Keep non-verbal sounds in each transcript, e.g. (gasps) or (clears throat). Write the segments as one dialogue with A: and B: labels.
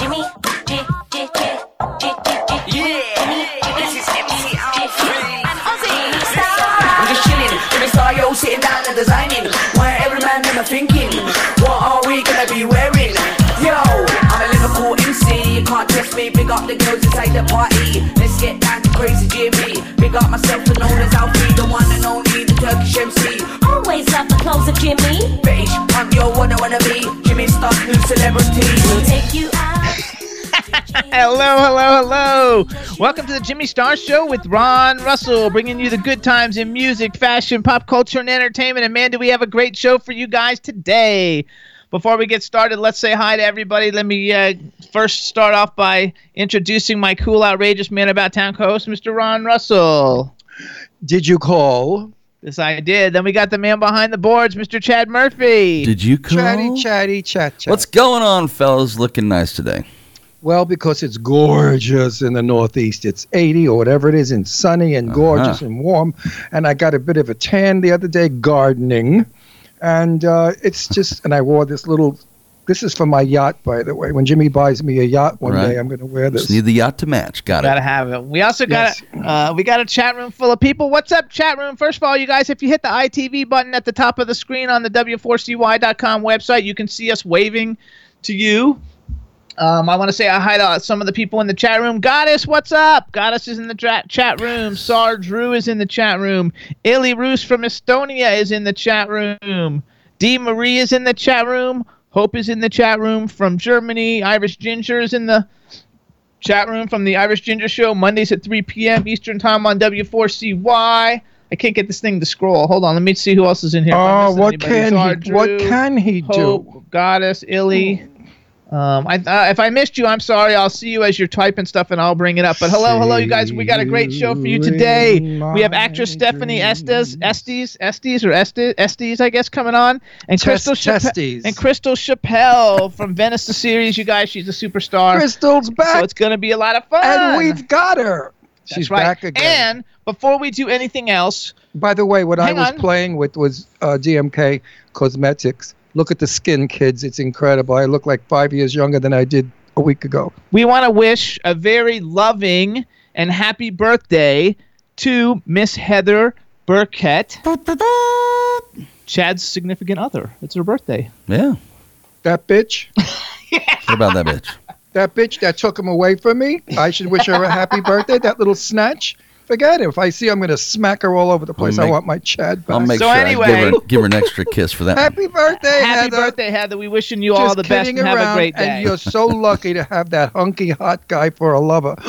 A: Jimmy, J, J, J, J, J, J. Yeah, this is MC Alfred. And Ozzy Star.
B: I'm just chilling, every star yo sitting down and designing. Why every man never thinking, what are we gonna be wearing? Yo, I'm a Liverpool MC, you can't test me. Big up the girls inside the party. Let's get down to crazy Jimmy. Big up myself to known as Alfie, the one and only, the Turkish MC.
A: Always love the clothes of Jimmy.
B: Bitch, I'm your one I wanna be. Jimmy Star's new celebrity.
A: Take you out.
C: Hello, hello, hello. Welcome to the Jimmy Star Show with Ron Russell, bringing you the good times in music, fashion, pop culture, and entertainment. And man, do we have a great show for you guys today. Before we get started, let's say hi to everybody. Let me uh, first start off by introducing my cool, outrageous man about town co host, Mr. Ron Russell.
D: Did you call?
C: This I did. Then we got the man behind the boards, Mr. Chad Murphy.
E: Did you call?
D: Chatty, chatty, chat, chat.
E: What's going on, fellas? Looking nice today.
D: well, because it's gorgeous in the Northeast. It's 80 or whatever it is, and sunny
E: Uh-huh.
D: and gorgeous and warm. And I got a bit of a tan the other day gardening. And uh, it's just, and I wore this little, this is for my yacht, by the way. When Jimmy buys me a yacht one
E: Right.
D: day, I'm going to wear this.
E: Just need the yacht to match. Got
C: Gotta
E: it.
C: have it. We also got
D: Yes.
C: uh, we got a chat room full of people. What's up, chat room? First of all, you guys, if you hit the ITV button at the top of the screen on the W4CY.com website, you can see us waving to you. Um, I want to say a hi to some of the people in the chat room. Goddess, what's up? Goddess is in the tra- chat room. Sarge Rue is in the chat room. Illy Roos from Estonia is in the chat room. D Marie is in the chat room. Hope is in the chat room from Germany. Irish Ginger is in the chat room from the Irish Ginger Show, Mondays at 3 p.m. Eastern Time on W4CY. I can't get this thing to scroll. Hold on, let me see who else is in here. if I'm
D: Oh,
C: missing
D: what
C: anybody.
D: can
C: Sarge
D: he? What
C: Rue,
D: can he
C: Hope,
D: do?
C: Goddess, Illy. Um, I, uh, if I missed you, I'm sorry. I'll see you as you're typing stuff, and I'll bring it up. But hello, hello, you guys. We got a great show for you today. We have actress
D: See you in
C: Stephanie
D: my
C: Estes, Estes, Estes, or Estes, Estes, I guess, coming on, and
D: Test-
C: Crystal Chappelle,
D: testes.
C: and Crystal Chappelle from Venice the series. You guys, she's a superstar.
D: Crystal's
C: So
D: back,
C: it's gonna be a lot of fun.
D: and we've got her.
C: That's
D: She's
C: right.
D: back again.
C: And before we do anything else,
D: By the way, what
C: Hang
D: I was
C: on.
D: playing with was uh, DMK Cosmetics. Look at the skin, kids. It's incredible. I look like five years younger than I did a week ago.
C: we want to wish a very loving and happy birthday to Miss Heather Burkett, Chad's significant other. It's her birthday.
E: Yeah.
D: That bitch,
E: What about that bitch?
D: that bitch that took him away from me. I should wish her a happy birthday. That little snatch. Forget it. If I see, her, I'm going to smack her all over the place. I
E: make-
D: want my Chad back.
E: I'll make
C: So
E: sure I
C: anyway-
E: give her, give her an extra kiss for that. one.
D: happy birthday,
C: happy
D: Heather.
C: birthday, Heather. We wishing you all
D: Just
C: the best and
D: kidding
C: have a
D: around,
C: great day.
D: And you're so lucky to have that hunky hot guy for a lover. (gasps)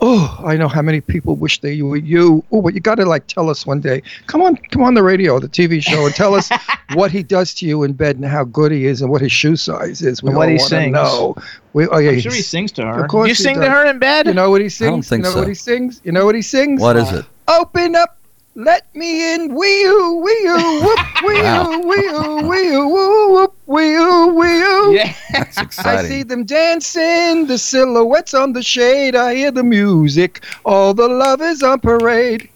D: oh, I know how many people wish they were you. Oh, but you got to like tell us one day. Come on, come on the radio, the TV show, and
C: (laughs)
D: tell us what he does to you in bed and how good he is and what his shoe size is. We
C: And what
D: all
C: he
D: wanna
C: sings.
D: know. We, oh, yeah,
C: I'm sure he
D: he's-
C: sings to her.
D: Of course
C: you
D: he
C: sing to
D: does.
C: her in bed.
D: You know what he sings?
E: think
D: you know
E: so.
D: what he sings? You know what he sings?
E: What is it?
D: Open up. Let me in, wee oo, wee oo, whoop, wee
E: Wow.
D: oo, wee oo, wee oo, woo, whoop, wee oo, wee oo.
C: yeah.
D: (laughs)
E: That's
D: I see
E: exciting.
D: them dancing, the silhouettes on the shade. I hear the music, all the love is on parade.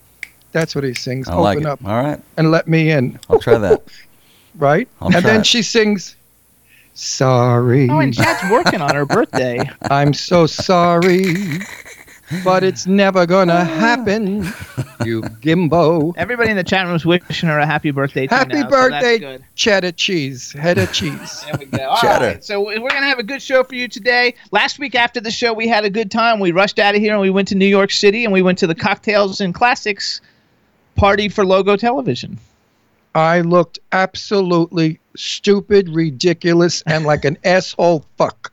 D: That's what he sings.
E: I
D: Open
E: like it.
D: up
E: All right.
D: and let me in,
E: I'll try that. (laughs)
D: (laughs) right?
E: I'll
D: and
E: try
D: then
E: it.
D: she sings, Sorry,
C: Oh, and Chad's working on her birthday.
D: I'm so sorry, but it's never
C: Ah.
D: gonna happen, you gimbo.
C: Everybody in the chat room is wishing her a happy birthday. too
D: Happy
C: now, so that's
D: birthday,
C: good.
D: cheddar cheese, head
C: (laughs)
D: of cheese.
C: There we
D: (laughs)
C: go. All
E: Cheddar.
C: right. So we're going to have a good show for you today. Last week after the show, we had a good time. We rushed out of here and we went to New York City and we went to the Cocktails and Classics party for Logo Television.
D: I looked (laughs) absolutely stupid, ridiculous, and like an asshole fuck.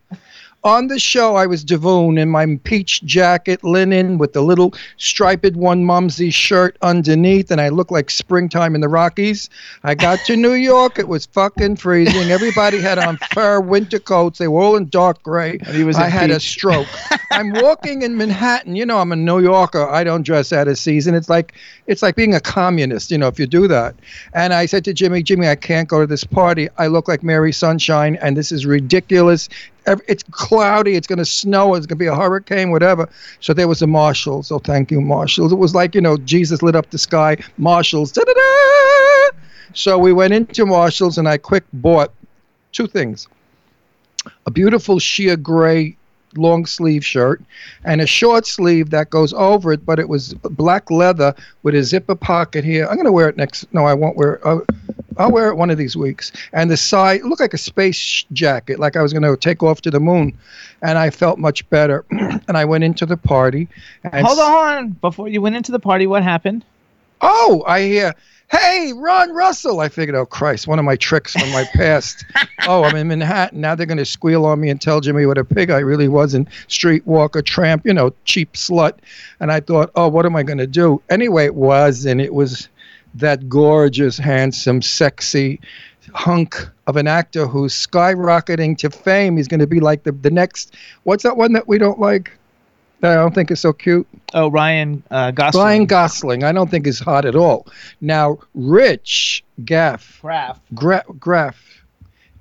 D: On the show, I was Devon in my peach jacket linen with the little striped one mumsy shirt underneath, and I looked like springtime in the Rockies. I got to New York. It was fucking freezing. Everybody had on fur winter coats. They were all in dark gray.
C: he was
D: I
C: in
D: had a
C: peach.
D: stroke. I'm walking in Manhattan. You know, I'm a New Yorker. I don't dress out of season. It's like it's like being a communist. You know, if you do that. And I said to Jimmy, Jimmy, I can't go to this party. I look like Mary Sunshine, and this is ridiculous. Ev- It's cloudy. It's going to snow. It's going to be a hurricane, whatever. So there was a marshal. So thank you, marshals. It was like you know, Jesus lit up the sky. Marshals. Da-da-da! So we went into Marshalls, and I quick bought two things a beautiful sheer gray long sleeve shirt and a short sleeve that goes over it, but it was black leather with a zipper pocket here. I'm going to wear it next. No, I won't wear it. I'll, I'll wear it one of these weeks. And the side it looked like a space sh- jacket, like I was going to take off to the moon. And I felt much better. (clears throat) and I went into the party. And
C: Hold on. Before you went into the party, what happened?
D: Oh, I hear, hey, Ron Russell. I figured, oh, Christ, one of my tricks from my past. oh, I'm in Manhattan. Now they're going to squeal on me and tell Jimmy what a pig I really was and streetwalker, tramp, you know, cheap slut. And I thought, oh, what am I going to do? Anyway, it was, and it was that gorgeous, handsome, sexy hunk of an actor who's skyrocketing to fame. He's going to be like the, the next, what's that one that we don't like? That I don't think is so cute.
C: Oh, Ryan uh, Gosling.
D: Ryan Gosling, I don't think is hot at all. Now, Rich Gaff,
C: Graff.
D: Gra- Graff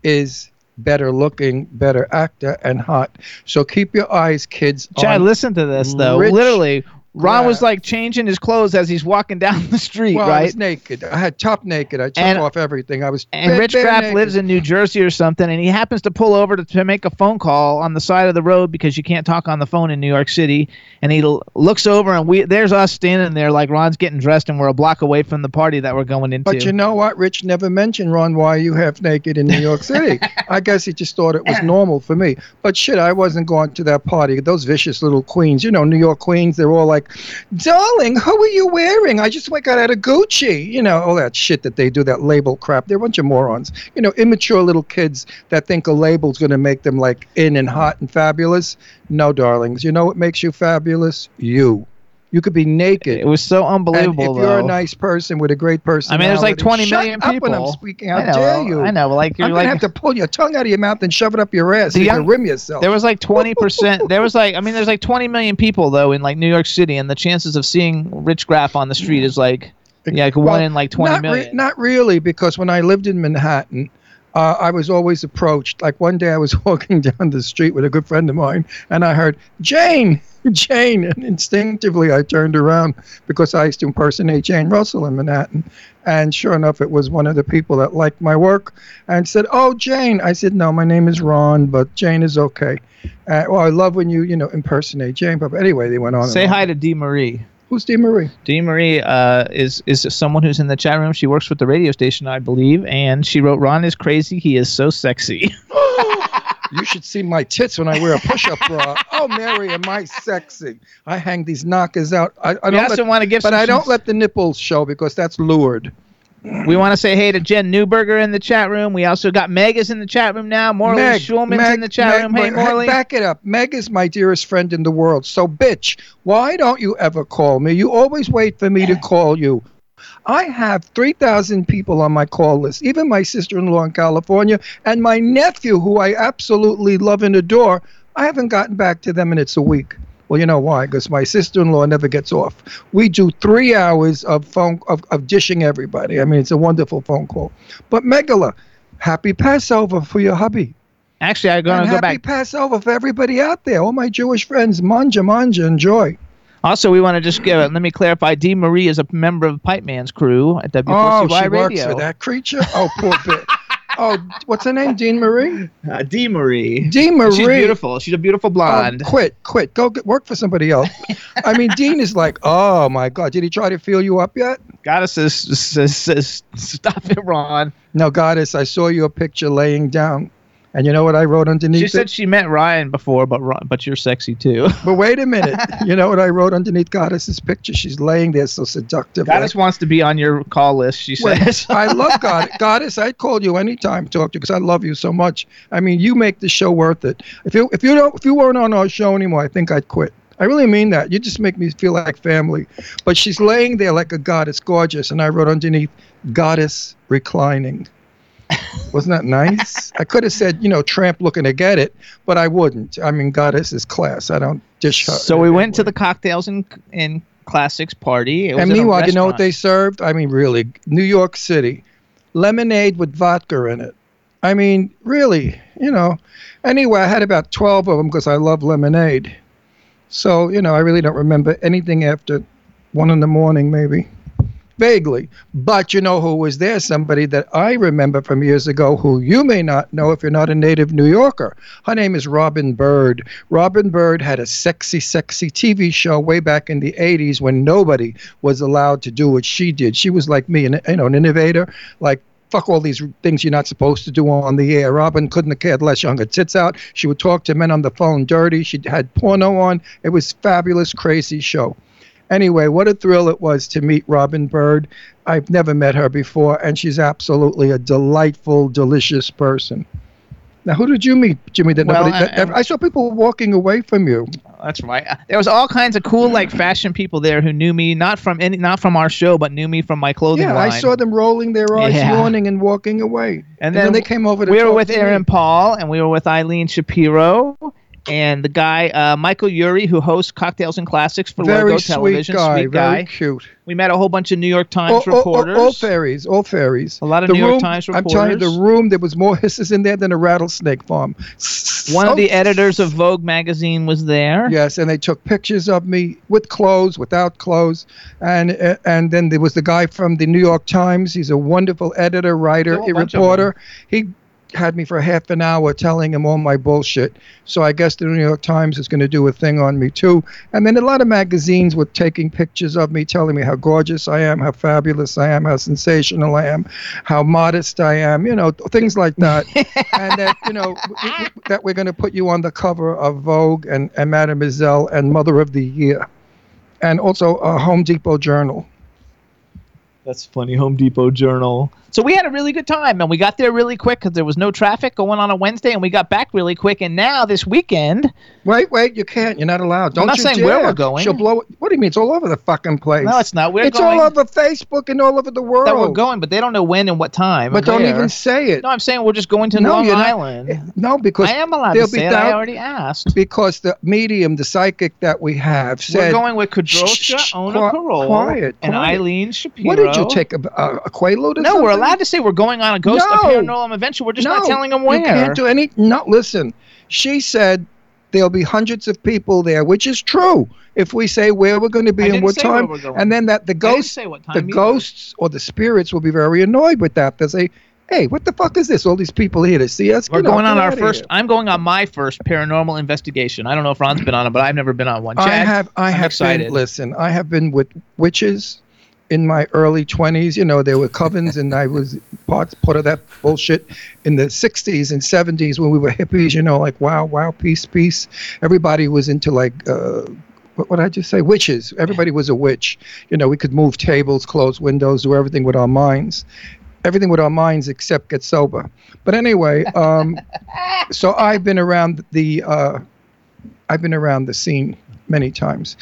D: is better looking, better actor, and hot. So keep your eyes, kids.
C: Chad,
D: on-
C: listen to this though.
D: Rich
C: Literally, Ron was
D: Graff.
C: like changing his clothes as he's walking down the street,
D: well, I
C: right?
D: was naked. I had top naked. I took
C: And-
D: off everything. I was
C: and
D: bare-
C: Rich
D: bare
C: Graff
D: naked.
C: lives in New Jersey or something, and he happens to pull over to, to make a phone call on the side of the road because you can't talk on the phone in New York City. And he l- looks over, and we there's us standing there like Ron's getting dressed, and we're a block away from the party that we're going into.
D: But you know what? Rich never mentioned Ron why are you half naked in New York City. I guess he just thought it was normal for me. But shit, I wasn't going to that party. Those vicious little queens, you know, New York queens, they're all like, "Darling, who are you wearing? I just went got out of Gucci." You know, all that shit that they do, that label crap. They're a bunch of morons. You know, immature little kids that think a label's going to make them like in and hot and fabulous. No, darlings. You know what makes you fabulous? You. You could be naked.
C: it was so
D: And
C: unbelievable.
D: if you're a
C: though.
D: nice person with a great person,
C: I mean, there's like 20
D: Shut
C: million
D: up
C: people.
D: when I'm speaking. How
C: I know,
D: dare you?
C: I know. Like you're
D: I'm
C: like
D: gonna have to pull your tongue out of your mouth and shove it up your
C: The
D: ass. so you
C: young-
D: can rim yourself.
C: There was like 20%. there was like, I mean, there's like 20 million people, though, in like New York City, and the chances of seeing Rich Graff on the street is like, yeah, like
D: Well,
C: one in like 20
D: not re-
C: million.
D: not really, because when I lived in Manhattan, uh, I was always approached. Like one day, I was (laughs) walking down the street with a good friend of mine, and I heard Jane, (laughs) Jane, and instinctively I turned around because I used to impersonate Jane Russell in Manhattan. And sure enough, it was one of the people that liked my work and said, "Oh, Jane." I said, "No, my name is Ron, but Jane is okay." Uh, well, I love when you, you know, impersonate Jane. But anyway, they went on. and
C: Say
D: on.
C: hi to Dee Marie.
D: Who's Dee Marie?
C: Dee Marie uh, is is someone who's in the chat room. She works with the radio station, I believe, and she wrote, "Ron is crazy. He is so sexy." (laughs)
D: You should see my tits when I wear a push-up bra. Oh, Mary, am I sexy? I hang these knockers out. I, I
C: we
D: don't
C: also
D: let,
C: want to give,
D: but
C: some-
D: I don't let the nipples show because that's lured.
C: We want to say hey to Jen Newberger in the chat room. We also got Meg is in the chat room now. Morley
D: Meg,
C: Schulman's
D: Meg,
C: in the chat
D: Meg,
C: room. Hey,
D: Meg,
C: Morley.
D: back it up. Meg is my dearest friend in the world. So, bitch, why don't you ever call me? You always wait for me to call you. I have 3,000 people on my call list, even my sister in law in California and my nephew, who I absolutely love and adore. I haven't gotten back to them, and it's a week. Well, you know why? Because my sister-in-law never gets off. We do three hours of phone of, of dishing everybody. I mean, it's a wonderful phone call. But Megala, happy Passover for your hubby.
C: Actually, I'm
D: And
C: gonna go
D: happy
C: back.
D: Passover for everybody out there. All my Jewish friends, manja, manja, enjoy.
C: Also, we want to just give it. Let me clarify. Dee Marie is a member of Pipe Man's crew at
D: Oh,
C: WFCY
D: she
C: Radio.
D: works for that creature. Oh, poor bit. Oh, what's her name? Dean
C: (laughs)
D: Marie.
C: Uh, Dee Marie.
D: Dean Marie.
C: She's beautiful. She's a beautiful
D: Oh,
C: blonde.
D: quit, quit. Go get, work for somebody else. I mean, Dean is like, oh my God, did he try to feel you up yet?
C: Gotta says, says, says, stop it, Ron.
D: No, goddess, I saw your picture laying down, And you know what I wrote underneath
C: She
D: it?
C: said she met Ryan before, but Ri- but you're sexy
D: (laughs)
C: too.
D: but wait
C: (laughs)
D: a minute. you know what I wrote underneath Goddess's picture? She's laying there so seductive.
C: Goddess wants to be on your call list. She
D: Well,
C: says.
D: I love God. Goddess, I'd call you anytime, talk to you because I love you so much. I mean, you make the show worth it. If you if you don't if you weren't on our show anymore, I think I'd quit. I really mean that. You just make me feel like family. But she's laying there like a goddess, gorgeous, and I wrote underneath, "Goddess reclining." Wasn't that nice? I could have said, you know, tramp looking to get it, but I wouldn't. I mean, goddess is class. I don't dish her.
C: (laughs) so we went to the cocktails and and classics party. It was
D: And
C: at a
D: meanwhile, you know what they
C: restaurant.
D: served? I mean, really, New York City, lemonade with vodka in it. I mean, really, you know. Anyway, I had about 12 of them because I love lemonade. So, you know, I really don't remember anything after one in the morning, maybe. Vaguely. But you know who was there? Somebody that I remember from years ago who you may not know if you're not a native New Yorker. Her name is Robin Bird. Robin Bird had a sexy, sexy TV show way back in the 80s when nobody was allowed to do what she did. She was like me, an, you know, an innovator, like fuck all these things you're not supposed to do on the air. Robin couldn't have cared less. She hung her tits out. She would talk to men on the phone dirty. She had porno on. It was fabulous, crazy show. Anyway, what a thrill it was to meet Robin Bird. I've never met her before, and she's absolutely a delightful, delicious person. Now, who did you meet, Jimmy? That
C: Well,
D: nobody, that,
C: I-
D: I saw people walking away from you.
C: That's right. Uh, There was all kinds of cool like fashion people there who knew me not from any not from our show, but knew me from my clothing
D: Yeah,
C: line.
D: I saw them rolling their eyes,
C: Yeah.
D: yawning, and walking away.
C: And
D: And
C: then
D: then, they came over. To
C: we were
D: talk
C: with
D: to me.
C: Aaron Paul, and we were with Eileen Shapiro, and the guy uh, Michael Yuri, who hosts Cocktails and Classics for
D: Very
C: Logo
D: sweet
C: Television.
D: guy,
C: sweet
D: very Oh,
C: guy.
D: cute.
C: We met a whole bunch of New York
D: All,
C: Times
D: all- all- all
C: reporters.
D: fairies, all fairies.
C: A lot of
D: The
C: New York
D: room-
C: Times
D: I'm telling you,
C: reporters.
D: the room there was more hisses in there than a rattlesnake farm.
C: One
D: Oh,
C: of the editors of Vogue magazine was there.
D: Yes, and they took pictures of me with clothes, without clothes, and uh, and then there was the guy from the New York Times. He's a wonderful editor, writer,
C: There were a
D: a
C: bunch of
D: reporter. He had me for half an hour telling him all my bullshit. So I guess the New York Times is going to do a thing on me too. And then a lot of magazines were taking pictures of me, telling me how gorgeous I am, how fabulous I am, how sensational I am, how modest I am, you know, th- things
C: (laughs)
D: like that. and that, you know, w- w- that we're going to put you on the cover of Vogue and, and Mademoiselle and Mother of the Year. And also a Home Depot journal.
C: That's funny. Home Depot Journal. So we had a really good time, and we got there really quick because there was no traffic going on a Wednesday, and we got back really quick. And now this weekend,
D: Wait, wait, you can't. You're not allowed. Don't
C: not
D: you
C: saying
D: dare.
C: where we're going.
D: She'll blow it. What do you mean? It's all over the fucking place.
C: no, it's not. We're
D: it's
C: going
D: all over Facebook and all over the world.
C: that we're going, but they don't know when and what time.
D: But
C: or
D: don't
C: where.
D: even say it.
C: No, I'm saying we're just going to
D: No,
C: Long
D: you're not-
C: Island.
D: No, because
C: I am allowed
D: there'll
C: to
D: be
C: say it. I
D: thou-
C: already asked.
D: because the medium, the psychic that we have,
C: We're
D: said.
C: going with
D: Shh, shh,
C: Kudroska,
D: shh,
C: Ona
D: qui-
C: Carol,
D: quiet,
C: and
D: quiet.
C: Eileen Shapiro.
D: what did you take a, a, a Quaalude? Or
C: No, we're
D: something?
C: allowed to say we're going on a ghost
D: No.
C: a paranormal adventure. We're just not telling them where.
D: You can't do any. No, listen. She said there'll be hundreds of people there, which is true. If we say where we're going to be
C: I
D: and
C: didn't
D: what
C: say where
D: time,
C: we're going.
D: and then that the
C: I didn't
D: ghosts,
C: say what time
D: the
C: either.
D: ghosts or the spirits will be very annoyed with that. They'll say, "Hey, what the fuck is this? All these people here to see us?
C: We're
D: Get out,
C: going on
D: get
C: our
D: outta
C: first.
D: here."
C: I'm going on my first paranormal investigation. I don't know if Ron's been on it, but I've never been on one.
D: I
C: Chad,
D: have, I
C: I'm
D: have
C: excited.
D: been. Listen, I have been with witches in my early twenties. You know, there were covens, and I was part part of that bullshit in the sixties and seventies when we were hippies. You know, like wow, wow, peace, peace. Everybody was into like. Uh, what would I just say? Witches. Everybody was a witch. You know, we could move tables, close windows, do everything with our minds. Everything with our minds except get sober. But anyway,
C: (laughs)
D: um, so I've been around the uh, I've been around the scene many times,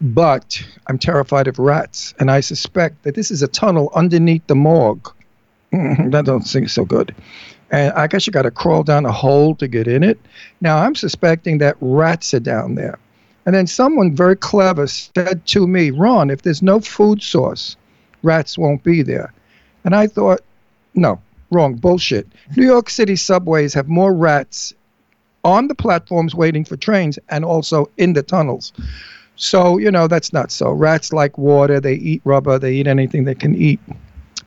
D: but I'm terrified of rats, and I suspect that this is a tunnel underneath the morgue. Mm-hmm, that don't seem so good. And I guess you got to crawl down a hole to get in it. Now I'm suspecting that rats are down there. And then someone very clever said to me, Ron, if there's no food source, rats won't be there. And I thought, no, wrong, bullshit. New York City subways have more rats on the platforms waiting for trains and also in the tunnels. So, you know, that's not so. Rats like water, they eat rubber, they eat anything they can eat.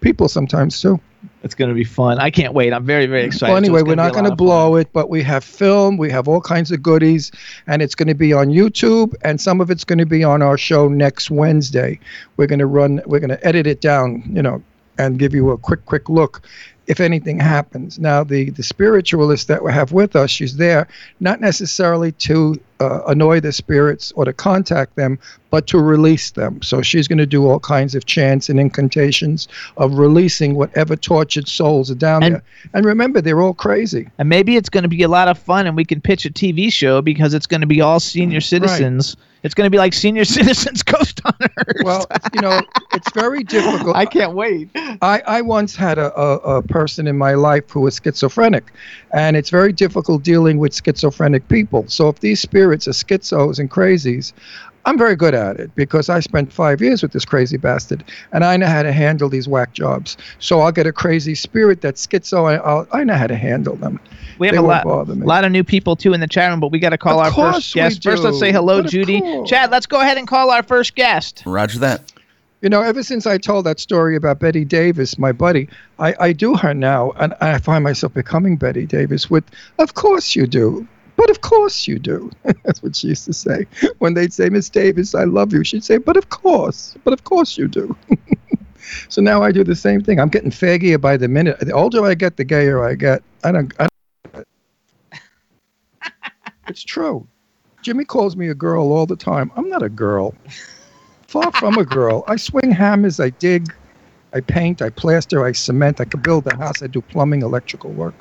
D: People sometimes too.
C: it's going to be fun. I can't wait. I'm very, very excited.
D: Well,
C: So
D: anyway,
C: it's
D: we're
C: gonna
D: not
C: be a
D: going to
C: lot of fun.
D: blow it, but we have film, we have all kinds of goodies, and it's going to be on YouTube, and some of it's going to be on our show next Wednesday. We're going to run, we're going to edit it down, you know, and give you a quick, quick look. if anything happens. Now, the, the spiritualist that we have with us, she's there not necessarily to uh, annoy the spirits or to contact them, but to release them. So she's going to do all kinds of chants and incantations of releasing whatever tortured souls are down
C: And-
D: there. And remember, they're
C: (laughs)
D: all crazy.
C: And maybe it's going to be a lot of fun, and we can pitch a TV show because it's going to be all senior citizens. It's going to be like senior (laughs) citizens ghost hunters.
D: Well, you know, it's very difficult.
C: I can't wait.
D: I, I once had a, a, a person in my life who was schizophrenic, and it's very difficult dealing with schizophrenic people. So if these spirits are schizos and crazies, I'm very good at it because I spent five years with this crazy bastard, and I know how to handle these whack jobs. So I'll get a crazy spirit that's schizo, and I'll, I know how to handle them.
C: We have
D: They
C: a
D: won't
C: lot,
D: bother me.
C: lot of new people too in the chat room, but we got to call
D: Of
C: our
D: course
C: first
D: we
C: guest. First, let's
D: do.
C: say hello,
D: What a
C: Judy.
D: cool.
C: Chad, let's go ahead and call our first guest.
E: Roger that.
D: You know, ever since I told that story about Betty Davis, my buddy, I, I do her now, and I find myself becoming Betty Davis with, of course you do. But of course you do. (laughs) That's what she used to say. When they'd say, Miss Davis, I love you, she'd say, but of course. But of course you do. (laughs) so now I do the same thing. I'm getting faggier by the minute. The older I get, the gayer I get. I don't. I don't- (laughs) it's true. Jimmy calls me a girl all the time. I'm not a girl far from a girl. I swing hammers, I dig, I paint, I plaster, I cement, I can build a house, I do plumbing, electrical work.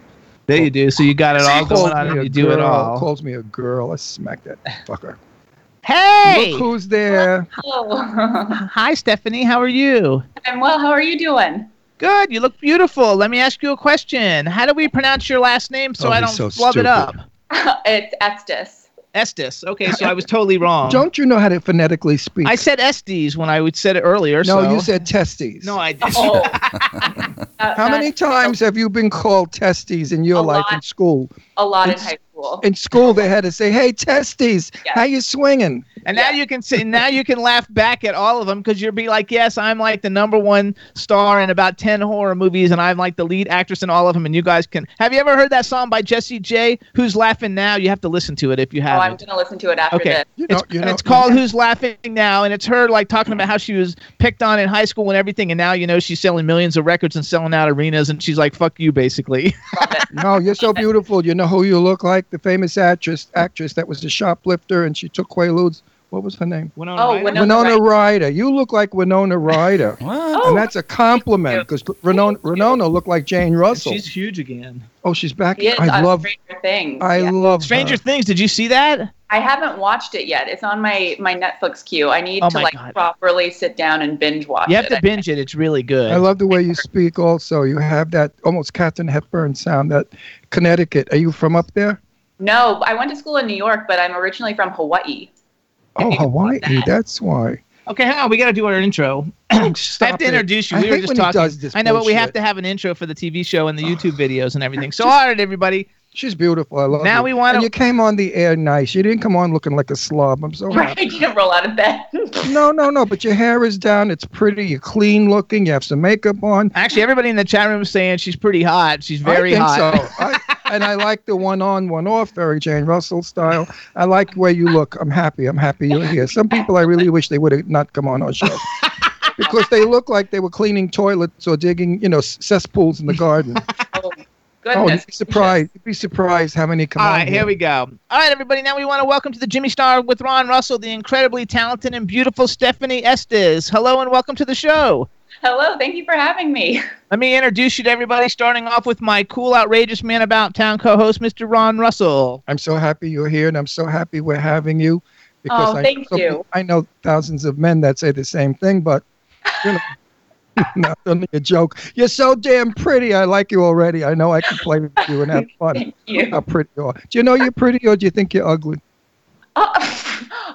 C: There you do. So you got it all
D: Calls
C: going on,
D: me
C: and
D: a
C: you do it
D: girl,
C: all.
D: Calls me a girl, I smack that fucker.
C: Hey,
D: Look who's there.
F: Hello. (laughs)
C: hi Stephanie, how are you?
F: I'm well. How are you doing? (laughs)
C: Good. You look beautiful. Let me ask you a question. How do we pronounce your last name so
D: Oh,
C: I don't
D: he's so
C: flub it
D: stupid.
C: up?
F: it's Estes.
C: Estes. Okay,
D: (laughs)
C: so I was totally wrong.
D: Don't you know how to phonetically speak?
C: I said Estes when I would said it earlier.
D: no,
C: so-
D: you said testes.
C: no. I did.
F: Oh.
D: how many times have you been called testes in your
F: A
D: life in
F: lot.
D: school?
F: A lot in
D: It's-
F: high school.
D: In school, they had to say, "Hey, testes,
F: Yeah.
D: how you swinging?"
C: And now
F: Yeah.
C: you can say, now you can laugh back at all of them because you'll be like, yes, I'm like the number one star in about ten horror movies, and I'm like the lead actress in all of them. And you guys can. Have you ever heard that song by Jesse J? Who's laughing now? You have to listen to it if you
F: oh, I'm
C: haven't.
F: gonna listen to it after
C: Okay.
F: this.
D: You know,
C: it's,
D: you know,
C: it's called Who's Laughing Now, and it's her like talking about how she was picked on in high school and everything, and now you know she's selling millions of records and selling out arenas, and she's like, "Fuck you,"
D: (laughs)
C: basically.
F: Love it.
D: No, you're
C: (laughs)
D: so beautiful. You know who you look like? The famous actress actress that was the shoplifter and she took Quaaludes. What was her name?
C: Winona
F: Oh,
C: Ryder? Oh,
F: Winona-
D: Winona
F: Ryder.
D: Ryder. You look like Winona
C: (laughs)
D: Ryder.
E: What?
D: and that's a compliment because Winona, Winona looked like Jane Russell.
C: She's huge again.
D: oh, she's back.
F: He is
D: I
F: on
D: love.
F: Stranger Things.
D: I
F: Yeah.
D: love.
C: Stranger
D: her.
C: Things. Did you see that?
F: I haven't watched it yet. It's on my my Netflix queue. I need
C: Oh
F: to
C: my
F: like
C: God.
F: properly sit down and binge watch
C: You have
F: it.
C: to binge it. It's really good.
D: I love the way you speak. Also, you have that almost Catherine Hepburn sound. That Connecticut. Are you from up there?
F: No, I went to school in New York, but I'm originally from Hawaii.
D: Oh,
F: you-
D: Hawaii. That's why.
C: Okay, hang on. We got to do our intro. I have
D: Stop
C: to
D: it.
C: introduce you.
D: I
C: We were
D: hate
C: just
D: when he
C: talking.
D: does this
C: I know, but we have
D: bullshit.
C: to have an intro for the TV show
D: (sighs)
C: and the YouTube videos and everything. So, all right, everybody.
D: She's beautiful. I love.
C: Now
D: you.
C: we wanna-
D: And you came on the air nice. You didn't come on looking like a slob. I'm so
F: Right,
D: happy.
F: (laughs) I didn't roll out of bed. (laughs) Oh,
D: No, no, no. But your hair is down. It's pretty. You're clean looking. You have some makeup on.
C: Actually, everybody in the chat room is saying she's pretty hot. She's very
D: I think
C: hot.
D: So. I, and I like the one on, one off, very Jane Russell style. I like the way you look. I'm happy. I'm happy you're here. Some people I really wish they would have not come on our show. Because they look like they were cleaning toilets or digging, you know, s- cesspools in the garden.
F: Oh,
D: oh,
F: goodness.
D: you'd be surprised. You'd be surprised how many come
C: All
D: on
C: right, here we go. All right, everybody. Now we want to welcome to the Jimmy Star with Ron Russell, the incredibly talented and beautiful Stephanie Estes. Hello and welcome to the show.
F: Hello, thank you for having me.
D: (laughs)
C: Let me introduce you to everybody, starting off with my cool, outrageous man about town co host, Mr. Ron Russell.
D: I'm so happy you're here, and I'm so happy we're having you. Because
F: Oh,
D: I,
F: thank
D: know-
F: you.
D: I know thousands of men that say the same thing, but you know, (laughs) not only a joke. You're so damn pretty. I like you already. I know I can play with you and have
F: (laughs)
D: fun.
F: Thank you.
D: How pretty you are. Do you know you're pretty, or do you think you're ugly?
F: Oh,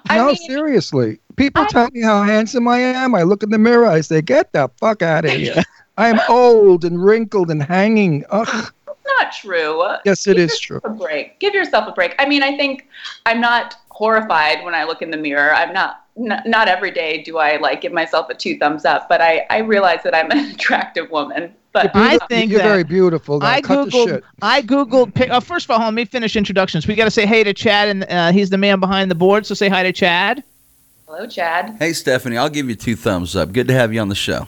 F: I
D: no,
F: mean,
D: seriously. People
F: I-
D: tell me how handsome I am. I look in the mirror. I say, "Get the fuck out of here." I am old and wrinkled and hanging. Ugh.
F: not true.
D: Yes, it
F: Give
D: is true.
F: yourself A break. Give yourself a break. I mean, I think I'm not horrified when I look in the mirror. I'm not. Not, not every day do I like give myself a two thumbs up, but I, I realize that I'm an (laughs) attractive woman. But
C: I think
D: you're
C: that-
D: very beautiful. Now.
C: I
D: Cut the shit.
C: googled. I googled. pic- Uh, first of all, hold on, let me finish introductions. We got to say hey to Chad, and uh, he's the man behind the board. So say hi to Chad.
F: Hello, Chad.
E: Hey, Stephanie, I'll give you two thumbs up. Good to have you on the show.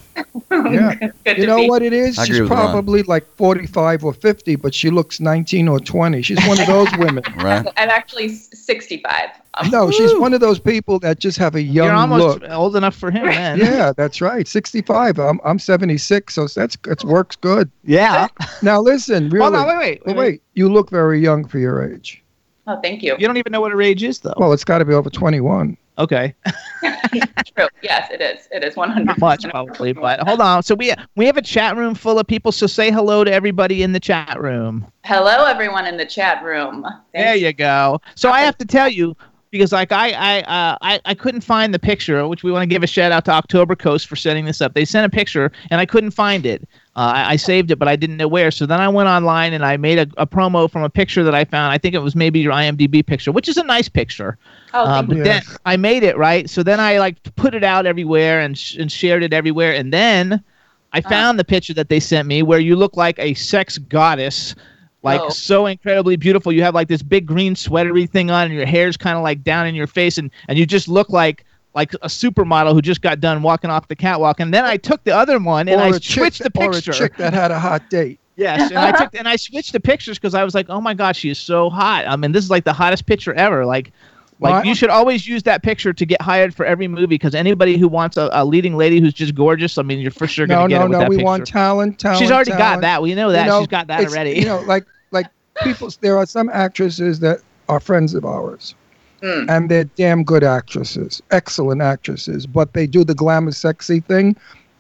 D: Yeah.
F: (laughs) Good
D: You
F: to
D: know
F: be.
D: what it is?
E: I agree
D: She's
E: with Ron.
D: probably like 45 or 50, but she looks 19 or 20. She's one of those
C: (laughs)
D: women. (laughs)
E: Right?
F: I'm actually s- 65. Um,
D: No, she's one of those people that just have a young
C: You're almost
D: look.
C: old enough for him, man.
D: Yeah, that's right. 65. I'm I'm 76, so that's it works good.
C: Yeah.
D: Now listen, really.
C: Hold on, wait, wait,
D: Well, wait, you look very young for your age.
F: Oh, thank you.
C: You don't even know what her age is, though.
D: Well, it's got to be over 21.
C: okay.
F: (laughs) True. Yes, it is. It is 100.
C: Not much, probably, but hold on. So we we have a chat room full of people. So say hello to everybody in the chat room.
F: Hello, everyone in the chat room.
C: There
F: Thank
C: you go. So I have to tell you because like I I uh, I, I couldn't find the picture, which we want to give a shout out to October Coast for setting this up. They sent a picture and I couldn't find it. Uh, I, I saved it, but I didn't know where. So then I went online and I made a, a promo from a picture that I found. I think it was maybe your IMDb picture, which is a nice picture.
F: Oh,
D: um,
C: Uh,
F: thank
C: but
F: you.
C: then I made it right. So then I like put it out everywhere and sh- and shared it everywhere. And then I
D: Uh-huh.
C: found the picture that they sent me where you look like a sex goddess, like
F: Oh.
C: so incredibly beautiful. You have like this big green sweatery thing on, and your hair's kind of like down in your face, and and you just look like like a supermodel who just got done walking off the catwalk. And then I took the other one and
D: or
C: I
D: a chick
C: switched the
D: that- or a
C: picture.
D: chick that had a hot date.
C: Yes, and I took and I switched the pictures because I was like, oh my god, she is so hot. I mean, this is like the hottest picture ever. Like, like
D: Well, I-
C: you should always use that picture to get hired for every movie because anybody who wants a, a leading lady who's just gorgeous, I mean, you're for sure
D: No,
C: gonna get
D: no,
C: it with
D: no.
C: that
D: We
C: picture.
D: want talent, talent.
C: She's already got
D: talent.
C: that. We know
D: You
C: that.
D: know,
C: She's got that
D: it's-
C: already.
D: You
C: (laughs)
F: (laughs)
D: know, like like people. There are some actresses that are friends of ours,
F: Mm.
D: and they're damn good actresses, excellent actresses. But they do the glamour, sexy thing,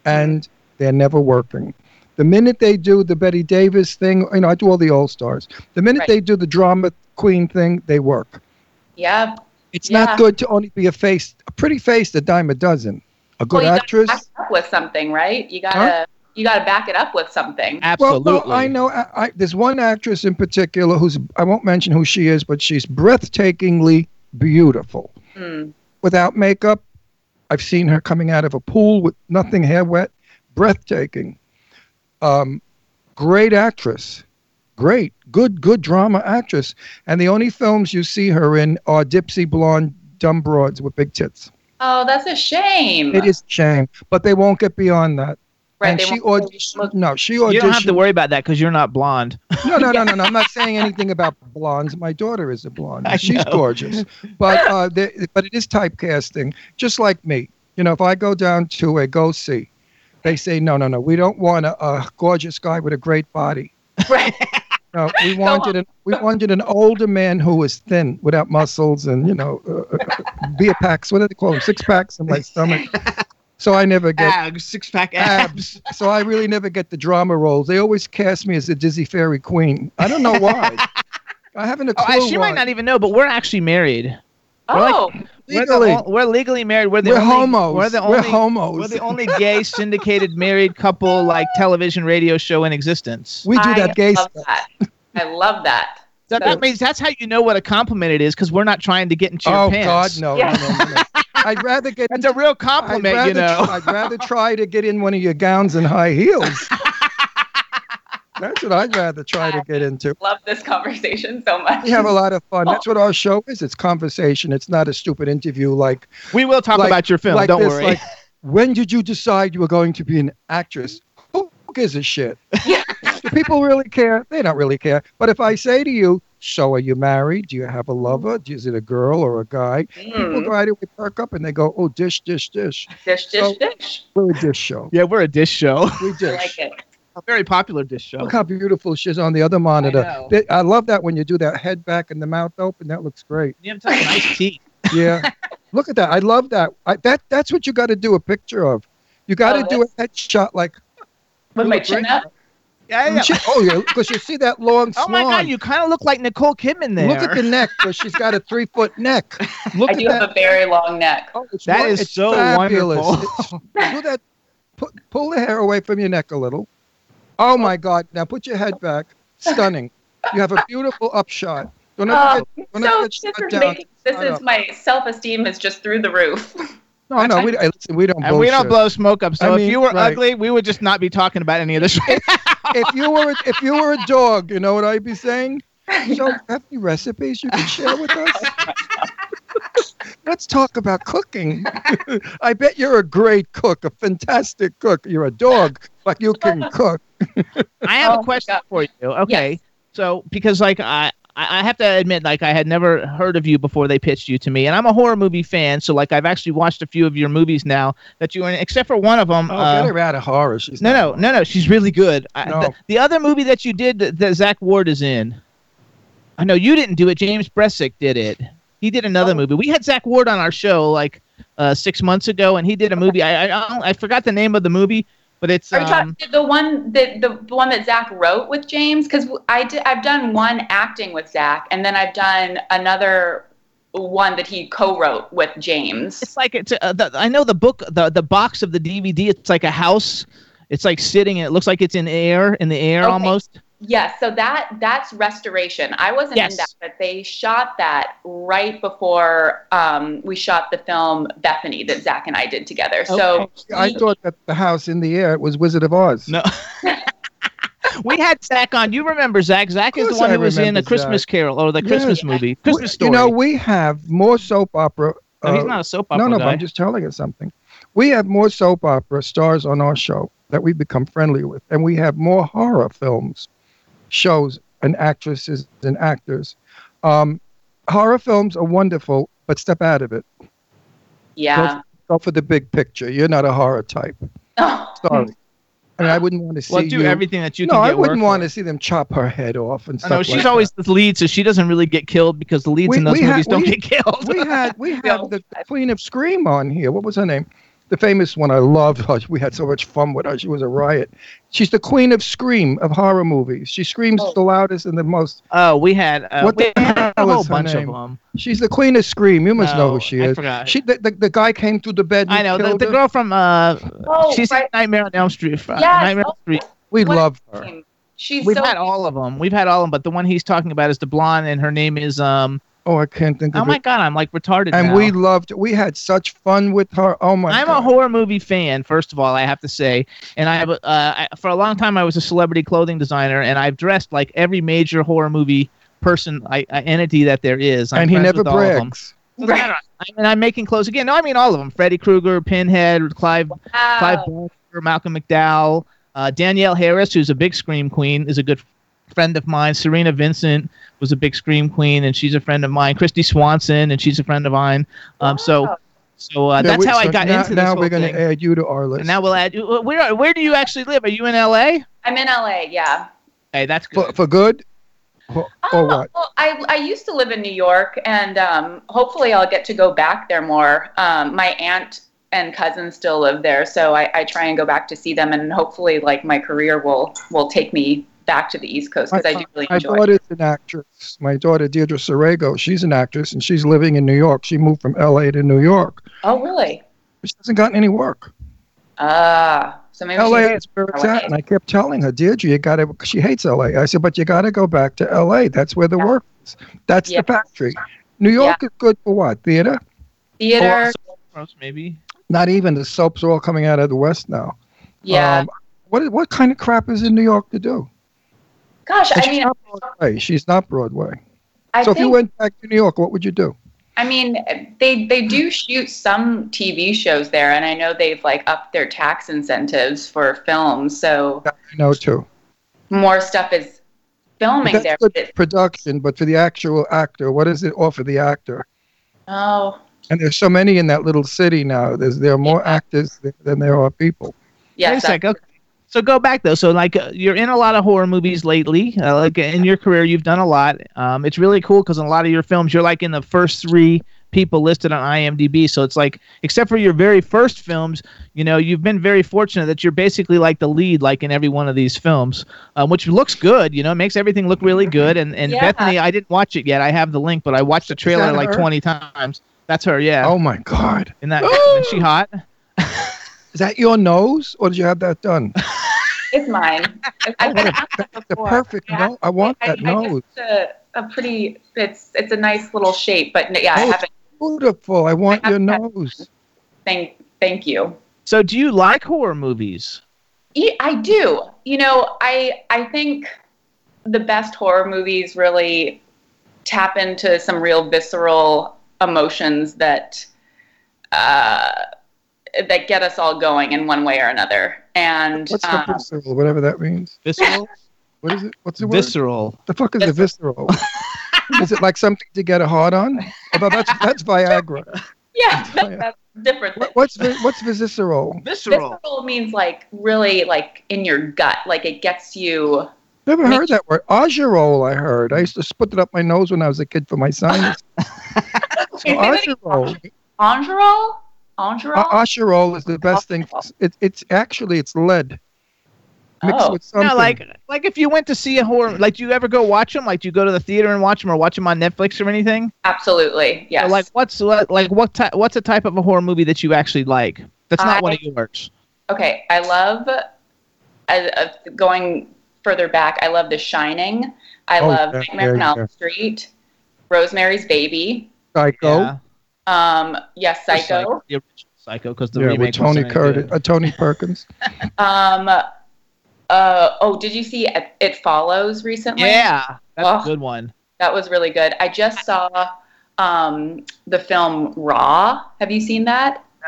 D: and they're never working. The minute they do the Betty Davis thing, you know, I do all the all stars. The minute
F: Right.
D: they do the drama queen thing, they work.
F: Yeah.
D: It's
F: Yeah.
D: not good to only be a face, a pretty face, a dime a dozen. A good
F: Well, you
D: actress.
F: Back it up with something, right? You gotta you gotta back it up with something.
D: Well,
C: Absolutely.
D: no, I know. I, I, there's one actress in particular who's I won't mention who she is, but she's breathtakingly beautiful
F: Mm.
D: without makeup. I've seen her coming out of a pool with nothing, hair wet, breathtaking. Um, great actress, great, good, good drama actress. And the only films you see her in are dipsy blonde dumb broads with big tits.
F: Oh, that's a shame.
D: It is a shame, but they won't get beyond that.
F: Right,
D: and
F: they
D: she
F: won't-
D: auditioned. No, she auditioned.
C: You don't have to worry about that because you're not blonde.
D: No, no, no, no, no.
C: (laughs)
D: I'm not saying anything about blondes. My daughter is a blonde.
C: I
D: She's
C: know. (laughs)
D: gorgeous, but uh, there, but it is typecasting, just like me. You know, if I go down to a go see, they say no, no, no. We don't want a, a gorgeous guy with a great body.
F: (laughs)
D: (laughs)
F: Right.
C: (laughs)
D: No, we wanted an we wanted an older man who was thin, without muscles, and you know, uh, uh, beer packs. What do they call them? Six packs in
C: (laughs)
D: my stomach. So I never get
C: Abs, six pack
D: abs. So I really never get the drama roles. They always cast me as a dizzy fairy queen. I don't
C: (laughs)
D: know why. I haven't a clue.
C: Oh, I- she
D: why.
C: might not even know, but we're actually married.
F: Oh,
D: legally.
C: We're, the, on- we're legally married. We're the
D: We're,
C: only,
D: homos.
C: We're the only
D: homos.
C: We're the only gay syndicated married couple like television radio show in existence.
D: We do that gay
F: I love
D: stuff.
F: that. I love that.
C: That, that means that's how you know what a compliment it is because we're not trying to get into your
D: Oh God,
C: pants.
D: no,
F: Yeah.
C: (laughs)
D: no, no, no. I'd rather get.
C: That's a real
D: I'd
C: compliment,
D: rather,
C: you know.
D: I'd rather try to get in one of your gowns and high heels. That's what I'd rather try to get into.
F: love this conversation so much.
D: We have a lot of fun. That's what our show is. It's conversation. It's not a stupid interview like
C: (laughs) we will talk
D: like-
C: about your film.
D: like
C: don't
D: this,
C: worry.
D: like, when did you decide you were going to be an actress? Who gives a shit?
F: (laughs) Yeah.
D: Do people really care? They don't really care. But if I say to you, so are you married? Do you have a lover? Is it a girl or a guy? People
F: Mm.
D: right away perk up and they go, oh, dish, dish, dish.
F: Dish, dish,
D: So-
F: dish.
D: We're a
C: (laughs)
D: dish show.
C: (laughs) yeah, we're a dish show.
D: We
F: I
D: dish.
F: like it.
C: a very popular dish show.
D: Look how beautiful she is on the other monitor.
C: know.
D: They- I love that when you do that head back and the mouth open. That looks great.
C: Yeah, I'm talking nice teeth.
F: (laughs)
D: Yeah. Look at that. I love that. I, that that's what you got to do a picture of. You got to
F: Oh,
D: do a headshot like
F: With
D: You
F: my
D: look great.
F: chin up.
C: (laughs) Yeah, yeah.
D: She- oh yeah, because you see that long
C: (laughs) Oh
D: swan.
C: my God, you kind of look like Nicole Kidman there.
D: Look at the neck, because she's got a three
C: (laughs)
D: foot neck. Look
F: I
D: at
F: do
D: that.
F: have a very long neck.
D: Oh, it's
C: That
D: won-
C: is
D: it's
C: so
D: fabulous.
C: wonderful.
D: It's- do that. Pu- pull the hair away from your neck a little. Oh my God! Now put your head back. Stunning. You have a beautiful upshot. Don't ever
F: Oh,
D: get, don't ever
F: so
D: get
F: this
D: shut
F: is
D: down.
F: making, this
D: No,
F: is
D: no.
F: my self esteem is just through the roof.
D: No, no, we, hey, listen, we don't.
C: and we don't
D: bullshit.
C: blow smoke up. So
D: I
C: if
D: mean,
C: you were
D: right.
C: ugly, we would just not be talking about any of (laughs) this.
D: If you were, a- if you were a dog, you know what I'd be saying. So, have any recipes you can share with us? what let's talk about cooking. (laughs) I bet you're a great cook, a fantastic cook. You're a dog, but you can cook.
C: I have
F: Oh,
C: a
F: my
C: question
F: God.
C: for you. Okay.
F: Yes.
C: So because like I I I have to admit like I had never heard of you before they pitched you to me and I'm a horror movie fan so like I've actually watched a few of your movies now that you were in except for one of them
D: Oh,
C: uh,
D: get her out of horror. She's
C: no
D: not-
C: no no no she's really good I,
D: No.
C: the, the other movie that you did that, that Zach Ward is in I know you didn't do it James Bresick did it he did
F: Oh.
C: another movie we had Zach Ward on our show like uh, six months ago and he did a movie I I, I, don't- I forgot the name of the movie but it's
F: Are you
C: um,
F: talking the one that the the one that Zach wrote with James? Because I did, I've done one acting with Zach, and then I've done another one that he co-wrote with
C: it's
F: James.
C: like it's uh, the, I know the book the the box of the DVD it's like a house it's like sitting it looks like it's in air in the air
F: Okay.
C: almost
F: Yes, so that that's restoration. I wasn't
C: Yes.
F: in that, but they shot that right before um, we shot the film Bethany that Zach and I did together. So
D: I
F: he-
D: thought that the house in the air was Wizard of Oz.
C: No. we had Zach on you remember Zach Zach is the
D: course
C: one
D: I
C: who was in
D: remember
C: a Christmas Carol or the
D: Yeah.
C: Christmas movie
D: We-
C: Christmas story
D: You know, we have more soap opera.
C: no, he's
D: uh,
C: not a soap opera
D: no, no, but
C: guy.
D: I'm just telling you something. We have more soap opera stars on our show that we've become friendly with, and we have more horror films, shows, and actresses and actors. Um, horror films are wonderful, but step out of it.
F: yeah.
D: Go for the big picture. You're not a horror type. Sorry. and I wouldn't want to see
C: Hmm. well do
D: you.
C: everything that you
D: no,
C: can
D: I
C: get
D: wouldn't
C: work
D: want
C: for.
D: to see them chop her head off and stuff.
C: I know she's
D: like that.
C: always the lead so she doesn't really get killed because the leads
D: We-
C: in those
D: we ha-
C: movies don't
D: we-
C: get killed
D: we had we had
F: (laughs) No.
D: the queen of scream on here. What was her name? The famous one. I loved her. We had so much fun with her. She was a riot. She's the queen of scream of horror movies. She screams
F: Oh.
D: the loudest and the most.
C: oh we had uh,
D: What
C: we
D: the
C: had a
D: hell
C: whole
D: is her
C: bunch
D: name?
C: of them
D: She's the queen of scream. You must know
C: No,
D: who she
C: I
D: is.
C: forgot.
D: She the, the, the guy came through the bed. And
C: I know the,
D: killed
C: the
D: her.
C: girl from uh
F: (laughs) Oh,
C: she's
F: right.
C: in Nightmare on Elm Street. uh,
F: Yes.
C: Nightmare on
F: Oh,
C: Elm Street.
D: We
F: What-
D: love her.
F: She's
C: We've
F: so
C: had all of them. We've had all of them, but the one he's talking about is the blonde, and her name is um.
D: Oh, I can't think
C: Oh
D: of
C: my
D: it.
C: god, I'm like retarded.
D: And
C: now.
D: we loved. We had such fun with her. Oh my.
C: I'm a
D: God.
C: horror movie fan, first of all, I have to say, and I, have, uh, I for a long time I was a celebrity clothing designer, and I've dressed like every major horror movie person, I, I, entity that there is. I'm
D: And he
C: friends
D: never
C: with all of them.
D: brags.
C: Doesn't matter. I mean, I'm making clothes again. No, I mean all of them: Freddy Krueger, Pinhead, Clive
F: wow.
C: Clive Barker, Malcolm McDowell, uh, Danielle Harris, who's a big scream queen, is a good friend of mine. Serena Vincent was a big scream queen, and she's a friend of mine. Christy Swanson, and she's a friend of mine. Um, So,
F: Wow.
C: so uh,
D: Yeah,
C: that's
D: we-
C: how I
D: so
C: got
D: now,
C: into this
D: Now
C: whole
D: we're gonna
C: thing.
D: add you to our list.
C: and now we'll add. Where are- where do you actually live? Are you in L.A.?
F: I'm in LA. Yeah.
C: Hey, that's good.
D: for, for good. Or, or what?
F: Oh, Well, I, I used to live in New York, and um, hopefully I'll get to go back there more. Um, my aunt and cousins still live there, so I, I try and go back to see them, and hopefully, like my career will will take me back to the East Coast because I, do really
D: my
F: enjoy. it.
D: daughter's an actress. My daughter Deirdre Sorego, she's an actress and she's living in New York. She moved from LA to New York.
F: Oh, really?
D: She hasn't gotten any work.
F: Ah, so maybe
D: LA
F: she's-
D: is where it's at. And I kept telling her, Deirdre, you gotta she hates LA. I said, But you gotta go back to LA. That's where the
F: Yeah.
D: work is. That's
F: Yeah.
D: the factory. New York is good for what? Theater?
F: theater.
C: maybe.
D: Not even the soaps are all coming out of the West now.
F: Yeah.
D: Um, what what kind of crap is in New York to do?
F: Gosh,
D: And
F: I
D: she's
F: mean,
D: not Broadway. She's not Broadway.
F: I
D: so
F: think
D: if you went back to New York, what would you do?
F: I mean, they they do shoot some TV shows there, and I know they've like upped their tax incentives for films, so
D: You know too.
F: more stuff is filming
D: That's
F: there.
D: good
F: but it-
D: production, but for the actual actor, what does it offer the actor?
F: oh,
D: And there's so many in that little city now. There's there are more actors th- than there are people.
C: Wait
F: yes.
C: a sec. Okay. So go back though. So like uh, you're in a lot of horror movies lately. Uh, like in your career, you've done a lot. Um, it's really cool because in a lot of your films, you're like in the first three people listed on IMDb. So it's like, except for your very first films, you know, you've been very fortunate that you're basically like the lead, like in every one of these films, uh, which looks good. You know, it makes everything look really good. And and
F: Yeah.
C: Bethany, I didn't watch it yet. I have the link, but I watched the trailer
D: that
C: like
D: her?
C: 20 times. That's her, yeah.
D: Oh my God,
C: In that, is she hot?
D: is that your nose, or did you have that
F: (laughs)
D: done?
F: It's mine. I've been (laughs) asked that
D: The
F: before.
D: perfect
F: Yeah.
D: nose. I want
F: I-
D: that
F: I guess
D: nose.
F: It's a, a pretty. It's it's a nice little shape, but n- yeah, I
D: Oh.
F: haven't.
D: Beautiful. I want
F: I
D: your
F: have that.
D: nose.
F: Thank thank you.
C: So do you like horror movies?
F: E- I do. You know, I I think the best horror movies really tap into some real visceral emotions that uh, that get us all going in one way or another. And
D: What's the
F: um,
D: visceral, whatever that means?
C: Visceral?
D: What is it? What's the word?
C: Visceral.
D: The fuck is the visceral? is it like something to get a hard
F: (laughs)
D: on? Oh, but that's, that's Viagra. (laughs)
F: yeah, that, that's different.
D: Oh, What, what's vi- what's visceral?
C: Visceral.
F: Visceral means like really like in your gut, like it gets you.
D: Never heard that word. Agerol, I heard. I used to spit it up my nose when I was a kid for my
F: (laughs)
D: sinus. so
F: Wait, say that again.
D: Agerol.
F: Angerol? Angerol?
D: A- Asherol is the best thing. It, it's actually it's lead mixed
F: Oh.
D: with something.
C: No, like like if you went to see a horror, like do you ever go watch them? Like do you go to the theater and watch them, or watch them on Netflix or anything?
F: Absolutely.
C: Or,
F: Yes.
C: like what's what, like what ty- what's a type of a horror movie that you actually like? That's not one of yours.
F: okay. I love I, uh, going further back. I love The Shining. I
D: Oh,
F: love
D: yeah,
F: Nightmare on
D: yeah,
F: Elm
D: yeah.
F: Street. Rosemary's Baby.
D: Psycho.
C: Yeah.
F: Um, yes,
C: Or
F: Psycho.
C: The original Psycho, because the
D: Yeah,
C: remake
D: with
C: wasn't
D: Tony
C: any
D: Curtis,
C: good.
D: uh, Tony Perkins.
F: Um, uh, oh, did you see It, it Follows recently?
C: Yeah, Oh. that's
F: Ugh.
C: a good one.
F: That was really good. I just saw um, the film Raw. Have you seen that?
C: No.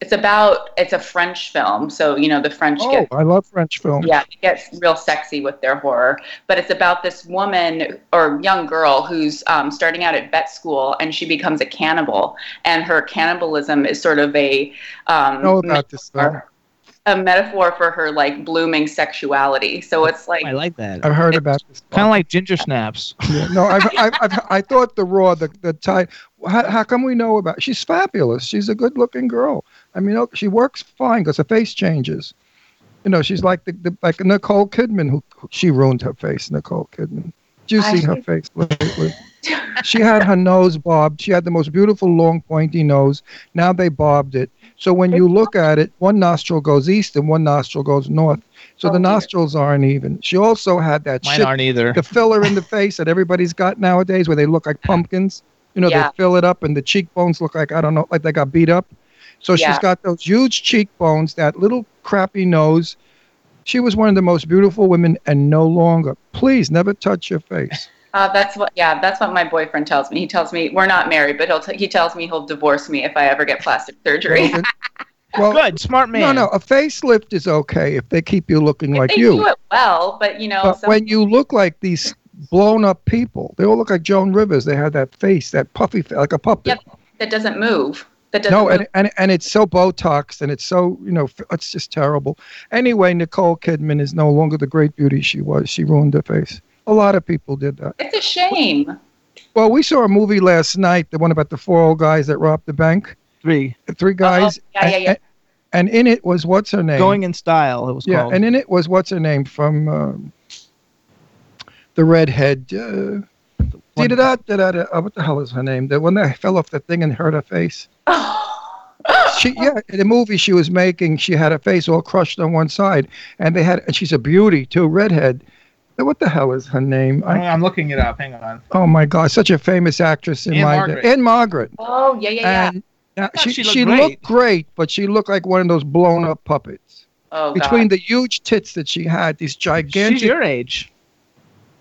F: It's about it's a French film, so you know the French
D: Oh,
F: get
D: I love French films.
F: yeah it gets real sexy with their horror. But it's about this woman or young girl who's um, starting out at vet school, and she becomes a cannibal, and her cannibalism is sort of a um,
D: I know about this film.
F: a metaphor for her like blooming sexuality. So it's like
C: I like that.
D: I've heard about this.
C: Kind of
D: film.
C: like Ginger Snaps.
D: Yeah, no, I've, I've, I've, I thought the raw, the the tie. How, how come we know about? She's fabulous. She's a good-looking girl. I mean, oh, she works fine because her face changes. You know, she's like the, the like Nicole Kidman, who who- she ruined her face. Nicole Kidman. Did you
F: I
D: see her
F: see.
D: face lately? she had her nose bobbed. She had the most beautiful long pointy nose. Now they bobbed it. So when you look at it, one nostril goes east and one nostril goes north. So
F: Oh,
D: the
F: dear.
D: nostrils aren't even. She also had that
C: Mine
D: shit
C: aren't either.
D: the filler in the face that everybody's got nowadays where they look like pumpkins. You know,
F: Yeah.
D: they fill it up and the cheekbones look like, I don't know, like they got beat up. So
F: Yeah.
D: she's got those huge cheekbones, that little crappy nose. She was one of the most beautiful women and no longer. Please never touch your
F: (laughs)
D: face.
F: Uh, that's what, yeah, that's what my boyfriend tells me. He tells me we're not married, but he'll t- he tells me he'll divorce me if I ever get plastic (laughs) surgery.
D: Well, well,
C: Good, smart man.
D: no, no, a facelift is okay if they keep you looking like
F: they
D: you.
F: do it well, but you know,
D: But
F: some-
D: when you look like these blown up people, they all look like Joan Rivers. They have that face, that puffy face, like a puppet.
F: Yep. that doesn't move. That doesn't.
D: no,
F: move.
D: and, and and it's so Botox and it's so you know f- it's just terrible. Anyway, Nicole Kidman is no longer the great beauty she was. She ruined her face. A lot of people did that.
F: it's a shame.
D: Well, we saw a movie last night, the one about the four old guys that robbed the bank,
C: Three.
D: the three guys.
F: yeah, yeah, yeah.
D: And, and in it was what's her name?
C: Going in Style, it was
D: yeah,
C: called.
D: and in it was what's her name from um, the redhead. Uh,
C: one-
D: da-da-da, da-da-da, uh, what the hell is her name? The one that fell off the thing and hurt her face. she yeah in the movie she was making she had her face all crushed on one side and they had and she's a beauty too redhead what the hell is her name I,
C: I'm looking it up. Hang on.
D: oh my god such a famous actress in
C: Anne
D: my
C: Margaret.
D: day and margaret
F: oh, yeah, yeah, yeah.
D: and now,
C: thought
D: she,
C: she
D: she,
C: looked
D: looked,
C: great.
D: great. but she looked like one of those blown up puppets
F: oh,
D: between
F: God.
D: the huge tits that she had these gigantic
C: She's your age.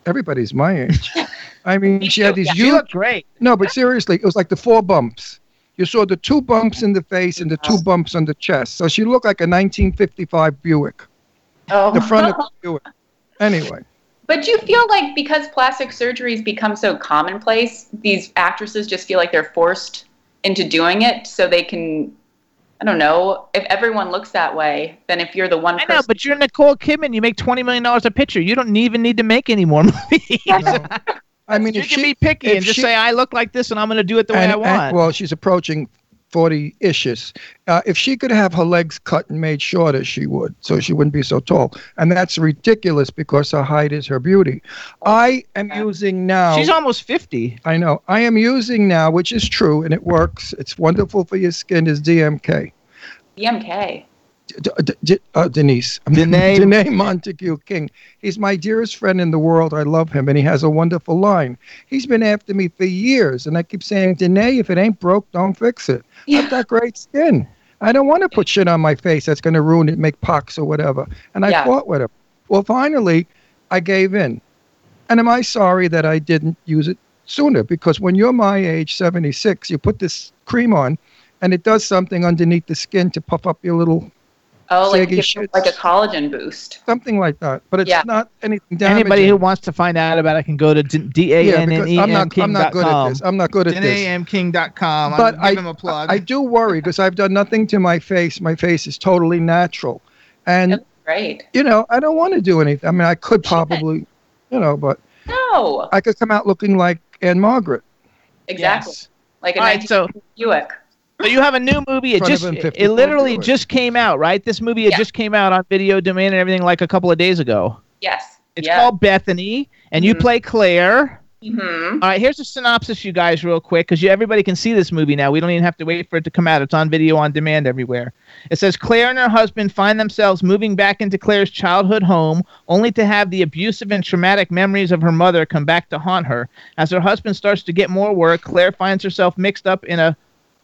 D: everybody's
C: (laughs)
D: my age i mean
F: Me
D: she had
F: too,
D: these
F: yeah.
C: You
D: huge
C: look great.
D: No, but seriously, it was like the four bumps. You saw the two bumps in the face and the two bumps on the chest. So she looked like a 1955 Buick,
F: oh.
D: the
C: (laughs)
D: front of the Buick. Anyway,
F: (laughs) But you feel like because plastic surgeries become so commonplace, these actresses just feel like they're forced into doing it so they can. I don't know. If everyone looks that way, then if you're the one
C: I
F: person,
C: know, but you're Nicole Kidman. You make twenty million dollars a picture. You don't even need to make any more (laughs) movies.
D: no. I mean,
C: you
D: if
C: can
D: she,
C: be picky
D: if
C: and just
D: she-
C: say, "I look like this, and I'm going to do it the way
D: and-
C: I
D: and-
C: want."
D: well, she's approaching 40 ishes. Uh, if she could have her legs cut and made shorter, she would, so she wouldn't be so tall. And that's ridiculous because her height is her beauty. I am using now.
C: She's almost fifty.
D: I know. I am using now, which is true, and it works. It's wonderful for your skin. Is DMK.
F: DMK.
D: D- D- D- uh, Denise. (laughs)
C: Danae.
D: Danae Montague King. He's my dearest friend in the world. I love him, and he has a wonderful line. He's been after me for years, and I keep saying, Danae, if it ain't broke, don't fix it. I've got great skin. I don't want to put shit on my face that's going to ruin it, make pox or whatever. And I
F: Yeah.
D: fought with him. Well, finally, I gave in. And am I sorry that I didn't use it sooner because when you're my age, 76, you put this cream on and it does something underneath the skin to puff up your little
F: Oh, like
D: Shaggy
F: give them, like a
D: shits.
F: collagen boost.
D: something like that. But it's
F: Yeah.
D: not anything damaging.
C: Anybody who wants to find out about it can go to d a
D: yeah,
C: n n
D: because
C: e
D: I'm
C: m
D: not, I'm
C: king
D: not
C: dot
D: good at
C: com.
D: this. I'm not good at
C: E
D: this.
C: DNAMKing.com.
D: But
C: I'll
D: I-
C: give him a E plug.
D: I do worry because I've done nothing to my face. My face is totally natural. And,
F: That's great.
D: you know, I don't want to do anything. I mean, I could probably, you know, but
F: No,
D: I could come out looking like Anne Margaret.
F: exactly.
C: Yes.
F: Like a
C: All right,
F: 19
C: so
F: Buick.
C: so you have a new movie. It
D: Front of
C: just
D: him,
C: it
D: 54
C: literally
D: viewers.
C: just came out, right? This movie it
F: Yeah.
C: just came out on video demand and everything like a couple of days ago.
F: Yes.
C: It's
F: yeah.
C: called Bethany, and you
F: Mhm.
C: play Claire.
F: hmm
C: All right, here's a synopsis, you guys, real quick, because everybody can see this movie now. We don't even have to wait for it to come out. It's on video on demand everywhere. It says Claire and her husband find themselves moving back into Claire's childhood home, only to have the abusive and traumatic memories of her mother come back to haunt her. As her husband starts to get more work, Claire finds herself mixed up in a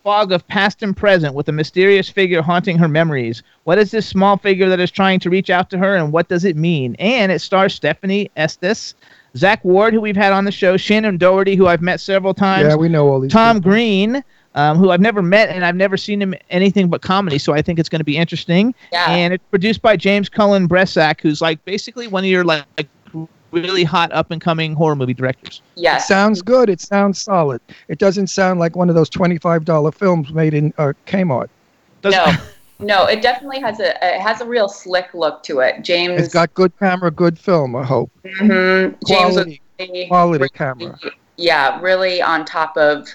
C: fog of past and present with a mysterious figure haunting her memories. What is this small figure that is trying to reach out to her, and what does it mean? And it stars Stephanie Estes. Zach Ward, who we've had on the show, Shannon Doherty, who I've met several times,
D: Yeah, we know all these.
C: Tom Green, um, who I've never met and I've never seen him in anything but comedy, so I think it's going to be interesting.
F: Yeah.
C: And it's produced by James Cullen Bresak, who's like basically one of your like really hot up and coming horror movie directors.
D: It
F: yes.
D: sounds good. It sounds solid. It doesn't sound like one of those twenty-five dollar films made in uh, Kmart.
C: Does-
F: no, no, it definitely has a it has a real slick look to it. James,
D: It's got good camera, good film. I hope
F: mhm, James was
D: quality,
F: really-
D: quality camera.
F: yeah, really on top of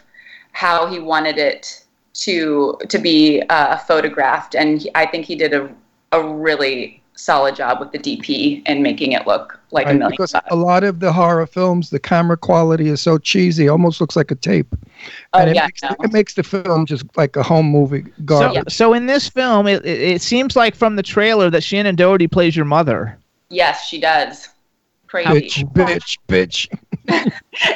F: how he wanted it to to be uh, photographed, and he, I think he did a a really solid job with the DP and making it look like a
D: Right,
F: million
D: because
F: bucks.
D: a lot of the horror films, the camera quality is so cheesy, it almost looks like a tape,
F: Oh
D: and it,
F: yeah,
D: makes,
F: no.
D: it makes the film just like a home movie
C: So,
D: garbage.
C: so in this film, it, it, it seems like from the trailer that Shannon Doherty plays your
F: (laughs)
C: mother.
F: yes, she does. Crazy.
D: Bitch, bitch, bitch.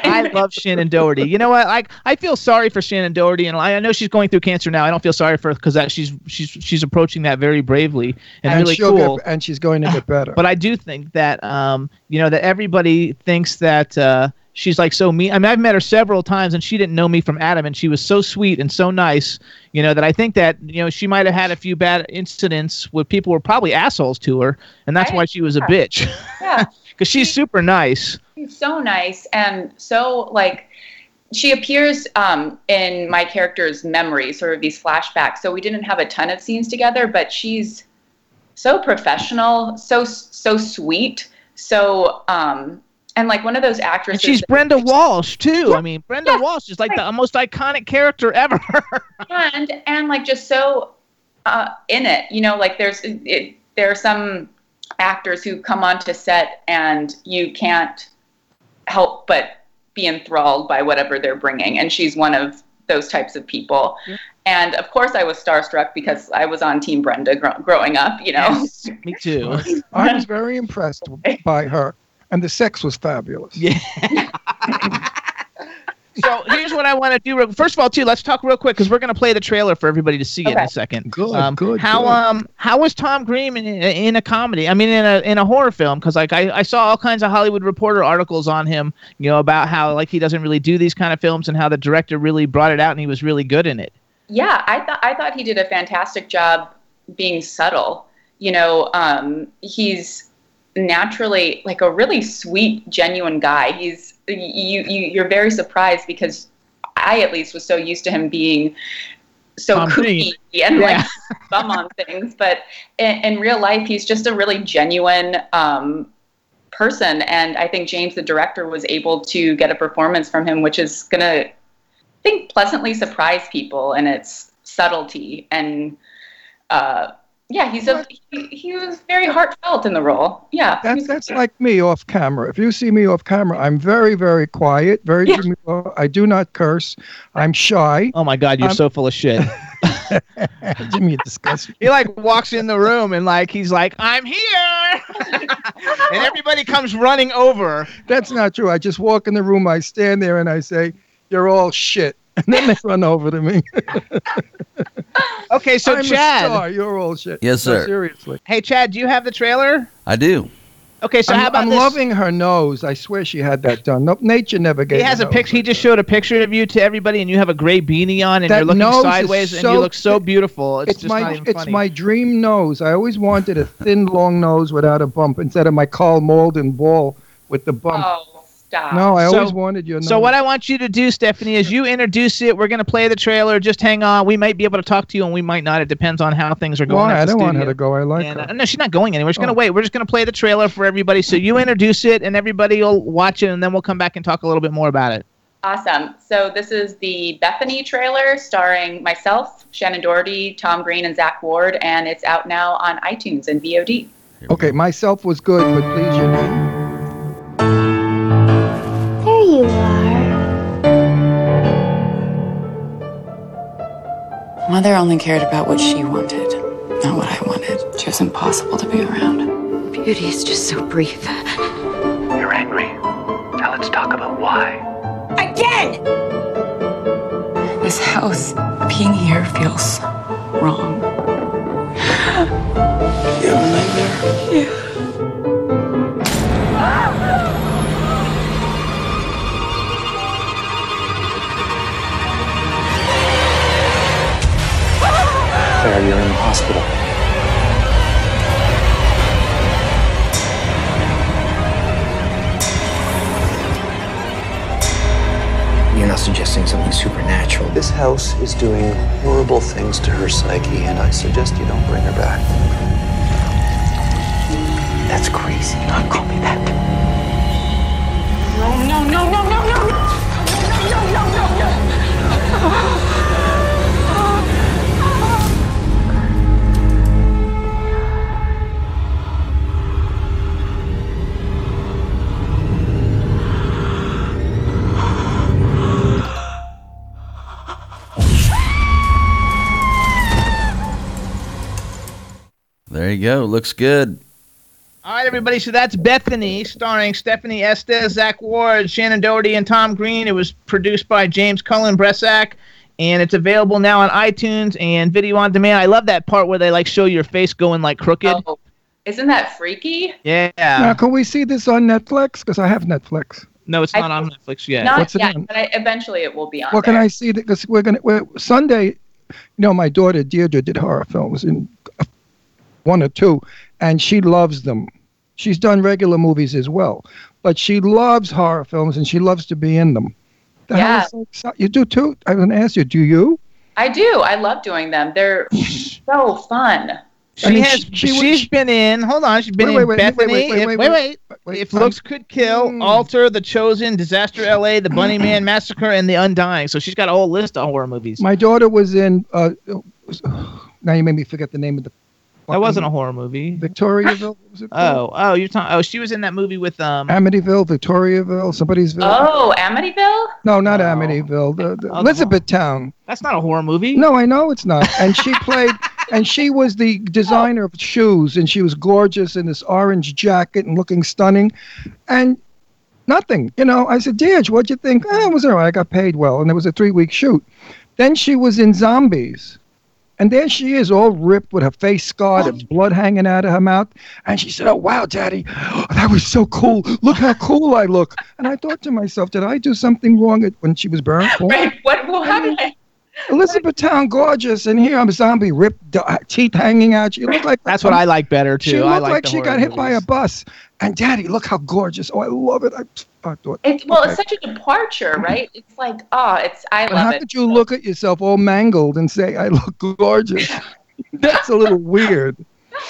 C: I love Shannon Doherty. You know what? I I feel sorry for Shannon Doherty, and I, I know she's going through cancer now. I don't feel sorry for her because that she's she's she's approaching that very bravely and, really
D: she'll
C: cool.
D: get, and she's going to get better.
C: but I do think that um you know that everybody thinks that uh, she's like so mean. I mean, I've met her several times, and she didn't know me from Adam, and she was so sweet and so nice. You know that I think that you know she might have had a few bad incidents where people were probably assholes to her, and that's
F: I-
C: why she was a bitch (laughs)
F: yeah.
C: because she's super nice.
F: She's so nice and so like she appears um, in my character's memory, sort of these flashbacks. So we didn't have a ton of scenes together, but she's so professional, so so sweet, so um, and like one of those
C: And
F: actresses.
C: she's
F: that-
C: Brenda Walsh too. I mean, Brenda
F: Yeah.
C: Walsh is like the most iconic character ever. (laughs)
F: and and like just so uh, in it you know like there's it, there are some actors who come onto set and you can't help but be enthralled by whatever they're bringing and she's one of those types of people
C: Yeah.
F: and of course i was starstruck because i was on team brenda gr- growing up you know
C: me too.
D: I was
C: (laughs)
D: very impressed by her, and the sex was fabulous.
C: Yeah. So here's what I want to do. real- First of all, too, let's talk real quick because we're going to play the trailer for everybody to see it in
F: Okay.
C: a second.
D: Good,
C: um,
D: good,
C: How
D: good.
C: um how was Tom Green in, in a comedy? I mean, in a in a horror film because like I, I saw all kinds of Hollywood Reporter articles on him, you know, about how like he doesn't really do these kind of films and how the director really brought it out and he was really good in it.
F: Yeah, I thought I thought he did a fantastic job being subtle. You know, um, he's naturally like a really sweet, genuine guy. He's you, you you're very surprised because I at least was so used to him being so
C: Tom
F: kooky
C: Green. Yeah.
F: and like (laughs) bum on things, but in, in real life, he's just a really genuine um, person. And I think James, the director, was able to get a performance from him, which is going to, I think, pleasantly surprise people in its subtlety. And uh, yeah, he's a, he, he was very heartfelt in the role. Yeah.
D: That,
F: He's-
D: that's like me off camera. If you see me off camera, I'm very, very quiet. Very,
F: Yeah.
D: demure. I do not curse. I'm shy.
C: Oh my God, you're
D: Um,
C: so full of shit. Oh,
D: (laughs) Jimmy, you disgust me.
C: (laughs) He like walks in the room and like he's like, I'm here, (laughs) and everybody comes running over.
D: (laughs) That's not true. I just walk in the room. I stand there and I say, "You're all shit," (laughs) and then they run over to me.
C: Okay, (laughs) so
D: I'm a
C: Chad,
D: star. You're all shit.
E: Yes,
D: No,
E: sir.
D: seriously.
C: hey Chad, do you have the trailer?
E: I do.
C: Okay, so
D: I'm,
C: how about
D: I'm
C: this?
D: loving her nose. I swear she had that done. Nope, nature never gave.
C: He
D: her
C: has a
D: nose
C: picture. He
D: like
C: just
D: that.
C: showed a picture of you to everybody, and you have a gray beanie on, and
D: That
C: you're looking
D: nose is
C: sideways, and you
D: so
C: look so
D: thick.
C: beautiful. It's,
D: It's,
C: just not
D: my
C: even
D: it's
C: funny.
D: my dream nose. I always wanted a thin, long nose without a bump instead of my Carl Malden ball with the bump.
F: Oh, stop.
D: um, No, I
C: So-
D: always wanted your nose.
C: So what I want you to do, Stephanie, is you introduce it. We're gonna play the trailer. Just hang on. We might be able to talk to you, and we might not. It depends on how things are going.
D: Why?
C: at
D: I
C: the
D: don't want her
C: studio.
D: to go. I like
C: And,
D: her.
C: uh, no, she's not going anywhere. She's gonna
D: Oh.
C: wait. We're just gonna play the trailer for everybody. So you introduce it, and everybody will watch it, and then we'll come back and talk a little bit more about it.
F: Awesome. So this is the Bethany trailer starring myself, Shannon Doherty, Tom Green, and Zach Ward, and it's out now on iTunes and VOD.
D: Okay, myself was good, but please your name.
A: There you are.
G: Mother only cared about what she wanted, not what I wanted. She was impossible to be around.
A: Beauty is just so brief.
H: You're angry. Now let's talk about why.
A: Again!
G: This house, being here feels wrong.
H: Claire, you're in the hospital. You're not suggesting something supernatural. This house is doing horrible things to her psyche, and I suggest you don't bring her back. That's crazy. Not call me that.
A: No, no, no, no, no, no!
E: There you go. Looks good.
C: All right, everybody. So that's Bethany, starring Stephanie Estes, Zach Ward, Shannon Doherty, and Tom Green. It was produced by James Cullen Bresak, and it's available now on iTunes and video on demand. I love that part where they like show your face going like crooked.
F: Oh, isn't that freaky?
D: Now,
C: Yeah.
D: can we see this on Netflix? Because I have Netflix.
C: No, it's
F: I-
C: not on Netflix yet.
F: Not
D: What's it
F: yet,
D: on?
F: but I, eventually it will be on.
D: Well, can
F: there.
D: I see? Because we're gonna we're, Sunday. You know, my daughter Deirdre did horror films in uh, one or two, and she loves them. She's done regular movies as well, but she loves horror films and she loves to be in them. The hell
F: Yeah.
D: is so exci- you do too. I was gonna ask you, do you?
F: I do. I love doing them.
D: (laughs)
F: They're so fun.
C: She
D: I mean,
C: has.
D: she- she was-
C: she's been in. Hold on. She's been
D: Wait,
C: in
D: wait, wait, wait,
C: Bethany.
D: wait, wait,
C: If-
D: wait,
C: wait,
D: (laughs) wait.
C: wait. If looks could kill,
D: Mm.
C: alter, the chosen, disaster, L.A., the Bunny Man Massacre, and the Undying. So she's got a whole list of horror movies.
D: my daughter was in. Uh, now you made me forget the name of the.
C: That wasn't a horror movie.
D: Victoriaville. what was it called?
C: Oh, oh, you're talking. Oh, she was in that movie with um.
D: Amityville, Victoriaville, somebody's village.
F: Oh, Amityville?
D: no, not
C: No.
D: Amityville. The, the
C: Oh, the-
D: Elizabethtown.
C: That's not a horror movie.
D: No, I know it's not. And she played, and she was the designer of shoes, and she was gorgeous in this orange jacket and looking stunning, and nothing. You know, I said, Deej, what'd you think? Eh, it was all right. I got paid well, and it was a three week shoot. Then she was in Zombies. And there she is, all ripped with her face scarred and blood hanging out of her mouth. And she said, Oh, wow, Daddy, (gasps) that was so cool. Look how cool I look. And I thought to myself, Did I do something wrong at- when she was burned?
F: Right. What? Well, how did I?
D: Elizabethtown, gorgeous, and here I'm a zombie, ripped d- uh, teeth hanging out. She looked like
C: That's what I like better too.
D: She
C: I like,
D: looked like,
C: the
D: she
C: horror
D: got hit by a (laughs)
C: movies.
D: bus. And Daddy, look how gorgeous! Oh, I love it. I, I thought.
F: It's well,
D: okay.
F: it's such a departure, right? It's like, oh, it's I
D: But
F: love
D: how
F: it.
D: could you look at yourself all mangled and say I look
C: (laughs)
D: gorgeous? That's a little weird.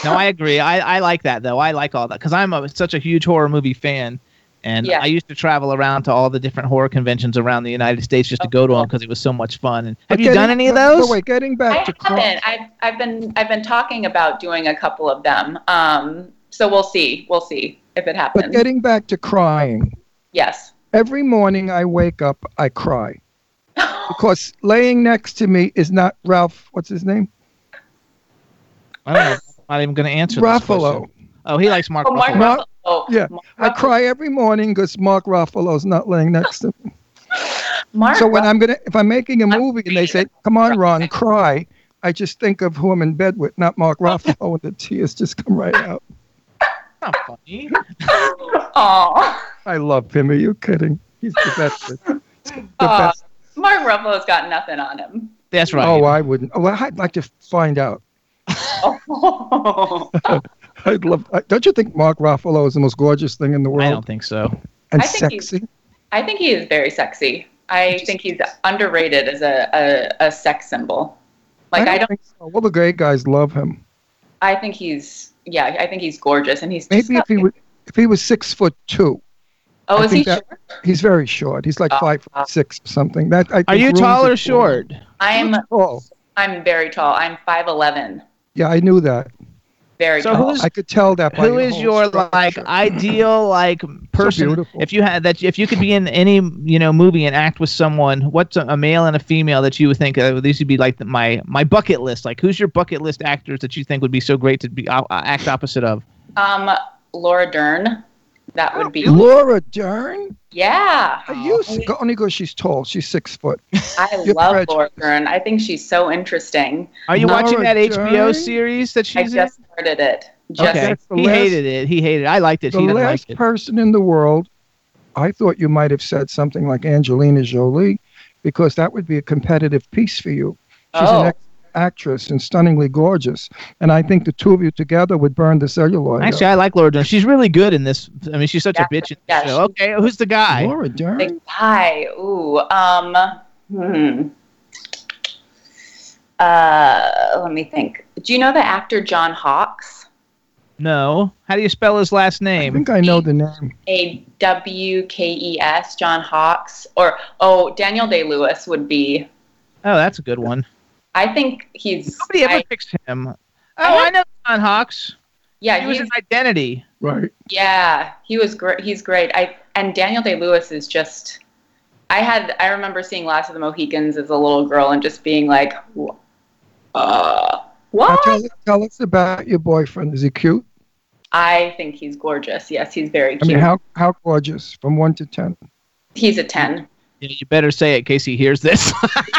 C: No, I agree. I, I like that though. I like all that because I'm a, such a huge horror movie fan, and
F: Yeah.
C: I used to travel around to all the different horror conventions around the United States just to go to them because it was so much fun. And have
D: But
C: you done
D: getting-
C: any of
D: but- but
C: those?
D: wait, getting
F: I
D: back to Carl-
F: haven't. I've I've been I've been talking about doing a couple of them. Um, so we'll see. We'll see if it
D: but
F: happens.
D: getting back to crying.
F: yes.
D: Every morning I wake up, I
F: (laughs)
D: cry because laying next to me is not Ralph. What's his name?
C: I don't know. I'm not even going to answer. this
D: Ruffalo.
C: question. oh, he likes Mark.
F: Oh, Mark
C: Ruffalo.
D: Ruffalo.
F: Ruffalo.
D: Yeah,
F: Mark
D: I
F: Ruffalo.
D: cry every morning because Mark Ruffalo's not laying next to me.
F: Mark
D: So when
F: Ruffalo.
D: I'm gonna, if I'm making a movie and they say, "Come on, Ron, cry," I just think of who I'm in bed with, not Mark Ruffalo, and the tears just come right out.
C: not funny.
F: Aw.
D: I love him. Are you kidding? He's the best. He's the
F: Aw.
D: best.
F: (laughs) Mark Ruffalo's got nothing on him. (laughs)
C: That's right.
D: Oh, I wouldn't. Oh, I'd like to find out.
F: Oh.
D: I'd love. I- Don't you think Mark Ruffalo is the most gorgeous thing in the world
C: I don't think so.
D: and
F: I think he's-
D: sexy?
F: I think he is very sexy. I think he's underrated as a, a, a sex symbol. Like I don't,
D: think so. All the great guys love him.
F: I think he's yeah, I think he's gorgeous and he's
D: Maybe if he
F: disgusting.
D: was if he was six foot two,
F: Oh,
D: I
F: is he
D: think that-
F: short?
D: he's very short. He's like
F: Uh,
D: five
F: uh.
D: foot six or something. That I
C: Are
D: think
C: you
D: ruins
C: tall
D: it
C: or
D: for
C: short?
F: I'm
C: Hmm.
D: him. Tall.
F: I'm very tall. I'm five eleven.
D: Oh, Yeah, I knew that. Uh,
F: Very
C: So
F: tall.
C: who's-
D: I could tell that. By
C: Who is
D: whole
C: your
D: structure.
C: like ideal like person?
D: beautiful.
C: if you had that, if you could be in any you know movie and act with someone, what's a, a male and a female that you would think uh, these would be like the, my my bucket list? Like who's your bucket list actors that you think would be so great to be uh, uh, act opposite of?
F: um, Laura Dern. That would be
D: Laura Dern?
F: yeah.
D: Are you s- only because she's tall. She's six foot.
F: I
D: You're
F: love
D: prejudiced.
F: Laura Dern. I think she's so interesting.
C: Are you
D: Laura
C: watching that HBO
D: Dern?
C: series that
F: I
C: she's in?
F: just started it. Just
C: Okay,
D: That's the
C: he
D: last-
C: hated it. He hated. it. I liked it.
D: The
C: She didn't like
D: last
C: it.
D: person in the world, I thought you might have said something like Angelina Jolie, because that would be a competitive piece for you. She's
F: Oh.
D: an ex- actress and stunningly gorgeous, and I think the two of you together would burn the celluloid.
C: Actually, I like Laura Dern. She's really good in this. I mean, she's such
F: Yeah,
C: a bitch in the
F: yeah,
C: show. Okay, who's the
D: up.
C: guy?
D: Laura Dern.
F: Big pie. Ooh. Um. Hmm. Uh, let me think. Do you know the actor John Hawkes?
C: No. How do you spell his last
D: I
C: name?
D: think I know the name.
F: A W K E S. John Hawkes. Or oh, Daniel Day Lewis would be.
C: Oh, that's a good one.
F: I think he's.
C: Nobody ever
F: I-
C: picks him. Oh,
F: I-
C: I know John Hawks.
F: yeah,
C: He was
F: he's,
C: in Identity.
D: Right.
F: yeah, he was great. He's great. I and Daniel Day Lewis is just. I had I remember seeing Last of the Mohicans as a little girl and just being like, wh- uh,
D: Now
F: what?
D: tell, tell us about your boyfriend. Is he cute?
F: I think he's gorgeous. Yes, he's very
D: I
F: cute.
D: mean, how how gorgeous? From one to ten.
F: he's a 10.
C: Yeah, you better say it in case he hears this.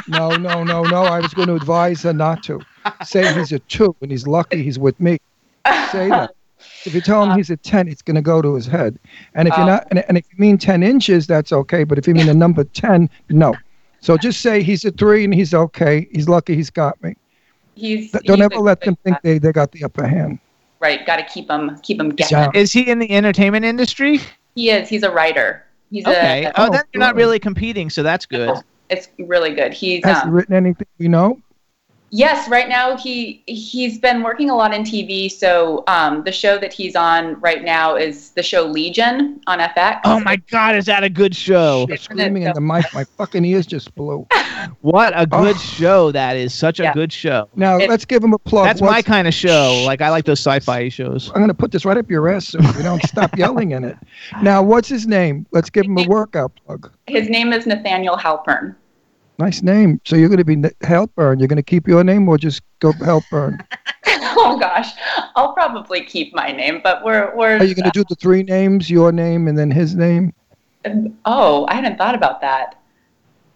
D: No, no, no, no. I was going to advise her not to. Say he's a two and he's lucky he's with me. Say that. If you tell him he's a 10, it's going to go to his head. And if you're not, and, and if you mean 10 inches, that's okay. But if you mean the number 10, no. So just say he's a three and he's okay. He's lucky he's got me.
F: He's
D: Th- Don't
F: he's
D: ever
F: a
D: let
F: good
D: them think
F: guy.
D: they, they got the upper hand.
F: right. Got to keep him keep him guessing.
D: Yeah.
C: (laughs) Is he in the entertainment industry?
F: He is. He's a writer. He's
C: Okay.
F: a,
C: oh,
D: oh,
C: then you're not
D: good.
C: really competing, so that's good.
F: It's really good. He's
D: Has he
F: um,
D: written anything we know?
F: yes. Right now he he's been working a lot in TV. So um, the show that he's on right now is the show Legion on FX.
C: Oh my God, is that a good show?
D: You're Oh, screaming in the mic. My fucking ears just blew.
C: What a good
D: Oh.
C: show that is. Such a
F: Yeah.
C: good show.
D: Now,
F: It-
D: let's give him a plug.
C: That's
D: Oh, What's-
C: my kind of show. Like I like those sci-fi shows.
D: I'm going to put this right up your ass so you don't stop yelling in it. Now, what's his name? Let's give him a workout plug.
F: His name is Nathaniel Halpern. (laughs)
D: Nice name. So you're going to be N- Halpern. You're going to keep your name or just go Halpern?
F: oh gosh, I'll probably keep my name, but we're we're.
D: Are you going to do the three names, your name and then his name?
F: oh, I hadn't thought about that.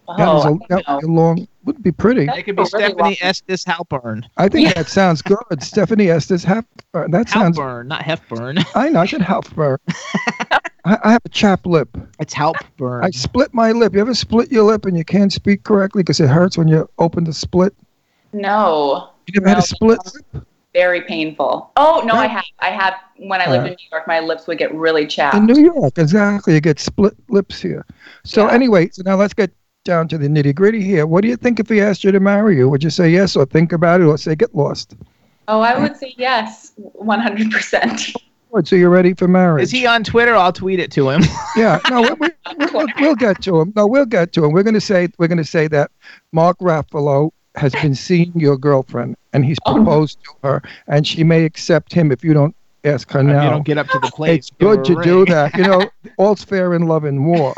F: Oh,
D: That is a,
F: I
D: that
F: don't know.
D: would be a long, would be pretty.
F: That
C: It could be
F: really
C: Stephanie
F: walking-
C: Estes Halpern.
D: I think
F: Yeah.
D: that sounds good. Stephanie Estes Halpern. That sounds,
C: Halpern, not
D: (laughs)
C: Hefburn.
D: I know, I said Halpern. I, I have a chapped lip.
C: It's Halpern.
D: I split my lip. You ever split your lip and you can't speak correctly because it hurts when you open the split?
F: No.
D: You never had
F: No.
D: a split?
F: very painful. Oh no, I have. I have. When I lived
D: Uh,
F: in New York, my lips would get really chapped.
D: In New York, exactly. You get split lips here. So
F: Yeah.
D: anyway, so now let's get down to the nitty gritty here. What do you think if he asked you to marry you? Would you say yes or think about it or say get lost?
F: oh, I would say yes, one hundred percent.
D: (laughs) Or so you're ready for marriage?
C: Is he on Twitter? I'll tweet it to him.
D: Yeah. No, we, we, we- we'll, we'll get to him. No, we'll get to him. We're going to say we're going to say that Mark Ruffalo has been seeing your girlfriend and he's
F: Oh, no.
D: proposed to her and she may accept him if you don't ask her
C: If
D: now.
C: you don't get up to the plate.
D: It's good to do that. You know, all's fair in love and war.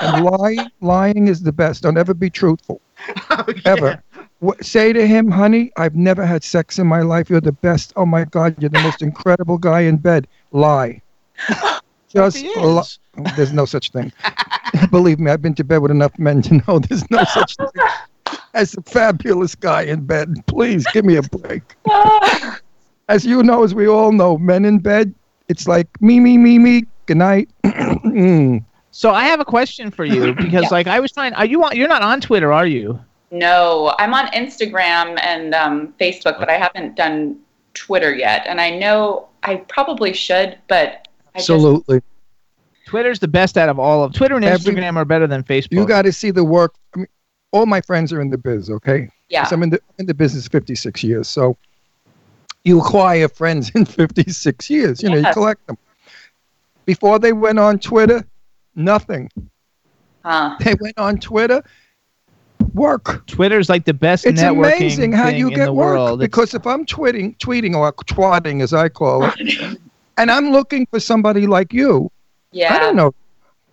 D: And lying, lying is the best. Don't ever be truthful,
C: (laughs)
D: ever. Wh- say to him, honey, I've never had sex in my life. You're the best. Oh my God, you're the most incredible guy in bed. Lie. Just li- there's no such thing. (laughs) Believe me, I've been to bed with enough men to know there's no such thing as a fabulous guy in bed.
F: Ah.
D: Please give me a break. As you know, as we all know, men in bed It's like me, me, me, me. Good night. (clears throat) Mm.
C: So I have a question for
D: (clears throat)
C: you because,
F: Yeah.
C: like, I was trying. Are you on? You're not on Twitter, are you?
F: No, I'm on Instagram and um, Facebook, but I haven't done Twitter yet. And I know I probably should, but I just,
D: Absolutely.
C: Twitter's the best out of all of Twitter and
D: Every-
C: Instagram are better than Facebook.
D: You got to see the work. I mean, all my friends are in the biz. Okay.
F: yeah,
D: 'Cause I'm in the in the business 56 years. So you acquire friends in (laughs) 56 years. You know, you
F: Yes.
D: collect them. Before they went on Twitter, nothing.
F: huh.
D: They went on Twitter, work.
C: Twitter's like the best.
D: It's
C: networking
D: amazing how
C: thing
D: you
C: in
D: get
C: the
D: work
C: world. It's-
D: because if I'm tweeting, tweeting or twatting as I call it, and I'm looking for somebody like you,
F: yeah,
D: I don't know.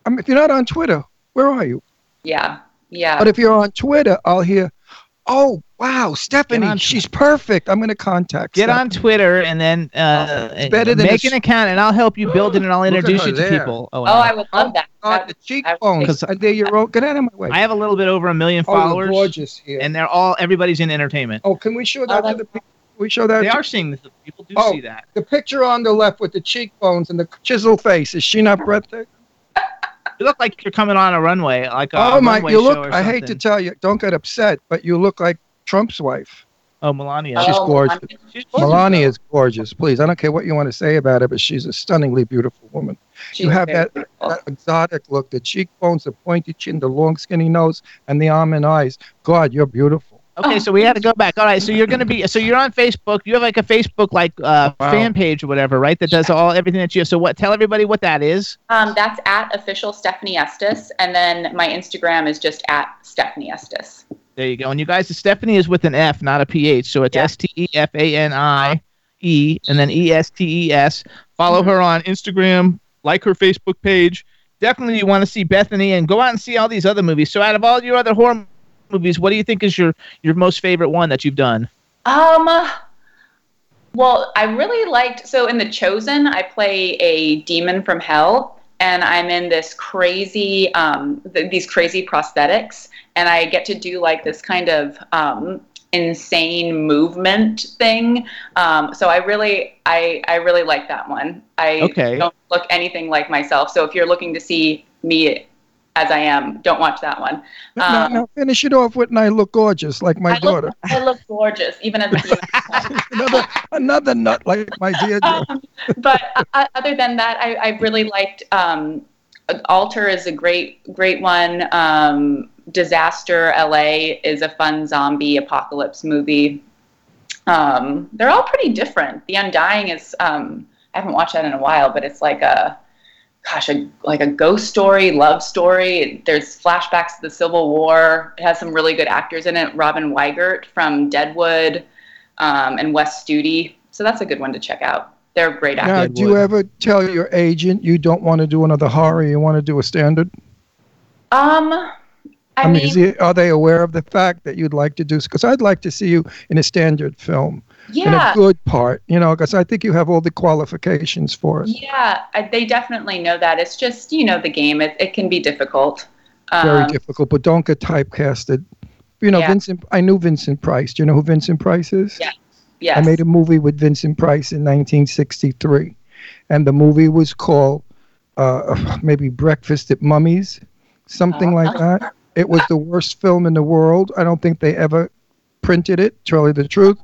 D: I mean, if you're not on Twitter, where are you?
F: yeah, yeah,
D: But if you're on Twitter, I'll hear, "Oh wow,
C: on-
D: Stephanie, she's perfect. I'm going to contact."
C: get
D: Steph."
C: on Twitter and then uh,
D: better than
C: make
D: a-
C: an account, and I'll help you build it, and I'll
D: Look at
C: introduce
D: her
C: you to
D: there.
C: people.
F: oh, I would love that.
D: God,
F: That
D: the
F: would-
D: cheekbones.
C: I-
D: I dare you, roll. Get out of my way.
C: I have a little bit over a million
D: oh, you're
C: followers,
D: gorgeous here.
C: and they're all everybody's in entertainment.
D: oh, can we show that to
F: that's-
D: the people? We show that.
C: They
D: to-
C: are seeing this. People do
D: Oh.
C: see that.
D: the picture on the left with the cheekbones and the chisel face. Is she not breathtaking?
C: You look like you're coming on a runway, like a
D: oh my!
C: runway
D: You
C: show
D: look.
C: or
D: I hate to
C: something.
D: tell you. Don't get upset, but you look like Trump's wife.
C: oh, Melania.
D: She's
F: Oh,
D: gorgeous.
F: I'm-
C: She's gorgeous,
D: Melania
C: though.
D: is gorgeous. Please, I don't care what you want to say about it, but she's a stunningly beautiful woman.
F: she's
D: you have
F: very
D: that,
C: Oh.
F: beautiful.
D: that exotic look, the cheekbones, the pointed chin, the long skinny nose, and the almond eyes. God, you're beautiful.
C: Okay, so we had to go back. All right, so you're gonna be so you're on Facebook. You have like a Facebook like uh,
D: Oh, Wow.
C: fan page or whatever, right? That does all everything that you have. So what? Tell everybody what that is.
F: Um, that's at official Stephanie Estes, and then my Instagram is just at Stephanie Estes.
C: There you go. And you guys, Stephanie is with an F, not a PH. So it's
F: Yeah.
C: S T E F A N I E and then E S T E S. Follow
D: Mm-hmm.
C: her on Instagram, like her Facebook page. Definitely you want to see Bethany and go out and see all these other movies. So out of all your other horror movies, what do you think is your your most favorite one that you've done?
F: Um, well, I really liked so in The Chosen, I play a demon from hell, and I'm in this crazy, um, th- these crazy prosthetics, and I get to do like this kind of um, insane movement thing. Um, so I really, I, I really like that one. I
C: Okay.
F: don't look anything like myself. So if you're looking to see me as I am, don't watch that one.
D: No,
C: Uh.
F: Um,
D: no, finish it off with, and I look gorgeous like my
F: I
D: daughter.
F: look, I look gorgeous, even as a
D: (laughs)
F: demon.
D: another, another nut like my
C: (laughs)
D: dear.
F: Um, but uh, other than that, I, I really liked um, Alter is a great great one. Um, Disaster LA is a fun zombie apocalypse movie. Um, they're all pretty different. The Undying is um, I haven't watched that in a while, but it's like a gosh, a, like a ghost story, love story. There's flashbacks to the Civil War. It has some really good actors in it. Robin Weigert from Deadwood um, and Wes Studi. So that's a good one to check out. They're great actors.
D: Now, do you ever tell your agent you don't want to do another horror, you want to do a standard?
F: Um, I,
D: I, mean,
F: mean,
D: is he, are they aware of the fact that you'd like to do? Because I'd like to see you in a standard film, in a
F: yeah,
D: good part, you know, because I think you have all the qualifications for it.
F: yeah, I- they definitely know that. It's just you know the game. It, it can be difficult. Um,
D: Very difficult, but don't get typecasted. You know,
F: Yeah.
D: Vincent. I knew Vincent Price. Do you know who Vincent Price is?
F: Yeah. Yes.
D: I made a movie with Vincent Price in 1963, and the movie was called uh, (sighs) maybe Breakfast at Mummy's, something like that. It was the worst film in the world. I don't think they ever printed it. Tell you the truth,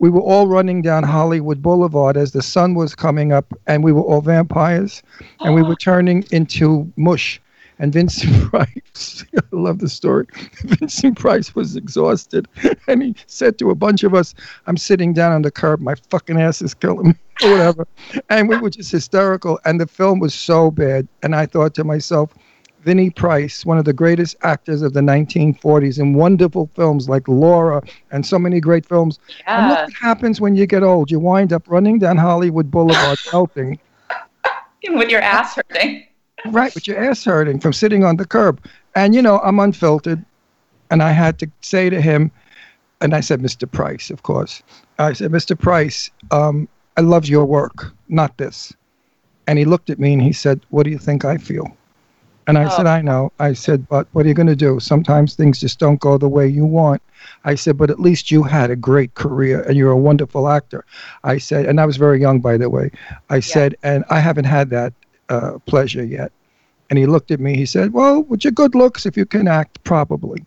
D: we were all running down Hollywood Boulevard as the sun was coming up, and we were all vampires, and we were turning into mush. And Vincent (laughs) Price, I love the story. Vincent Price was exhausted, (laughs) and he said to a bunch of us, "I'm sitting down on the curb. My fucking ass is killing me, (laughs) or whatever." And we were just hysterical. And the film was so bad. And I thought to myself, Vinnie Price, one of the greatest actors of the 1940s, in wonderful films like Laura and so many great films. And look
F: yeah.
D: what happens when you get old. You wind up running down Hollywood Boulevard, melting,
F: (laughs) With your
D: (laughs)
F: ass hurting.
D: right, with your ass hurting from sitting on the curb. And, you know, I'm unfiltered. And I had to say to him, and I said, Mr. Price, of course. I said, Mr. Price, um, I love your work, not this. And he looked at me and he said, What do you think I feel? And I said, I know. I said, but what are you going to do? Sometimes things just don't go the way you want. I said, but at least you had a great career and you're a wonderful actor. I said, and I was very young, by the way. I said, and I haven't had that uh, pleasure yet. And he looked at me. He said, well, with your good looks, if you can act, probably.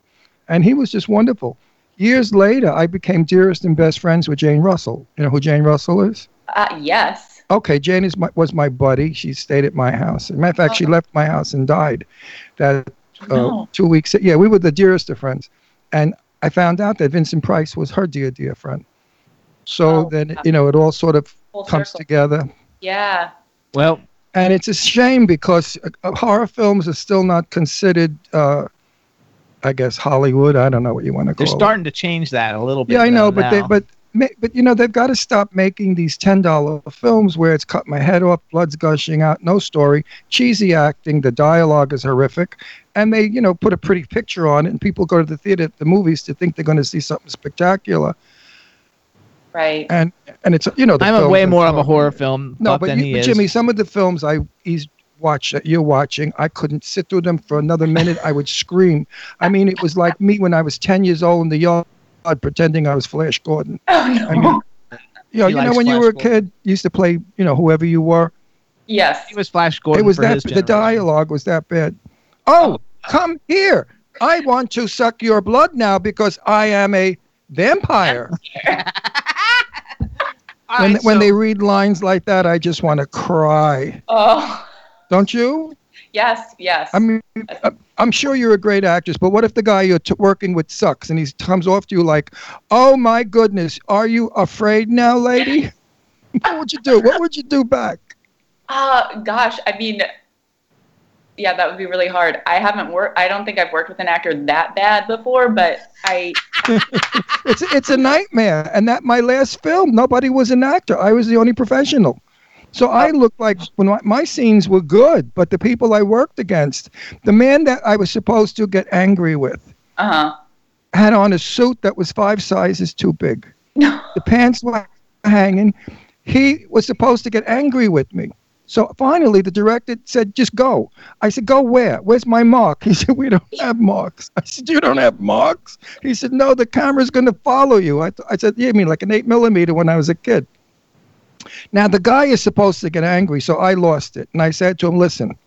D: And he was just wonderful. Years later, I became dearest and best friends with Jane Russell. You know who Jane Russell is?
F: Uh, yes.
D: Okay, Jane is my, was my buddy. She stayed at my house. As a matter of fact, she left my house and died. That uh,
F: No.
D: two weeks. Yeah, we were the dearest of friends, and I found out that Vincent Price was her dear, dear friend. So
F: Oh,
D: then
F: wow.
D: you know it all sort of
F: Full
D: comes
F: circle.
D: together,
F: Yeah.
C: Well,
D: and it's a shame because uh, uh, horror films are still not considered. Uh, I guess Hollywood. I don't know what you want to
C: they're
D: call. it.
C: starting to change that a little bit.
D: Yeah, I know,
C: though,
D: but they,
C: now.
D: but ma- but you know they've got to stop making these ten dollar films where it's cut my head off, blood's gushing out, no story, cheesy acting, the dialogue is horrific, and they you know put a pretty picture on it, and people go to the theater, the movies, to think they're going to see something spectacular,
F: Right.
D: and and it's you know the
C: I'm a
D: films
C: way
D: are
C: more of a
D: filmed-
C: horror film.
D: No,
C: buff
D: but,
C: than
D: you,
C: he
D: but
C: is.
D: Jimmy, some of the films I he's watch that you're watching, I couldn't sit through them for another minute. I would scream. I mean, it was like me when I was ten years old in the yard pretending I was Flash
C: (laughs)
D: Gordon.
F: Oh no.
D: I mean, you know,
C: He
D: you know
C: likes
D: when you were a
C: flashbulls.
D: kid, you used to play, you know, whoever you were. (laughs)
F: yes.
C: he was Flash Gordon.
D: it was
C: for
D: that
C: his
D: the
C: generation.
D: dialogue was that bad. Oh, come here. I want to suck your blood now because I am a
C: (laughs)
D: vampire.
C: All
D: when
C: right,
D: when
C: so-
D: they read lines like that, I just want to cry.
F: Oh.
D: Don't you?
F: Yes. Yes.
D: I mean, I- I'm sure you're a great actress, but what if the guy you're t- working with sucks and he comes off to you like, "Oh my goodness, are you afraid now, lady?" (laughs) what would you do? What would you do back?
F: Uh, gosh, I mean, yeah, that would be really hard. I haven't worked, I don't think I've worked with an actor that bad before, but I,
D: It's it's a nightmare. And that my last film, nobody was an actor. I was the only professional. So I looked like when my, my scenes were good, but the people I worked against, the man that I was supposed to get angry with,
F: uh huh.
D: had on a suit that was five sizes too big.
F: No.
D: The pants were hanging. He was supposed to get angry with me. So finally, the director said, "Just go." I said, "Go where? Where's my mark?" He said, "We don't have marks." I said, "You don't have marks?" He said, "No, the camera's going to follow you." I, th- I said, "You mean like an eight millimeter when I was a kid?" Now the guy is supposed to get angry, so I lost it, and I said to him, "Listen,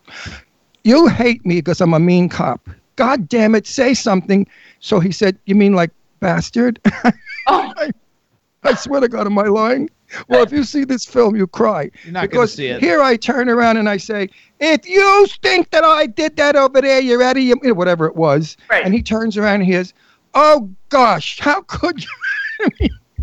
D: you hate me because I'm a mean cop. God damn it, say something." So he said, "You mean like bastard?"
F: Oh,
D: (laughs) I swear to God, am I lying? Well, if you see this film, you cry.
C: You're not gonna
D: because
C: see it.
D: here I turn around and I say, if you think that I did that over there, you're out of your, you know, whatever it was.
F: Right.
D: And he turns around and he is, oh gosh, how could you? (laughs)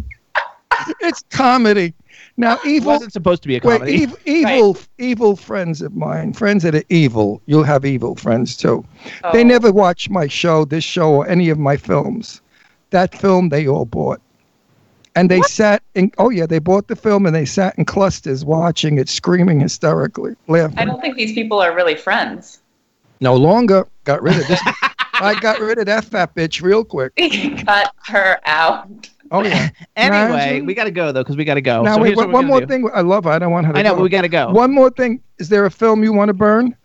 D: it's comedy. Now,
C: It
D: evil,
C: wasn't supposed to be a
D: wait,
C: comedy. (laughs)
D: ev- evil, evil friends of mine, friends that are evil, you'll have evil friends too. They
F: oh.
D: never watched my show, this show, or any of my films. That film they all bought. And they sat in, oh yeah, they bought the film and they sat in clusters watching it, screaming hysterically, laughing.
F: I don't think these people are really friends. (laughs)
D: No longer got rid of this. I got rid of that fat bitch real quick.
C: (laughs)
F: Cut her out.
D: Oh yeah.
C: anyway,
D: Imagine-
C: we gotta go though because we gotta go.
D: now
C: so
D: wait,
C: here's
D: wait,
C: what we're
D: one
C: gonna
D: more
C: do.
D: thing. I love her. I don't want her to
C: I know,
D: go.
C: but we gotta go.
D: One more thing. Is there a film you want to burn?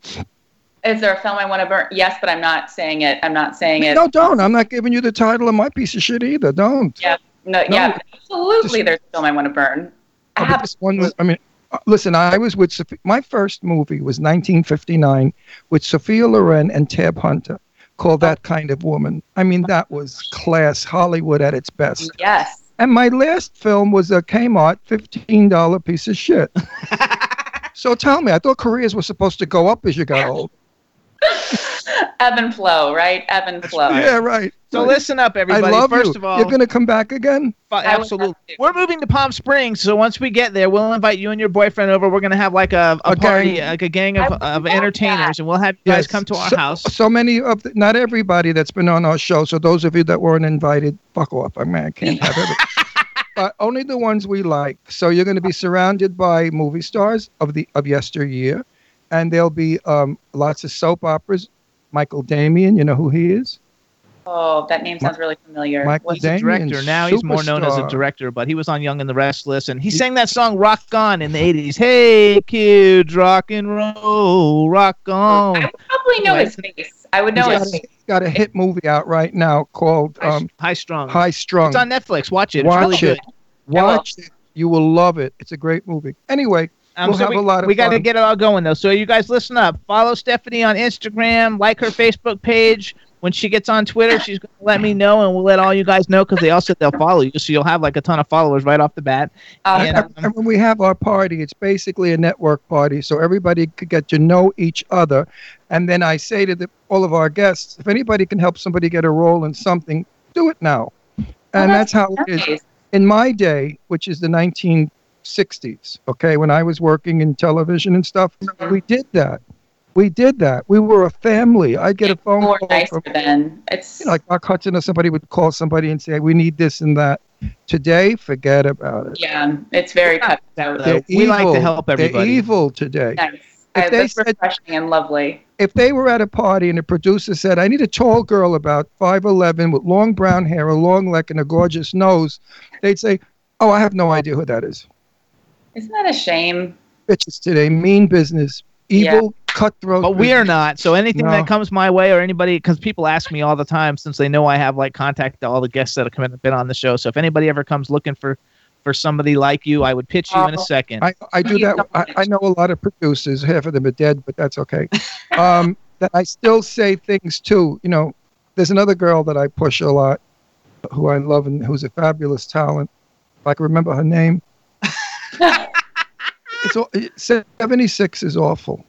F: Is there a film I want to burn? Yes, but I'm not saying it. I'm not saying it.
D: No, don't. I'm not giving you the title of my piece of shit either. Don't.
F: Yeah. No, yeah, absolutely. there's a film I want to burn.
D: Oh, but this one was, I mean, uh, listen, I was with Sophie, my first movie was 1959 with Sophia Loren and Tab Hunter called That Kind of Woman. I mean, that was class Hollywood at its best.
F: Yes.
D: And my last film was a Kmart $15 piece
C: (laughs)
D: of shit. so tell me, I thought careers were supposed to go up as you got old.
F: Ebb and flow, right? Ebb and flow.
D: Yeah, right.
C: So listen up,
D: I
C: everybody.
D: love
C: First
D: you.
C: of all,
D: You're going to come back again?
C: Fu-
F: I would
C: absolutely.
F: love to.
C: We're moving to Palm Springs, so once we get there, we'll invite you and your boyfriend over. We're gonna have like a, a,
D: A gang.
C: party, like a gang
F: I
C: of,
F: would
C: of
F: love
C: entertainers, and we'll have you guys come to our
D: so,
C: house.
D: So many of the, not everybody that's been on our show. So those of you that weren't invited, fuck off. I mean, I can't have everybody.
C: (laughs)
D: but only the ones we like. So you're going to be surrounded by movie stars of the of yesteryear, and there'll be um, lots of soap operas. Michael Damian, you know who he is?
F: Oh, that name sounds really familiar.
D: Michael
C: He's a
D: Damian,
C: director now. He's more known as a
D: superstar.
C: director, but he was on Young and the Restless, and he sang that song "Rock On" in the '80s. Hey kids, rock and roll, rock
F: I
D: oh.
C: on.
F: would probably know
C: Right.
F: his face. I would know
D: He's
F: his
D: got, a,
F: face.
D: he's got a hit movie out right now called um,
C: High strung.
D: High Strung.
C: It's on Netflix. Watch it. It's
D: Watch
C: really
D: it.
C: good.
F: I will.
D: Watch it. You will love it. It's a great movie. Anyway,
C: Um,
D: We'll
C: so
D: have
C: we,
D: a lot of
C: we gotta
D: fun.
C: get it all going though. So you guys listen up. Follow Stephanie on Instagram. Like her Facebook page. When she gets on Twitter, she's gonna let me know, and we'll let all you guys know because they all said they'll follow you, so you'll have like a ton of followers right off the bat.
F: Um,
C: And,
D: and, and when we have our party, it's basically a network party, so everybody could get to know each other. And then I say to the, all of our guests, if anybody can help somebody get a role in something, do it now. And that's how it is.
F: nice.
D: in my day, which is the 1960s, okay, when I was working in television and stuff, we did that. We did that. We were a family. I'd get a phone
F: More
D: call
F: nicer
D: from,
F: than it's
D: you know, like Mark Hudson or somebody would call somebody and say, "We need this and that." Today, forget about it.
F: yeah, it's very cut out.
C: Yeah.
D: They're
C: we like to help
D: They're
C: everybody.
D: evil today.
F: Nice.
D: If
F: I,
D: they
F: that's
D: said-
F: refreshing and lovely.
D: If they were at a party and the producer said, "I need a tall girl about five eleven with long brown hair, a long neck, and a gorgeous nose," they'd say, "Oh, I have no idea who that is."
F: Isn't that a shame?
D: bitches today. Mean business, evil, cutthroat.
C: But we are not. So anything
D: No.
C: that comes my way or anybody, because people ask me all the time since they know I have like contact to all the guests that have come in and been on the show. So if anybody ever comes looking for for somebody like you, I would pitch you in a
F: Oh.
C: second.
D: Uh, I, I do
F: You
D: that.
F: don't
D: I, I know a lot of producers. Half of them are dead, but that's okay. Um, that I still say things too. You know, there's another girl that I push a lot, who I love and who's a fabulous talent. If I can remember her name. it's all, 76 is awful.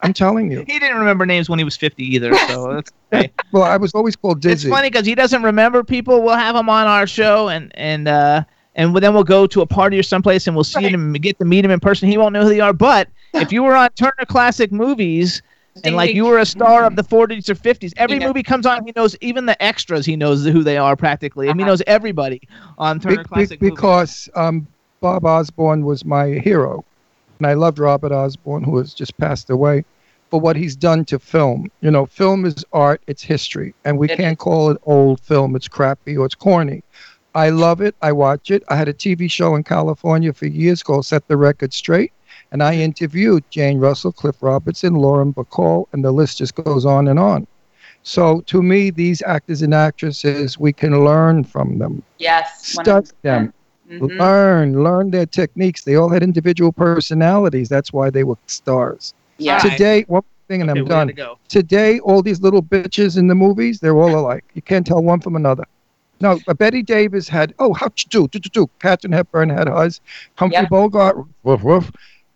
D: I'm telling
C: (laughs)
D: you.
C: he didn't remember names when he was 50 either.
D: (laughs)
C: So that's,
D: Well, I was always called
C: it's
D: dizzy.
C: funny because he doesn't remember people. We'll have him on our show and, and, uh, and then we'll go to a party or someplace and we'll see
F: Right.
C: him, get to meet him in person. He won't know who they are. But if you were on Turner Classic Movies, and like you were a star of the 40s or 50s. Every
F: Yeah.
C: movie comes on, he knows even the extras. He knows who they are practically. I mean, he
F: Uh-huh.
C: knows everybody on
D: Be-
C: Turner
D: be-
C: Classic Movies.
D: because um, Bob Osborne was my hero, and I loved Robert Osborne, who has just passed away, for what he's done to film. You know, film is art; it's history, and we
F: It
D: can't call it old film. It's crappy or it's corny. I love it. I watch it. I had a TV show in California for years called Set the Record Straight, and I interviewed Jane Russell, Cliff Robertson, Lauren Bacall, and the list just goes on and on. So, to me, these actors and actresses, we can learn from them
F: Yes.
D: study them,
C: Mm-hmm.
D: uh,
F: Mhm.
D: learn, learn their techniques. They all had individual personalities. That's why they were stars.
F: Yeah.
C: Right.
D: Today, one thing, and
C: Okay,
D: I'm
C: we gotta
D: done.
C: Go.
D: Today, all these little bitches in the movies, they're all alike. You can't tell one from another. No, but Betty Davis had, oh, how'd you do? Do, do, do. Catherine Hepburn had hers. Humphrey
F: Yeah.
D: Bogart, woof, woof.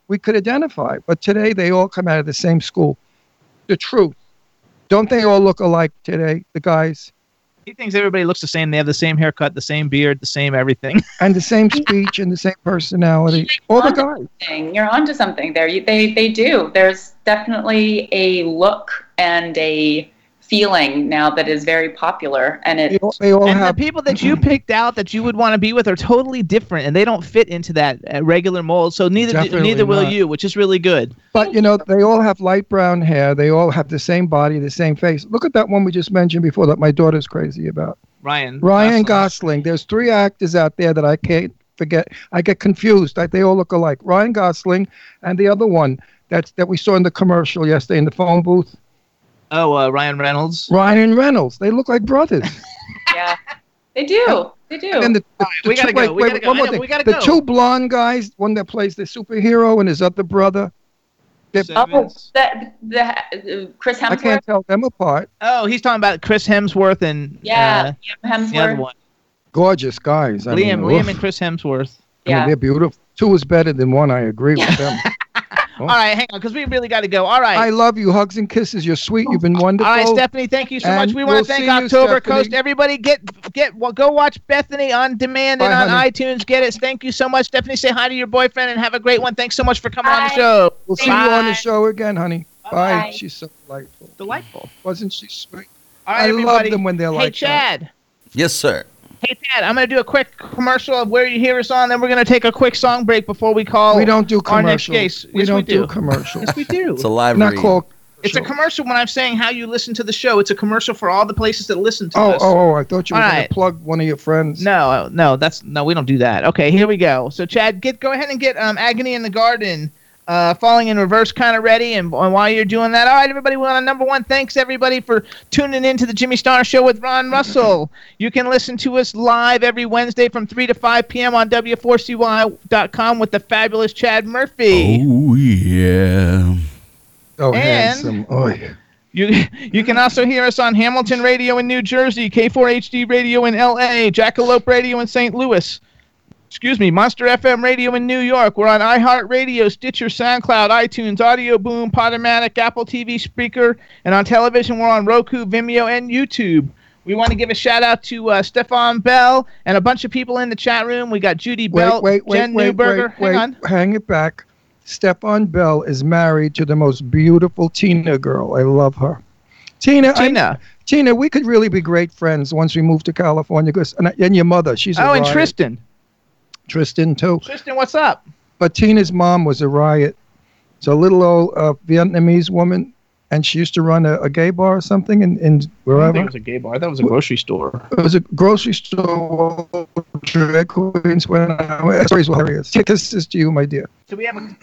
D: We could identify. But today, they all come out of the same school. The truth. Don't they all look alike today, the guys?
C: He thinks everybody looks the same. They have the same haircut, the same beard, the same everything.
D: And the same speech and the same personality. All the guys.
F: Thing. You're onto something there. You, they they do. There's definitely a look and a feeling now that is very popular, and
D: They
F: it
D: all, they all
C: and
D: have
C: the people that you picked out that you would want to be with are totally different, and they don't fit into that uh, regular mold. So neither do,
D: Definitely
C: neither will
D: not.
C: you, which is really good.
D: But you know, they all have light brown hair. They all have the same body, the same face. Look at that one we just mentioned before that my daughter's crazy about.
C: Ryan.
D: Ryan Gosling. There's three actors out there that I can't forget. I get confused. Like they all look alike. Ryan Gosling and the other one that's that we saw in the commercial yesterday in the phone booth.
C: Oh, uh, Ryan Reynolds.
D: Ryan Reynolds. They look like
C: (laughs)
D: brothers.
F: yeah, they do. They do.
D: And then the, the, the
C: we
D: two,
C: gotta go,
D: wait,
C: we
D: wait,
C: gotta go.
D: one
C: I
D: more
C: know,
D: thing.
C: we gotta
D: the
C: go.
D: two blonde guys, one that plays the superhero and his other brother. They're,
F: oh,
C: Sevens.
F: that the uh, Chris
D: I
F: Hemsworth.
D: can't tell them apart.
C: Oh, he's talking about Chris Hemsworth and
F: Yeah, Liam
C: uh, the other
F: Hemsworth.
C: one,
D: Gorgeous guys. I
C: Liam.
D: mean,
C: Liam
D: oof.
C: and Chris Hemsworth.
D: I
F: Yeah.
D: mean, they're beautiful. Two is better than one. I agree
C: (laughs)
D: with them.
C: All right, hang on, because we really got to go. All right.
D: I love you. Hugs and kisses. You're sweet. You've been wonderful.
C: All right, Stephanie, thank you so
D: And
C: much. We want
D: we'll
C: to thank
D: see you,
C: October Coast.
D: Stephanie.
C: Everybody, get get well, go watch Bethany on demand and
D: Bye,
C: on
D: honey.
C: iTunes. Get it. Thank you so much, Stephanie. Say hi to your boyfriend and have a great one. Thanks so much for coming on the
F: Bye.
C: show.
D: We'll see you on
F: Bye.
D: the show again, honey. Bye.
F: Bye.
D: She's so delightful.
C: Delightful.
D: Wasn't she sweet?
C: All right,
D: I
C: everybody.
D: love them when they're
C: hey,
D: like that.
C: Chad.
E: Yes, sir.
C: Hey, Chad. I'm gonna do a quick commercial of where you hear us on. Then we're gonna take a quick song break before we call.
D: We don't do
C: Our next
D: commercials.
C: case.
D: We
C: Yes, we
D: don't
C: do.
D: do commercials.
C: Yes, we do.
E: It's a live
D: Not
E: read.
D: called
C: It's a commercial when I'm saying how you listen to the show. It's a commercial for all the places that listen to
D: Oh,
C: us.
D: oh, oh! I thought you were
C: All
D: going
C: right.
D: to plug one of your friends.
C: No, uh, no, that's no, we don't do that. Okay, here we go. So Chad, get go ahead and get um, Agony in the Garden, uh, falling in reverse, kind of ready. And, and while you're doing that, all right, everybody, we're on number one. Thanks everybody for tuning in to the Jimmy Star Show with Ron Russell. You can listen to us live every Wednesday from three to five p.m. on W4CY.com with the fabulous Chad Murphy.
E: Oh yeah.
D: Oh,
C: And-
D: handsome! Oh, yeah.
C: You (laughs) you can also hear us on Hamilton Radio in New Jersey, K4HD Radio in LA, Jackalope Radio in St. Louis. Excuse me, Monster FM Radio in New York. We're on iHeartRadio, Stitcher, SoundCloud, iTunes, Audio Boom, Podomatic, Apple TV, Speaker, and on television we're on Roku, Vimeo, and YouTube. We want to give a shout out to uh, Stefan Bell and a bunch of people in the chat room. We got Judy Bell,
D: Wait, wait, wait,
C: Jen
D: wait,
C: Newberger.
D: wait, wait.
C: Hang on.
D: Hang it back. Stephon Bell is married to the most beautiful Tina girl. I love her. Tina, I-
C: Tina.
D: Tina, we could really be great friends once we move to California. 'cause- and, and your mother, she's a
C: Oh, and
D: riot.
C: Tristan.
D: Tristan too.
C: Tristan, what's up?
D: But Tina's mom was a riot. It's a little old uh, Vietnamese woman, and she used to run a, a gay bar or something in, in wherever.
C: a gay bar. That was a grocery store.
D: It was a grocery store. Drag queens when I stories were hilarious. Take this is to you, my dear.
C: So we have a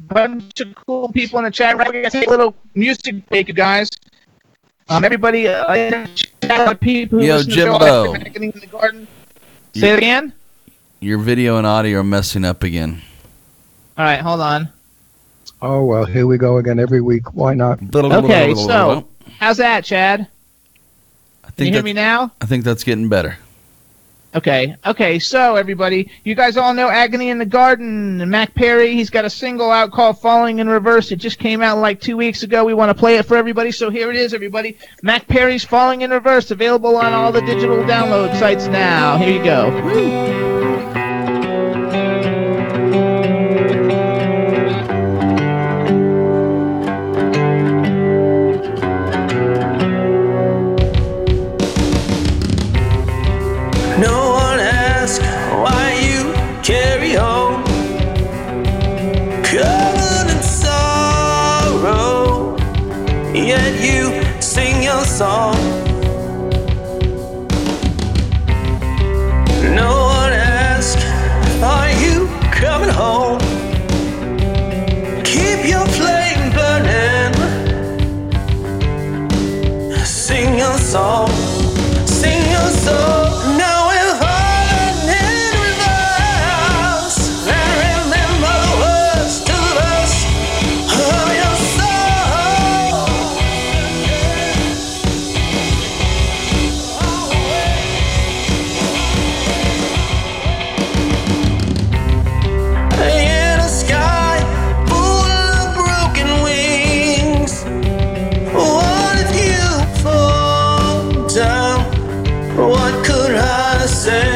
C: bunch of cool people in the chat. Right, we're gonna take a little music break, you guys. Um, everybody, uh, in the chat, people who
E: Yo,
C: listen to the show,
E: Jimbo.
C: like Getting in the garden. Say it again.
E: Your video and audio are messing up again.
C: All right, hold on.
D: Oh well, here we go again every week. Why not?
C: Okay, so- How's that, Chad?
E: I
C: Can you
E: think
C: hear
E: that,
C: me now?
E: I think that's getting better.
C: Okay, okay. So everybody, you guys all know Agony in the Garden. and Mac Perry, he's got a single out called "Falling in Reverse." It just came out like two weeks ago. We want to play it for everybody, so here it is, everybody. Mac Perry's "Falling in Reverse" available on all the digital download sites now. Here you go.
A: No one asks why you carry on covered in sorrow. Yet you sing your song. No one asks, are you coming home? Keep your flame burning. Sing your song. Sing your soul now and hold in reverse. And remember the words to the verse of your soul. In a sky full of broken wings, what if you fall down? What could I say?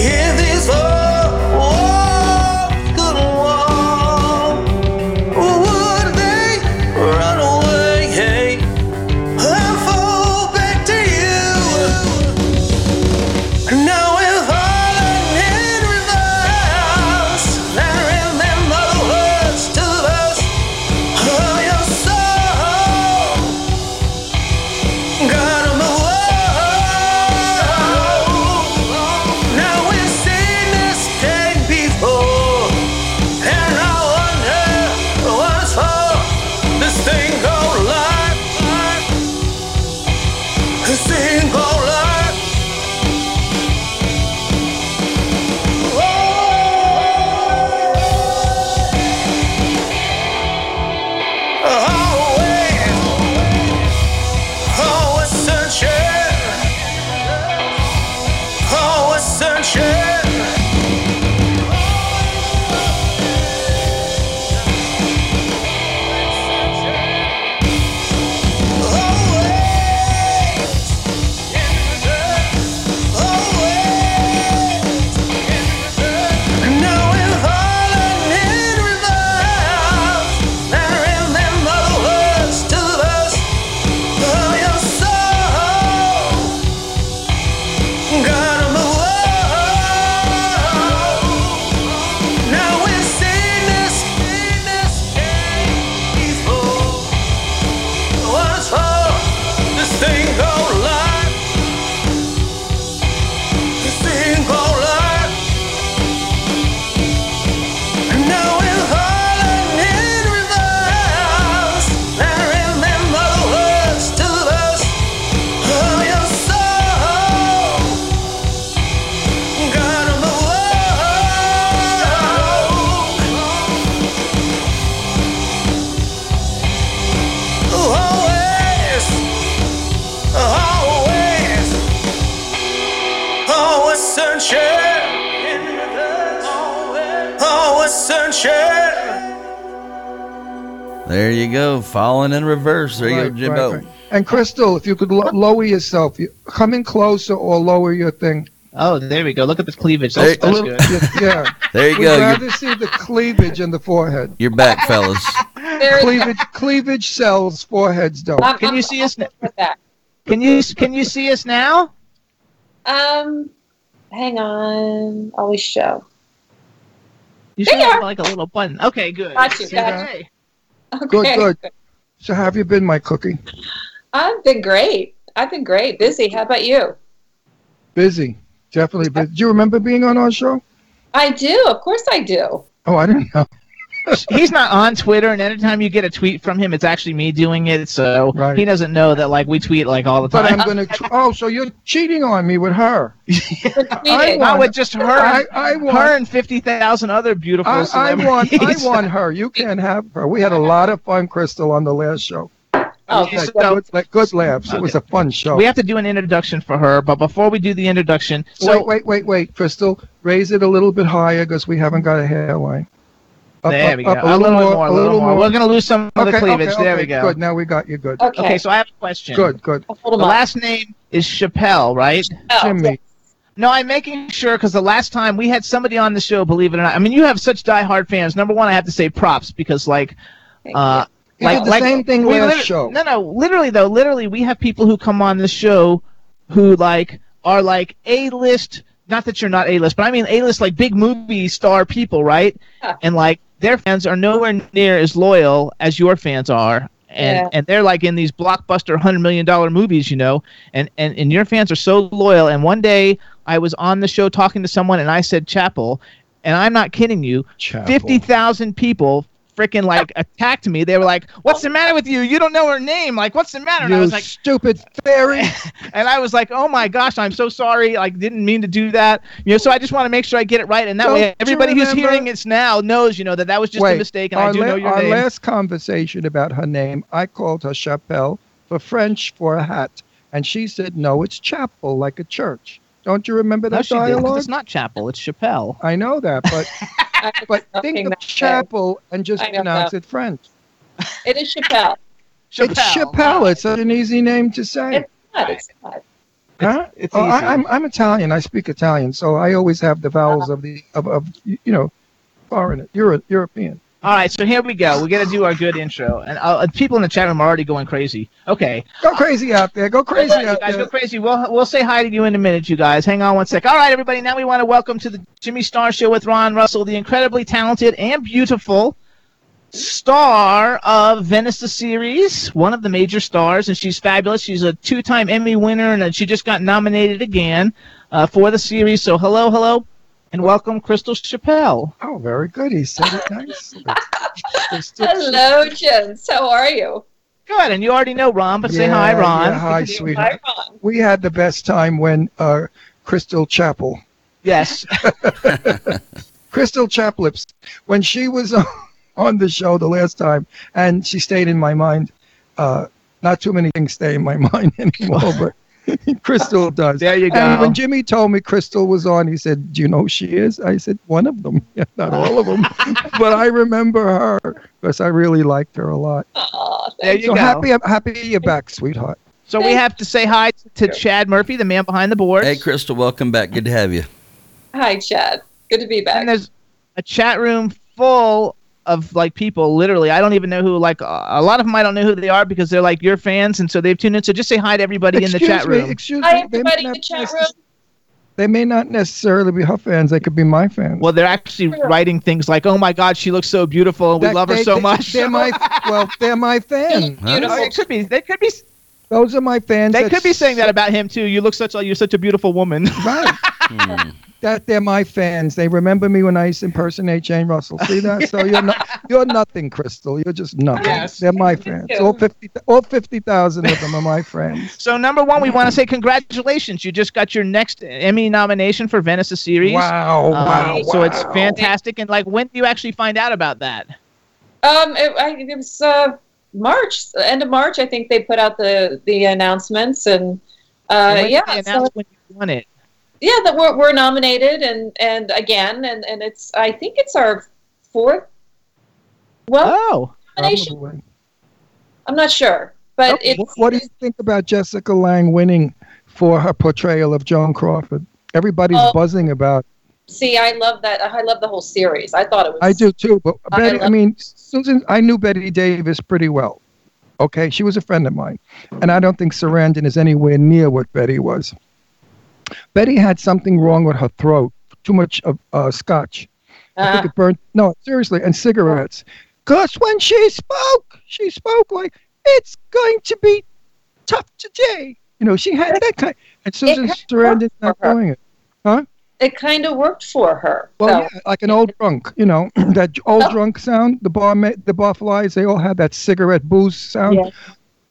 A: If these four walls could walk, would they run away and fall back to you? Now we're falling in reverse. And remember the words to the verse of your soul. Gotta move on. Now we've seen this day before, and I wonder what's for this thing called life. This thing called life. Oh. Always, always searching, always searching. Always in
E: There you go. Falling in reverse. There you
D: Right,
E: go, Jimbo.
D: right, right. And Crystal, if you could lo- lower yourself, you, come in closer or lower your thing.
C: Oh, there we go. Look at the cleavage. That's,
E: Hey, a
C: that's
D: little-
C: good.
D: y- yeah.
E: There you
D: We'd
E: go. You're,
D: rather see the cleavage in the forehead.
E: you're
D: (laughs)
E: back, fellas.
F: There is
D: Cleavage, cleavage sells, foreheads don't.
F: I'm-
C: Can
F: I'm
C: you see us? n-
F: with that.
C: Can you can you see us now?
F: Um, hang on. Always show.
C: You should
F: There you
C: have
F: are.
C: like a little button. Okay, good.
F: Got you,
C: See
F: got
C: that?
F: Okay.
D: Good, good. So, have you been my cookie?
F: I've been great. I've been great. Busy. How about you?
D: Busy, definitely. busy. do you remember being on our show?
F: I do. Of course I do.
D: Oh, I didn't know.
C: He's not on Twitter, and anytime you get a tweet from him, it's actually me doing it. So
D: Right.
C: he doesn't know that like we tweet like all the
D: But I'm
C: time.
D: gonna. Tr- oh, so you're cheating on me with her?
F: I
D: want-
C: Not with just her.
D: I, I
C: her
D: want.
C: and fifty thousand other beautiful
D: I, I want.
C: (laughs)
D: I
C: celebrities.
D: want her. You can't have her. We had a lot of fun, Crystal, on the last show.
F: Oh,
D: Like,
C: so-
D: good, like, good laughs. It was a
C: (laughs)
D: fun show.
C: We have to do an introduction for her, but before we do the introduction, so
D: wait, wait, wait, wait, Crystal. Raise it a little bit higher because we haven't got a hairline. Up,
C: there
D: up,
C: we go.
D: up,
C: a, little more, a little more. We're gonna lose some of the cleavage. there we go.
D: Good. Now we got you. Good.
F: okay.
C: Okay, so I have a question.
D: Good. Good.
F: Hold
C: The
F: him up.
C: last name is Chappelle, right?
F: Oh,
D: Jimmy.
C: No, I'm making sure because the last time we had somebody on the show, believe it or not, I mean, you have such diehard fans. Number one, I have to say props because, like,
F: Thank
C: uh,
D: You did the same thing
C: we
D: last
C: lit-
D: show.
C: No, no, literally though, literally we have people who come on the show who like are like A list. Not that you're not A list, but I mean A list like big movie star people, right?
F: Yeah.
C: And like their fans are nowhere near as loyal as your fans are. And,
F: Yeah.
C: and they're like in these blockbuster hundred million dollar movies, you know, and, and and your fans are so loyal. And one day I was on the show talking to someone, and I said Chapel, and I'm not kidding you, fifty thousand people freaking like attacked me. They were like, "What's the matter with you? You don't know her name. Like, what's the matter?" And I
D: You
C: was like,
D: stupid
C: (laughs)
D: fairy.
C: and I was like, "Oh my gosh, I'm so sorry. Like, didn't mean to do that. You know, so I just want to make sure I get it right, and that
D: Don't you
C: way everybody who's
D: remember-
C: hearing this now knows, you know, that that was just a mistake, and I
D: our
C: do
D: la-
C: know your
D: our
C: name.
D: last conversation about her name, I called her Chapelle for French for a hat, and she said, "No, it's chapel, like a church." Don't you remember
C: no,
D: that
C: she didn't. 'cause
D: dialogue?
C: It's not Chapel. It's Chappelle.
D: I know
C: (laughs)
D: that, but
F: I was
D: but
F: nothing
D: think of
F: that day.
D: chapel and just
F: I know
D: pronounce it French.
F: It is Chappelle.
D: It's Chappelle. It's such an easy name to say.
F: It's not. It's not.
D: Huh?
C: it's
D: Oh,
C: easy.
D: I, I'm I'm Italian. I speak Italian, so I always have the vowels of the of, of you know, foreign Euro, European.
C: All right, so here we go. We got to do our good intro, and uh, people in the chat room are already going crazy. Okay,
D: Go crazy out there. Go crazy
C: you
D: out
C: guys
D: there.
C: go crazy. We'll we'll say hi to you in a minute, you guys. Hang on one sec. All right, everybody. Now we want to welcome to the Jimmy Star Show with Ron Russell, the incredibly talented and beautiful star of Venice the series, one of the major stars, and she's fabulous. She's a two-time Emmy winner, and uh, she just got nominated again uh, for the series. So hello, hello, and welcome, Crystal Chappelle.
D: Oh, very good. He said
C: (laughs)
D: it nicely.
F: Hello, Jens. How are you?
C: Good, and you already know Ron, but say hi,
D: Yeah,
C: Ron.
D: yeah, hi, sweetheart.
F: Hi, Ron.
D: We had the best time when uh, Crystal Chapel,
C: Yes.
D: Crystal Chaplips, when she was (laughs) on- on the show the last time, and she stayed in my mind. Uh, not too many things stay in my (laughs) mind anymore,
C: (laughs)
D: but Crystal does.
C: There you
D: And
C: go.
D: when Jimmy told me Crystal was on, he said, "Do you know who she is?" I said, "One of them, (laughs) yeah, not all
C: (laughs)
D: of them, but I remember her because I really liked her a lot."
F: Aw,
C: There
F: thank
C: you
D: So
C: go.
D: happy, happy you're back, sweetheart.
C: So we have to say hi to Chad Murphy, the man behind the boards.
E: Hey, Crystal, welcome back. Good to have you.
F: Hi, Chad. Good to be back.
C: And there's a chat room full of like people. Literally, I don't even know who. Like a a lot of them, I don't know who they are because they're like your fans, and so they've tuned in. So just say hi to everybody in the chat
D: me,
C: room.
D: Excuse
F: Hi,
D: me. they may
F: everybody in
D: not
F: the chat
D: necess-
F: room.
D: They may not necessarily be her fans. They could be my fans.
C: well, they're actually writing things like, "Oh my God, she looks so beautiful, and we
D: That-
C: love her
D: they-
C: so
D: they-
C: much." (laughs)
D: They're my well, they're my fans.
E: Huh?
C: Oh, it could be. They could be.
D: Those are my fans.
C: They
D: that
C: could be saying that about him too. You look such like you're such a beautiful woman. (laughs)
D: Right. that they're my fans. They remember me when I used to impersonate Jane Russell. See that? So you're not, you're nothing, Crystal. You're just nothing.
C: Yes.
D: They're my fans.
F: you.
D: All fifty, all fifty thousand of them are my friends.
C: so number one, we want to say congratulations. You just got your next Emmy nomination for Venice the series.
I: Uh,
D: Wow!
C: Um,
D: wow!
C: so it's
D: wow.
C: fantastic. And like, when do you actually find out about that?
F: Um, it, I, it was uh, March, the end of March. I think they put out the the announcements, and uh,
C: When did they
F: yeah, so,
C: announce when you won it.
F: yeah, that we're, we're nominated, and and again, and and it's I think it's our fourth. Well,
C: Oh,
I: nomination?
D: Probably.
I: I'm not sure, but
D: What-
I: it's
D: Oh, what do you think about Jessica Lang winning for her portrayal of Joan Crawford? Everybody's
I: Oh.
D: buzzing about.
I: see, I love that. I love the whole series. I thought it was.
D: I
F: uh,
D: do too, but
I: I
D: Betty. I
I: love-
D: mean, Susan. I knew Betty Davis pretty well. Okay, she was a friend of mine, and I don't think Sarandon is anywhere near what Betty was. Betty had something wrong with her throat. Too much of uh, scotch. I
I: Ah,
D: think it burned. No, seriously, and cigarettes. Because when she spoke, she spoke like it's going to be tough today. You know, she had that kind. And Susan
I: kinda
D: Sarandon's
I: worked
D: not
I: for her.
D: doing it.
I: it kind of worked for her.
D: Well,
I: so.
D: yeah, like an old drunk. You know, (clears throat) that old
I: Oh.
D: drunk sound. The bar, ma- the bar flies. They all had that cigarette booze sound.
I: Yeah.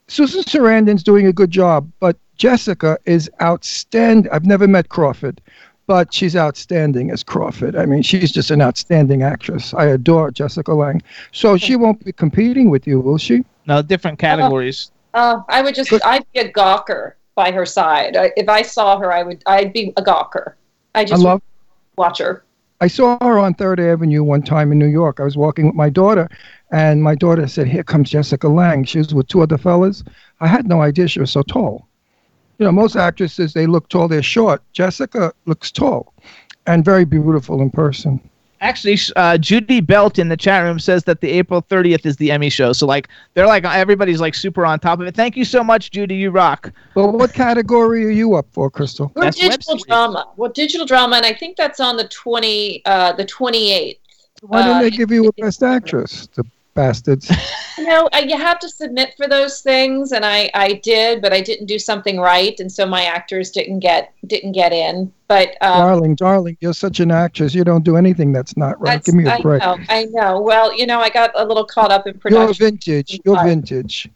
D: Susan Sarandon's doing a good job, but Jessica is outstanding. I've never met Crawford, but she's outstanding as Crawford. I mean, she's just an outstanding actress. I adore Jessica Lang. So she won't be competing with you, will she?
C: No, different
F: Uh-huh.
C: categories.
I: Uh, I would just, I'd be a gawker by her side. I, if I saw her, I would, I'd be a gawker. I
D: I
I: just
D: love.
I: watch her.
D: I saw her on Third Avenue one time in New York. I was walking with my daughter, and my daughter said, "Here comes Jessica Lang." She was with two other fellas. I had no idea she was so tall. You know, most actresses they look tall; they're short. Jessica looks tall, and very beautiful in person.
C: Actually, uh, Judy Belt in the chat room says that the April 30th is the Emmy show. So like they're like everybody's like super on top of it. Thank you so much, Judy. You rock.
D: Well, what category are you up for, Crystal?
I: Or
C: That's
I: digital
C: web series.
I: drama. Well, digital drama, and I think that's on the twenty, uh, the twenty eighth.
D: Why didn't
I: Uh,
D: they give you a best actress? The bastards.
I: You know, I, you have to submit for those things, and I, I did, but I didn't do something right, and so my actors didn't get, didn't get in. But um,
D: darling, darling, you're such an actress. You don't do anything that's not right.
I: that's-
D: Give me a
I: I
D: break.
I: know, I know. Well, you know, I got a little caught up in
D: You're
I: production.
D: vintage. You're
I: Sorry.
D: vintage.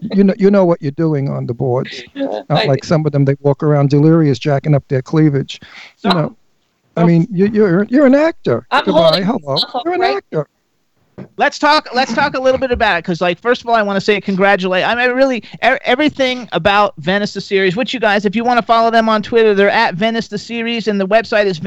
D: you know, you know what you're doing on
I: (laughs)
D: the boards. Not
I: I-
D: like some of them, they walk around delirious, jacking up their cleavage. You know, I mean, you, you're you're an actor.
I: I'm
D: Goodbye.
I: holding
D: Hello,
I: myself up,
D: you're an
I: right?
D: actor.
C: let's talk let's talk a little bit about it because like first of all i want to say congratulate i mean really e- everything about venice the series which you guys if you want to follow them on twitter they're at venice the series and the website is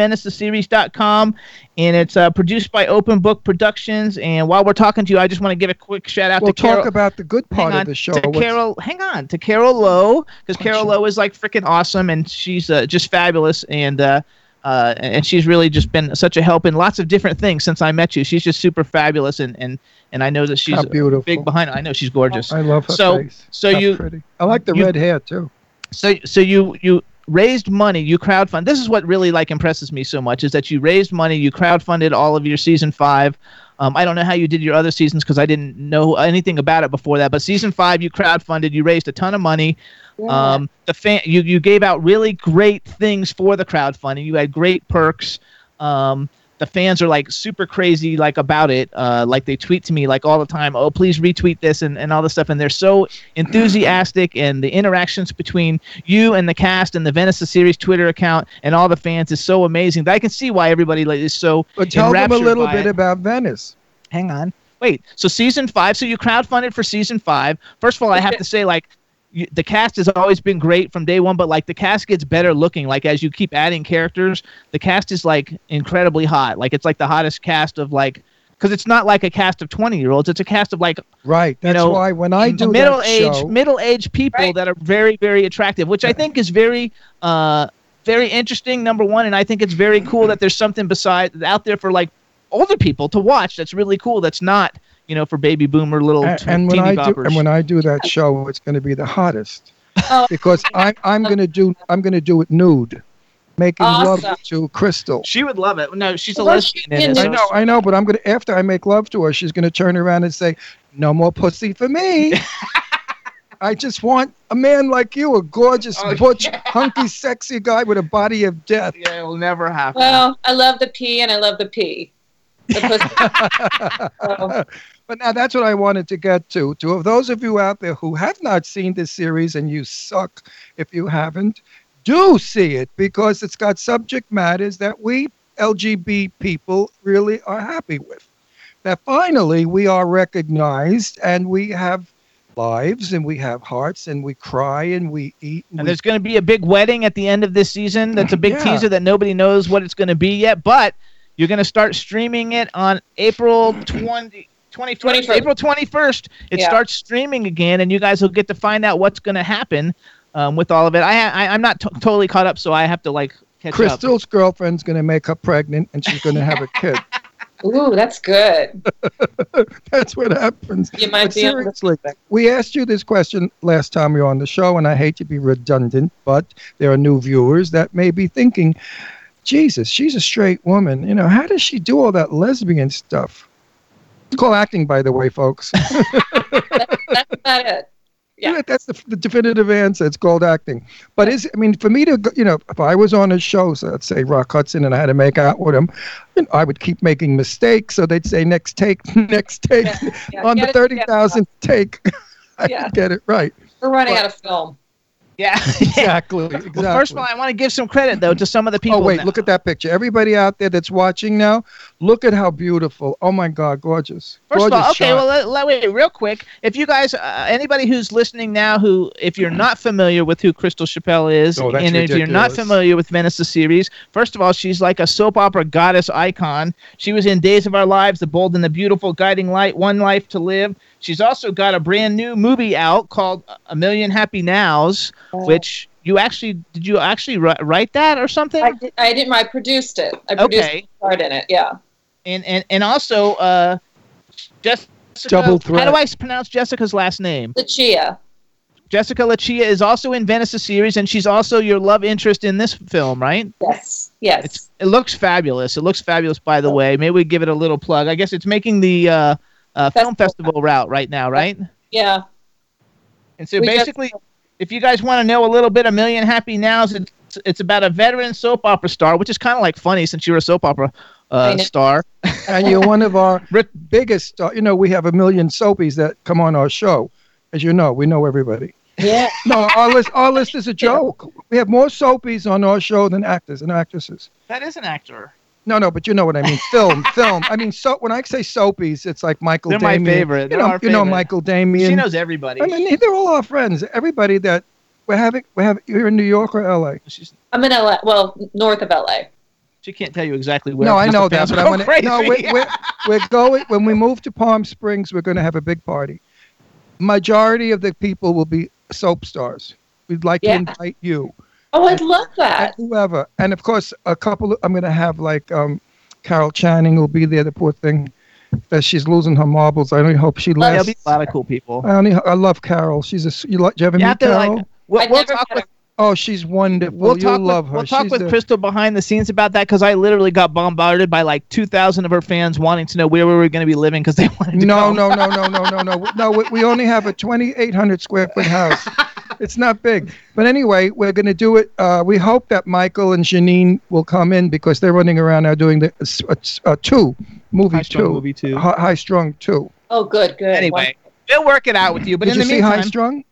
C: venicetheseries.com and it's uh, produced by open book productions and while we're talking to you i just want to give a quick shout out
D: We'll
C: to carol
D: talk about the good part
C: hang on,
D: of the show.
C: To
D: What's-
C: Carol, hang on to Carol Lowe because Carol
D: show?
C: Lowe is like freaking awesome and she's uh, just fabulous and uh, uh, and she's really just been such a help in lots of different things since I met you. She's just super fabulous and and and I know that she's
D: How beautiful.
C: big behind. I know she's gorgeous.
D: I love her
C: So-
D: face.
C: so
D: How
C: you-
D: pretty. I like the
C: you-
D: red hair too.
C: So so you you raised money you crowdfund this is what really like impresses me so much is that you raised money you crowdfunded all of your season five um, i don't know how you did your other seasons because i didn't know anything about it before that but season five you crowdfunded you raised a ton of money Um, the fan, you, you gave out really great things for the crowdfunding. You had great perks. Um, the fans are like super crazy like about it. Uh, like they tweet to me like all the time. Oh, please retweet this and, and all this stuff. And they're so enthusiastic. And the interactions between you and the cast and the Venice the series Twitter account and all the fans is so amazing. That I can see why everybody like, is so.
D: But tell them a
C: enraptured
D: little
C: by
D: bit
C: it.
D: about Venice.
C: Hang on. Wait. So season five. So you crowdfunded for season five. First of all, I have to say, like, you, the cast has always been great from day one, but like the cast gets better looking. Like as you keep adding characters, the cast is like incredibly hot. Like it's like the hottest cast of like, because it's not like a cast of twenty year olds. It's a cast of like
D: Right. That's
C: know,
D: why when I do
C: middle
D: that
C: aged
D: show,
C: middle aged people
I: Right.
C: that are very very attractive, which I think is very uh very interesting. Number one, and I think it's very cool that there's something beside out there for like older people to watch. That's really cool. That's not you know for baby boomer little
D: and,
C: t-
D: and when
C: teeny
D: I do
C: boppers.
D: and when I do that show, it's going to be the hottest
I: Oh.
D: because I'm I'm going to do I'm going to do it nude, making
I: Awesome.
D: love to Crystal.
C: she would love it. No, she's a
I: Well,
C: lesbian.
I: she
C: in it,
I: is.
C: so
D: I know,
C: it's-
D: I know, but I'm gonna after I make love to her, she's gonna turn around and say, "No more pussy for me." I just want a man like you, a gorgeous,
C: Oh,
D: butch, hunky, sexy guy with a body of death.
C: Yeah, it'll never happen.
I: Well, I love the P and I love the P. The pussy.
D: (laughs)
I: Oh.
D: But now that's what I wanted to get to. To of those of you out there who have not seen this series and you suck if you haven't, do see it because it's got subject matters that we LGB people really are happy with. That finally we are recognized and we have lives and we have hearts and we cry and we eat
C: And
D: we
C: there's going to be a big wedding at the end of this season. That's a big
D: Yeah.
C: teaser that nobody knows what it's going to be yet. But you're going to start streaming it on April 20, twenty first, April twenty first. It
I: Yeah.
C: starts streaming again, and you guys will get to find out what's going to happen um, with all of it. I, I I'm not t- totally caught up, so I have to like catch up.
D: Crystal's girlfriend's going to make her pregnant and she's going to have a kid.
I: Ooh, that's good.
D: (laughs) That's what happens.
I: You might
D: But
I: be able to-
D: seriously, we asked you this question last time you were on the show, and I hate to be redundant, but there are new viewers that may be thinking, Jesus, she's a straight woman. You know, how does she do all that lesbian stuff? It's called acting, by the way, folks.
I: That's not it.
D: Yeah, that's the, the definitive answer. It's called acting. But is I mean, for me to go- you know, if I was on a show, so let's say Rock Hudson, and I had to make out with him, you know, I would keep making mistakes. So they'd say next take, (laughs) next take.
I: yeah,
D: on
I: get
D: the
I: it
D: thirty thousand take, (laughs) I
I: Yeah.
D: would get it right.
I: We're running out of film.
C: Yeah. (laughs)
D: Exactly. exactly.
C: Well, first of all, I want to give some credit though to some of the people.
D: oh wait,
C: now.
D: look at that picture. Everybody out there that's watching now, look at how beautiful. Oh my God, gorgeous.
C: First of
D: Gorgeous
C: all, okay,
D: shot.
C: well, let, let, wait, real quick. If you guys, uh, anybody who's listening now, who, if you're not familiar with who Crystal Chappelle is,
D: Oh, that's
C: and if you're not
D: ridiculous.
C: familiar with Venice the series, first of all, she's like a soap opera goddess icon. She was in Days of Our Lives, The Bold and the Beautiful, Guiding Light, One Life to Live. She's also got a brand new movie out called A Million Happy Nows, which you actually did you actually wri- write that or something?
I: I, did, I didn't. I produced it. I produced
C: Okay.
I: the part in it. Yeah.
C: and and and also uh, Jessica.
D: Double threat.
C: How do I s- pronounce Jessica's last name?
I: Lucia.
C: Jessica Lachia is also in Venice the series, and she's also your love interest in this film, right?
I: Yes. Yes.
C: It's it looks fabulous. It looks fabulous, by the way. Maybe we give it a little plug. I guess it's making the uh, uh, film festival route right now, right?
I: yeah.
C: And so
I: We just-
C: basically, if you guys want to know a little bit, a million happy nows. It's it's about a veteran soap opera star, which is kind of like funny since you were a soap opera
I: I
C: uh,
I: know.
C: star.
D: and you're one of our
C: (laughs) Rick-
D: biggest. star- You know, we have a million soapies that come on our show. As you know, we know everybody.
I: Yeah.
D: (laughs) No, our list, our list is a joke. We have more soapies on our show than actors and actresses.
C: That is an actor.
D: No, no, but you know what I mean. Film, film. I mean, so when I say soapies, it's like Michael.
C: They're my
D: Damian.
C: favorite.
D: You
C: They're
D: know,
C: our
D: you know
C: favorite.
D: Michael
C: She
D: Damian.
C: knows everybody.
D: I mean, they're all our friends. Everybody that we're having, we're having. You're in New York or L.A.
C: She's,
I: I'm in LA. Well, north of LA.
C: she can't tell you exactly where.
D: no, I
C: Mr.
D: know that,
C: Fans
D: but I
C: go
D: want to.
C: crazy.
D: No, we're, we're, we're going when we move to Palm Springs. We're going to have a big party. Majority of the people will be soap stars. We'd like
I: Yeah.
D: to invite you
I: Oh, I'd love
D: and
I: that.
D: whoever, and of course, a couple. I'm going to have like um, Carol Channing will be there. The poor thing, that she's losing her marbles. I only hope she
C: There'll
D: lasts.
C: Oh, be a lot of cool people.
D: I only, I love Carol. She's a. s- You, like, you ever
C: You
D: meet
C: have to, like,
D: Carol?
C: We'll,
I: I'd
C: we'll
I: never
C: talk
I: met
C: with,
I: her.
D: oh, she's wonderful.
C: we'll
D: You'll
C: talk
D: love
C: with,
D: her.
C: we'll talk
D: She's
C: with
D: the-
C: Crystal behind the scenes about that because I literally got bombarded by like 2,000 of her fans wanting to know where we were going to be living because they (laughs) wanted to
D: No,
C: go.
D: no, no, no, no, no, no. No, we, we only have a 2,800 square
C: (laughs)
D: foot house. It's not big. But anyway, we're going to do it. Uh, we hope that Michael and Janine will come in because they're running around now doing the uh, uh, two movie
C: High
D: two
C: Strung movie two.
D: Hi- high strung two.
I: Oh, good. Good.
C: Anyway, we'll work it out with you. But
D: Did
C: in
D: you
C: the
D: see
C: meantime,
D: High Strung?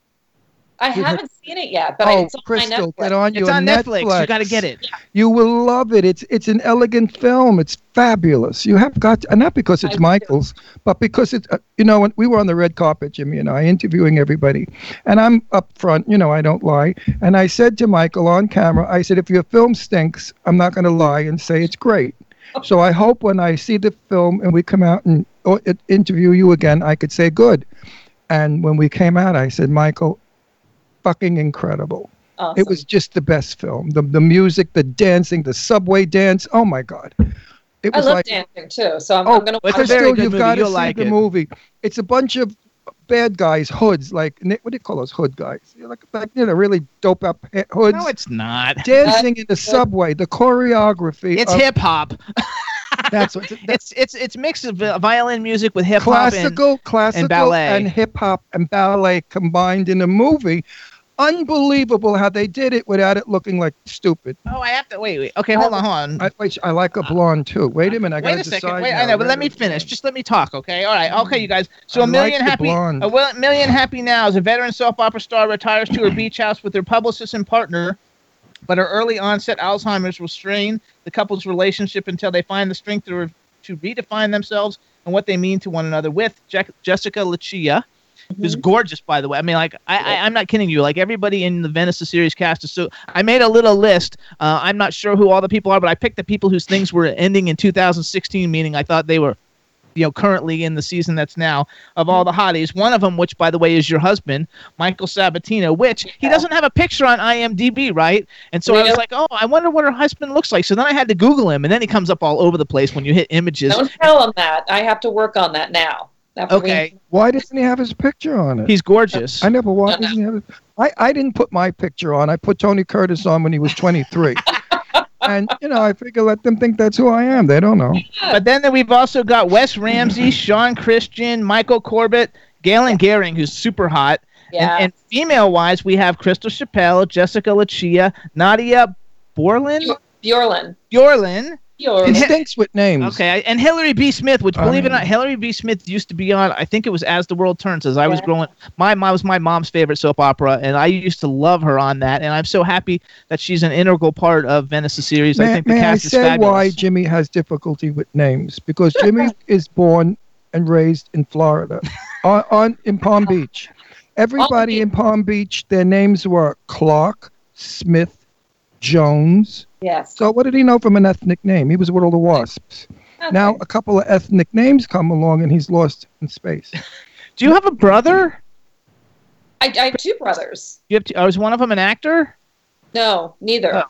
I: I
D: you
I: haven't seen it yet, but
D: oh,
I: it's on my
D: Crystal,
I: Netflix.
D: get on your
C: it's on Netflix. You got to get it.
D: You will love it. It's it's an elegant film. It's fabulous. You have got to, and not because
I: I
D: it's
I: do.
D: Michael's, but because it's uh, you know when we were on the red carpet, Jimmy and I, interviewing everybody, and I'm up front. You know I don't lie. And I said to Michael on camera, I said, if your film stinks, I'm not going to lie and say it's great. So I hope when I see the film and we come out and or, uh, interview you again, I could say good. And when we came out, I said, Michael, fucking incredible.
I: Awesome.
D: It was just the best film. The the music, the dancing, the subway dance. Oh my god. It
I: I
D: was
I: love
D: like
I: dancing too, so I'm,
D: Oh,
I: I'm gonna watch
C: it's a
I: it.
C: very
D: Crystal,
C: good
D: you've
C: movie.
D: got to
C: You'll
D: see
C: like
D: the
C: it.
D: movie. It's a bunch of bad guys, hoods, like ni- what do you call those hood guys? They're Like, like you know, really dope up he- hoods.
C: No, it's not.
D: dancing in the subway, the choreography.
C: It's
D: of-
C: hip hop.
D: That's what that's
C: It's it's it's mixed of vi- violin music with hip hop and
D: classical, classical,
C: ballet.
D: hip hop and ballet combined in a movie. Unbelievable how they did it without it looking like stupid.
C: Oh, I have to wait. Wait. Okay, hold on, hold on.
D: I, wait, I like a blonde too. Wait a minute, I gotta
C: Wait a
D: decide.
C: second. Wait,
D: now.
C: I know, but let me
D: Red or
C: finish.
D: blonde?
C: Just let me talk, okay? All right. Okay, you guys. So
D: I
C: a million
D: like the
C: happy,
D: blonde.
C: a well, million happy nows. A veteran soap opera star retires to her beach house with her publicist and partner, but her early onset Alzheimer's will strain the couple's relationship until they find the strength to, re- to redefine themselves and what they mean to one another. With Jack- Jessica Lucia, who's gorgeous, by the way. I mean, like, I, I, I'm not kidding you. Like, everybody in the Venice the series cast is so. I made a little list. Uh, I'm not sure who all the people are, but I picked the people whose things were ending in 2016, meaning I thought they were you know currently in the season that's now of all the hotties. One of them, which by the way is your husband, Michael Sabatino, which he doesn't have a picture on IMDb, right? And so I was
F: Nope.
C: like, oh, I wonder what her husband looks like. So then I had to Google him, and then he comes up all over the place when you hit images.
F: Don't tell him that. I have to work on that now. After we-
C: Okay,
D: Why doesn't he have his picture on it?
C: he's gorgeous.
D: I never why doesn't he have it? I, I didn't put my picture on. I put Tony Curtis on when he
C: (laughs)
D: was 23. and, you know, I figure let them think that's who I am. They don't know.
C: But then we've also got Wes Ramsey, Sean Christian, Michael Corbett, Galen Gehring, who's super hot.
F: Yeah.
C: And, and female wise, we have Crystal Chappelle, Jessica Lucia, Nadia Borland,
F: Bjorlin.
C: Bjorlin.
D: It
F: Bjorlin.
D: stinks with names.
C: Okay, I- and Hillary B. Smith, which
D: I
C: believe it or
D: mean-
C: not, Hillary B. Smith used to be on. I think it was As the World Turns. As I was
F: Yeah.
C: growing, my mom was my mom's favorite soap opera, and I used to love her on that. And I'm so happy that she's an integral part of Venice's series. I
D: May,
C: think the
D: may I
C: cast is
D: say
C: fabulous.
D: why Jimmy has difficulty with names?
C: (laughs)
D: Because Jimmy is born and raised in Florida, on, on in Palm Beach. Everybody in Palm Beach, their names were Clark, Smith, Jones.
F: Yes.
D: So what did he know from an ethnic name? He was with all the wasps. Now a couple of ethnic names come along, and he's lost in space.
C: Do you have a brother?
F: I, I have two brothers.
C: You have. To, was one of them an actor?
F: No, neither.
C: Oh.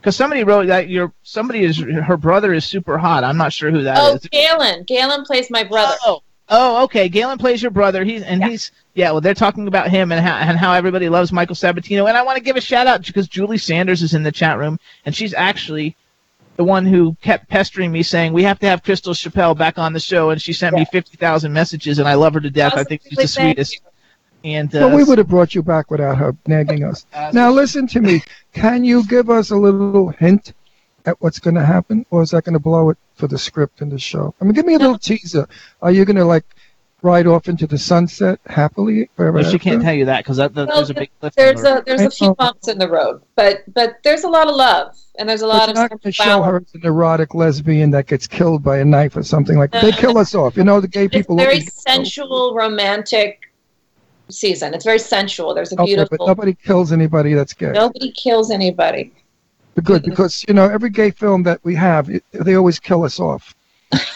C: Because somebody wrote that your somebody is her brother is super hot. I'm not sure who that
F: oh,
C: is.
F: Galen. Galen plays my brother.
C: Oh, oh, okay. Galen plays your brother. He's and he's yeah. Well, they're talking about him and how and how everybody loves Michael Sabatino. And I want to give a shout out because Julie Sanders is in the chat room, and she's actually the one who kept pestering me saying we have to have Crystal Chappelle back on the show, and she sent me fifty thousand messages, and I love her to death. I think she's the
F: Absolutely, thank
C: sweetest. And uh,
D: But we would have brought you back without her nagging us.
C: uh,
D: Now listen to me. Can you give us a little hint at what's going to happen, or is that going to blow it for the script and the show? I mean, give me a little teaser. Are you going to like ride off into the sunset happily forever?
C: but she can't
D: after?
C: tell you that because that, that,
F: Well,
C: there's a big cliff.
F: There's a there's a few
D: Oh.
F: bumps in the road, but but there's a lot of love and there's a lot
D: But
F: of
D: you're not going to show her as an erotic lesbian that gets killed by a knife or something like that. They kill us off. You know, the gay
F: It's
D: people.
F: very
D: always-
F: sensual, romantic season. It's very sensual. There's a
D: Okay,
F: beautiful.
D: but nobody kills anybody that's gay.
F: nobody kills anybody.
D: Good, because you know every gay film that we have, it, they always kill us
F: (laughs)
D: off.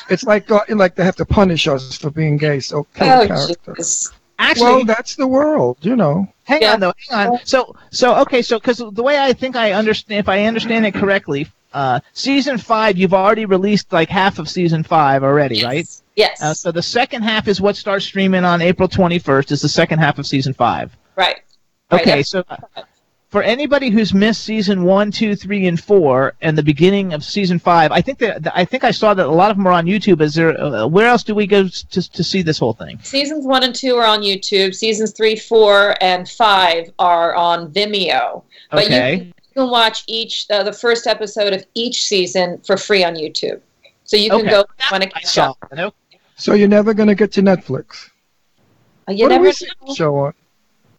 D: it's like uh, like they have to punish us for being gay, so kill a
F: Oh,
D: character.
F: Jesus.
C: Actually,
D: Well, that's the world, you know.
C: Hang
F: Yeah.
C: on though, hang on. So so okay, so because the way I think I understand, if I understand it correctly, uh, season five, you've already released like half of season five already, right?
F: Yes.
C: Uh, so the second half is what starts streaming on April twenty first. Is the second half of season five?
F: right. Right,
C: Okay,
F: yeah.
C: so uh, for anybody who's missed season one, two, three, and four, and the beginning of season five, I think that I think I saw that a lot of them are on YouTube. Is there? Uh, where else do we go to to see this whole thing?
F: Seasons one and two are on YouTube. Seasons three, four, and five are on Vimeo. But you
C: Okay.
F: can- you can watch each uh, the first episode of each season for free on YouTube. So you can
C: Okay.
F: go if you want to
C: I
F: catch
C: saw.
F: up.
C: that. Okay.
D: So you're never going to get to Netflix.
F: Uh, You
D: what do
F: never
D: we see the
F: know.
D: show on?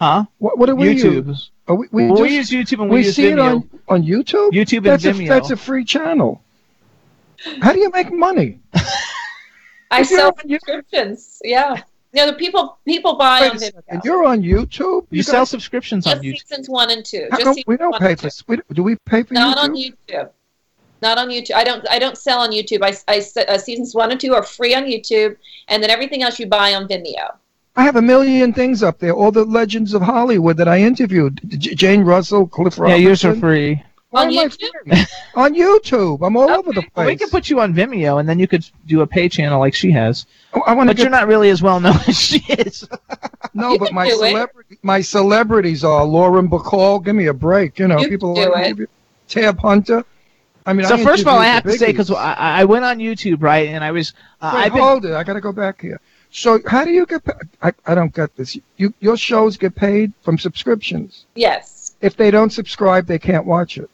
C: Huh?
D: What, what do we
C: YouTube.
D: use? Are we we,
C: We, use
D: just-
C: YouTube and we,
D: we
C: use
D: see
C: Vimeo.
D: it on, on YouTube.
C: YouTube and
D: that's
C: Vimeo.
D: A, that's a free channel. How do you make money?
F: I
D: If you're
F: sell
D: on YouTube-
F: subscriptions. Yeah. No, the people people buy
D: Wait
F: on
D: a
F: Vimeo.
D: second, you're on YouTube.
C: you sell
D: guys-
C: subscriptions on
F: just
C: YouTube.
F: seasons one and two.
D: How
F: just
D: come
F: seasons
D: we don't
F: one
D: pay
F: and
D: for?
F: two.
D: s- We, do we pay for
F: Not on
D: YouTube?
F: YouTube. Not on YouTube. I don't. I don't sell on YouTube. I, I se- uh, seasons one and two are free on YouTube, and then everything else you buy on Vimeo.
D: I have a million things up there. All the legends of Hollywood that I interviewed: J- Jane Russell, Cliff
C: Yeah,
D: Robinson.
C: yours are free.
D: Why
F: On
D: am I
F: YouTube?
D: free? on YouTube, I'm all over the
C: Well, we
D: place.
C: could put you on Vimeo, and then you could do a pay channel like she has.
D: Oh, I want to
C: But you're
D: get
C: not really as well known (laughs) as she is.
D: no,
F: You
D: but
F: can
D: my
F: do it.
D: celebrity, my celebrities are Lauren Bacall. Give me a break, you know.
F: You
D: people
F: can do
D: like
F: it.
D: interview- Tab Hunter. I mean,
C: so
D: I
C: first of all, I
D: interviewed
C: have
D: the
C: to say because
D: biggies.
C: I, I went on YouTube right, and I was uh,
D: Wait,
C: I've been
D: hold it. I gotta go back here. So how do you get? pa- I, I don't get this. You your shows get paid from subscriptions.
F: Yes,
D: If they don't subscribe, they can't watch it.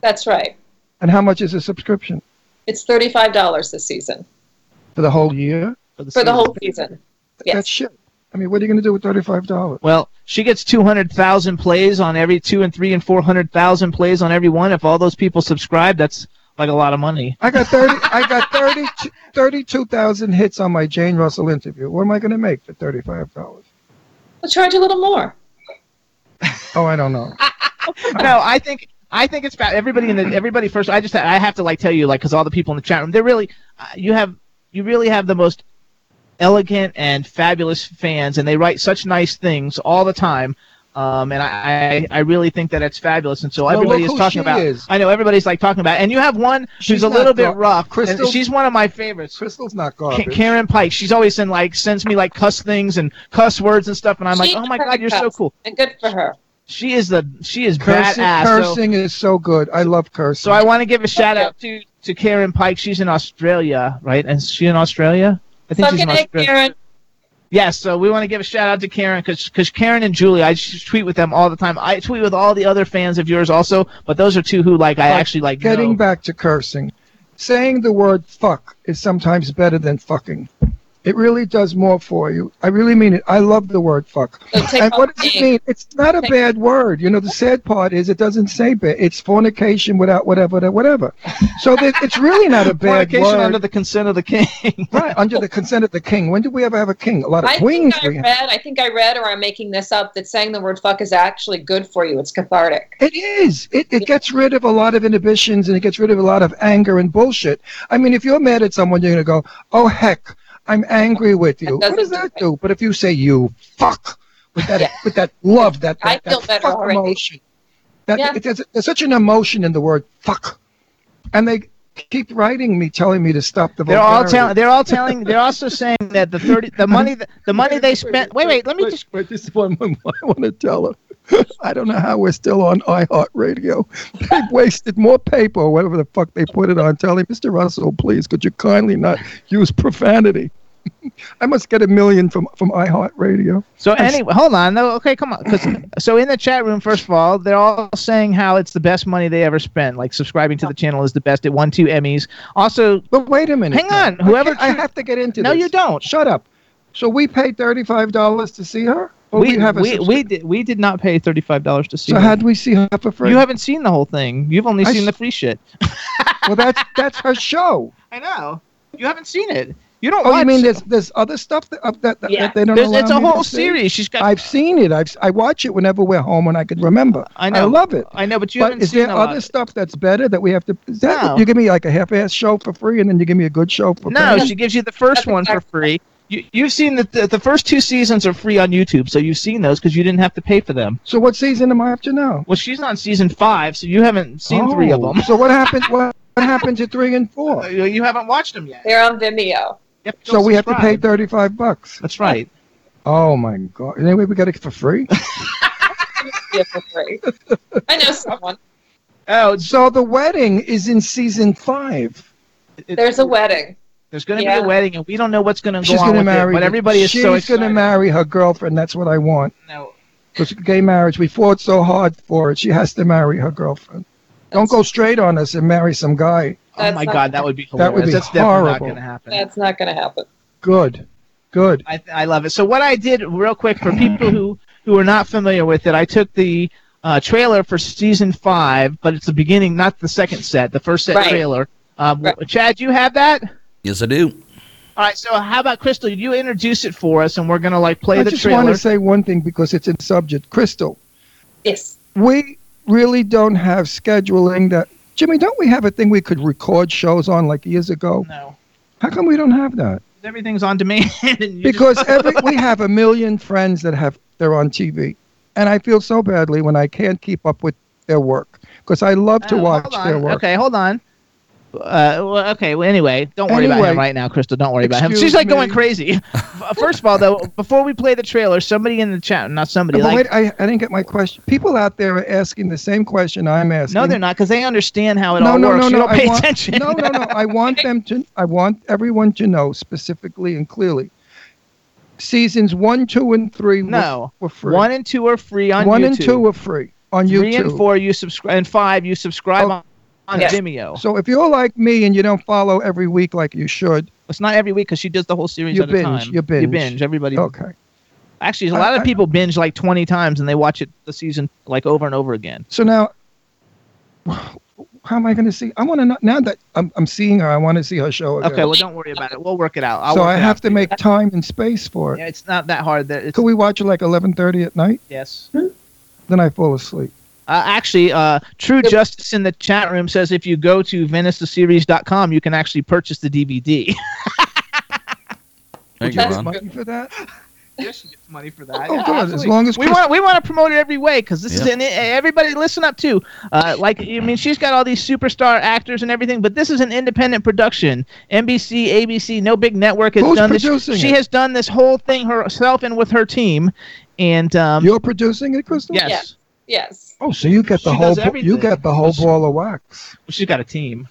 F: that's right.
D: And how much is a subscription
F: It's thirty-five dollars this season
D: for the whole year?
F: for the
C: season.
F: whole season.
D: That's
F: Yes,
D: shit. I mean, what are you gonna do with thirty-five dollars?
C: Well, she gets two hundred thousand plays on every two and three and four hundred thousand plays on every one. If all those people subscribe, that's like a lot of money.
D: I got thirty. (laughs) I got 30, 32,000 hits on my Jane Russell interview. What am I gonna make for thirty-five dollars?
F: we'll charge a little more.
D: Oh, I don't know.
C: no, I think I think it's about everybody in the everybody first. I just I have to like tell you like because all the people in the chat room they're really uh, you have you really have the most elegant and fabulous fans, and they write such nice things all the time. Um, and I, I, I really think that it's fabulous. And so
D: Well,
C: everybody
D: look
C: is
D: who
C: talking
D: she
C: about.
D: is.
C: I know everybody's like talking about. And you have one
D: She's
C: who's a
D: not
C: little bit
D: gar-
C: rough. and
D: Crystal?
C: She's one of my favorites.
D: Crystal's not
C: Ka-
D: garbage.
C: Karen Pike. She's always in like sends me like cuss things and cuss words and stuff. And I'm like, oh my god, you're so cool.
I: And good for her.
C: She is the she is
D: cursing,
C: badass. so-
D: cursing is so good. I love cursing.
C: so I want to give a shout out to to Karen Pike. She's in Australia, right? And she in Australia? I think she's in
I: Fucking
C: Australia.
I: egg, Karen.
C: Yes, so we want to give a shout out to Karen because Karen and Julie, I just tweet with them all the time. I tweet with all the other fans of yours also, but those are two who like I
D: Like,
C: actually like.
D: Getting
C: know.
D: back to cursing, saying the word fuck is sometimes better than fucking. It really does more for you. I really mean it. I love the word fuck.
I: So take
D: And
I: off
D: what does
I: the
D: it mean? It's not a bad word. You know, the sad part is it doesn't say bad. It's fornication without whatever, whatever, whatever. So that it's really not a bad
C: Fornication
D: word.
C: under the consent of the
D: (laughs)
C: king.
D: right, under the consent of the king. When did we ever have a king? A lot of
I: I
D: queens.
I: think I
D: we have.
I: read. I think I read, or I'm making this up, that saying the word "fuck" is actually good for you. It's cathartic.
D: It is. It, it gets rid of a lot of inhibitions and it gets rid of a lot of anger and bullshit. I mean, if you're mad at someone, you're going to go, oh, heck, I'm angry with you.
I: That
D: What does
I: doesn't
D: that do? But if you say, you fuck, with that, with that love, that,
I: I
D: that,
I: feel
D: that
I: better
D: fuck
I: already.
D: emotion, that,
I: Yeah.
D: it- there's, there's such an emotion in the word fuck. And they keep writing me, telling me to stop the
C: They're all
D: vulgarity.
C: telling. They're all telling. They're also saying that the thirty, the money, th- the money they spent. Wait, wait. Let me just.
D: Wait, this is one one (laughs) I want to tell her. (laughs) I don't know how we're still on iHeartRadio. (laughs) They've wasted more paper or whatever the fuck they put it on telling Mr. Russell, please, could you kindly not use profanity? (laughs) I must get a million from, from iHeartRadio.
C: So anyway, hold on. No, okay, come on. (laughs) 'Cause- so in the chat room, first of all, they're all saying how it's the best money they ever spent. Like subscribing to the channel is the best. It won two Emmys. Also,
D: But wait a minute.
C: Hang on,
D: now.
C: whoever
D: I, can't- I have to get into
C: No,
D: this.
C: you don't.
D: Shut up. So we paid $35 to see her? Or
C: we
D: have a
C: we,
D: subscri-
C: we did we did not pay thirty five dollars to see.
D: So
C: her.
D: how do we see her for free?
C: You haven't seen the whole thing. You've only
D: I
C: seen
D: s-
C: the free shit.
D: well, that's, that's her show.
C: I know. You haven't seen it. You don't.
D: Oh,
C: watch
D: you mean there's, there's other stuff that, of that, that,
I: Yeah.
D: that they don't
C: There's-
D: allow
C: it's a
D: me to
C: whole
D: see?
C: series. She's got.
D: I've seen it. I've I watch it whenever we're home and I can remember.
C: I know.
D: I love it.
C: I know, but you
D: But
C: haven't
D: is
C: seen
D: there
C: a lot
D: other
C: of it.
D: stuff that's better that we have to? Is that
C: No.
D: you give me like a half-ass show for free and then you give me a good show for
C: No,
D: paying?
C: she gives you the first
I: That's
C: one for
I: exactly-
C: free. You, you've seen that the, the first two seasons are free on YouTube, so you've seen those because you didn't have to pay for them.
D: So what season am I up to now?
C: Well, she's on season five, so you haven't seen
D: three
C: three of them.
D: so what happened? What, what happened to three
C: (laughs)
D: and four?
C: You you haven't watched them yet.
I: They're on Vimeo.
C: You have to go
D: So we have to pay
C: subscribe.
D: thirty-five bucks.
C: That's right.
D: Oh my god! Anyway, we got it
C: (laughs)
D: for free.
I: Yeah, for free. I know someone.
C: Oh,
D: so the wedding is in season five.
I: There's a wedding.
C: there's going to
I: Yeah.
C: be a wedding, and we don't know what's going to go
D: She's
C: on
D: gonna
C: with
D: marry.
C: it. But everybody is
D: she's
C: so
D: She's
C: excited.
D: gonna marry her girlfriend. That's what I want.
C: No. Oh
D: Because gay marriage, we fought so hard for it. She has to marry her girlfriend. Don't go straight on us and marry some guy.
C: Oh
I: That's
C: my
I: not-
C: god, that would be hilarious.
D: That would be
C: That's definitely not
D: horrible.
C: going to happen.
I: That's not going to happen.
D: Good, good.
C: I, I love it. So what I did real quick for people who who are not familiar with it, I took the uh, trailer for season five, but it's the beginning, not the second set, the first set
I: Right.
C: trailer. Um,
I: Right.
C: Chad, you have that.
E: Yes, I do.
C: All right. So how about Crystal? You introduce it for us, and we're gonna like play
D: I
C: the
D: just
C: trailer.
D: want to say one thing because it's in subject. Crystal,
I: Yes.
D: we really don't have scheduling that. Jimmy, don't we have a thing we could record shows on like years ago?
C: no,
D: How come we don't have that?
C: everything's on demand. (laughs) and you
D: Because
C: just-
D: every we have a million friends that have they're on TV, and I feel so badly when I can't keep up with their work because I love to
C: Oh,
D: watch
C: hold on.
D: their work.
C: Okay, hold on. Uh, well, okay. Well, anyway, don't worry about him
D: Anyway.
C: right now, Crystal. Don't worry about him.
D: Excuse
C: She's like going
D: me. (laughs)
C: crazy. F- First of all, though, before we play the trailer, somebody in the chat—not somebody,
D: But
C: like
D: wait, I, I didn't get my question. People out there are asking the same question I'm asking.
C: No, they're not, because they understand how it
D: No,
C: all
D: no,
C: works.
D: no,
C: you
D: no,
C: don't
D: I
C: pay
D: want-
C: attention. (laughs)
D: No, no, no. I want them to. I want everyone to know specifically and clearly. Seasons one, two, and three. were-
C: No.
D: were, free.
C: One and two are free on
D: One
C: YouTube.
D: and two were free on
C: Three
D: YouTube.
C: and four you subscribe, and five you subscribe
D: Oh.
C: on, on
I: Yes.
C: Vimeo.
D: So if you're like me and you don't follow every week like you should,
C: It's not every week because she does the whole series
D: You
C: at
D: binge,
C: a time.
D: you binge.
C: Everybody.
D: okay.
C: Actually, a
D: I-
C: lot of
D: I-
C: people binge like 20 times and they watch it the season like over and over again.
D: So now, how am I going to see? I want to know now that I'm, I'm seeing her. I want to see her show again.
C: Okay, well, don't worry about it. We'll work it out. I'll
D: so
C: work
D: I
C: it
D: have
C: out.
D: to make time and space for it.
C: Yeah, it's not that hard. That it's,
D: Could we watch it like 11:30 at night?
C: yes.
D: Then I fall asleep.
C: Uh, actually, uh, True Justice in the chat room says if you go to venicetheseries.com, you can actually purchase the DVD.
E: Thank you,
C: That's
E: Ron.
C: good.
D: for that?
C: Yes, she gets money for that.
D: Oh,
C: Yeah,
D: good, as
C: absolutely.
D: long as
C: we
D: Chris-
C: want we want to promote it every way because this is
E: Yeah.
C: an, eh, everybody listen up too. Uh, like I mean, she's got all these superstar actors and everything, but this is an independent production. NBC, ABC, no big network has
D: Who's
C: done this.
D: producing
C: She
D: it?
C: has done this whole thing herself and with her team, and um,
D: You're producing it, Crystal?
C: yes,
I: Yes.
D: Oh, so you get the
C: She
D: whole
C: does
D: bo- you
C: everything.
D: get the whole ball of wax.
C: she's got a team.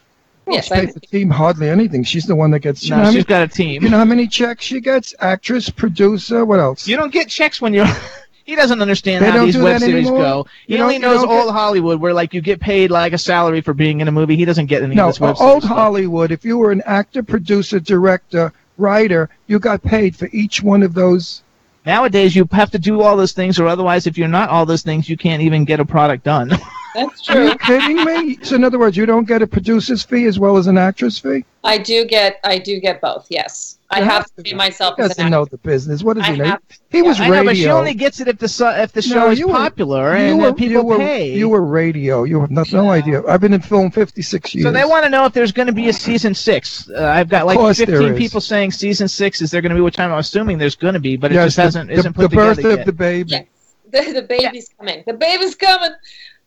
D: Well,
I: yes.
D: she
I: I,
D: pays the team hardly anything. She's the one that gets. You, know
C: No,
D: how
C: she's
D: many,
C: got a team.
D: you know how many checks she gets? Actress, producer, what else?
C: You don't get checks when you're. (laughs) He doesn't understand
D: They
C: how
D: don't
C: these
D: do
C: web
D: that
C: series
D: anymore?
C: go. He
D: You don't-
C: only
D: you
C: knows
D: don't
C: old
D: get-
C: Hollywood, where like you get paid like a salary for being in a movie. He doesn't get any
D: no, uh,
C: of this web
D: old
C: series. stuff.
D: Hollywood. If you were an actor, producer, director, writer, you got paid for each one of those.
C: Nowadays, you have to do all those things, or otherwise, if you're not all those things, you can't even get a product done. (laughs)
I: that's
D: Are
I: true.
D: you kidding me? So, in other words, you don't get a producer's fee as well as an actress fee.
I: I do get I do get both. Yes, I
D: You
I: have
D: have
I: to
D: to.
I: pay myself
D: He
I: as
D: doesn't
I: an
D: know
I: actor.
D: the business. What does
I: I
D: he know?
I: have-
D: He was
C: I
D: radio.
C: know, but she only gets it if the su- if the show
D: No,
C: is
D: you were-
C: popular
D: you
C: and
D: were,
C: uh, people
D: you were,
C: pay.
D: You were radio. You have no, no idea. I've been in film 56 years.
C: so they want to know if there's going to be a season six. Uh, I've got like
D: course there
C: 15
D: is.
C: people saying season six. Is there going to be? Which I'm assuming there's going to be, but it just
D: Yes, the-
C: hasn't
D: the,
C: isn't put
D: the birth
C: together
D: of
C: yet.
D: the baby. (laughs)
I: Yes. The, the baby's coming. The baby's coming.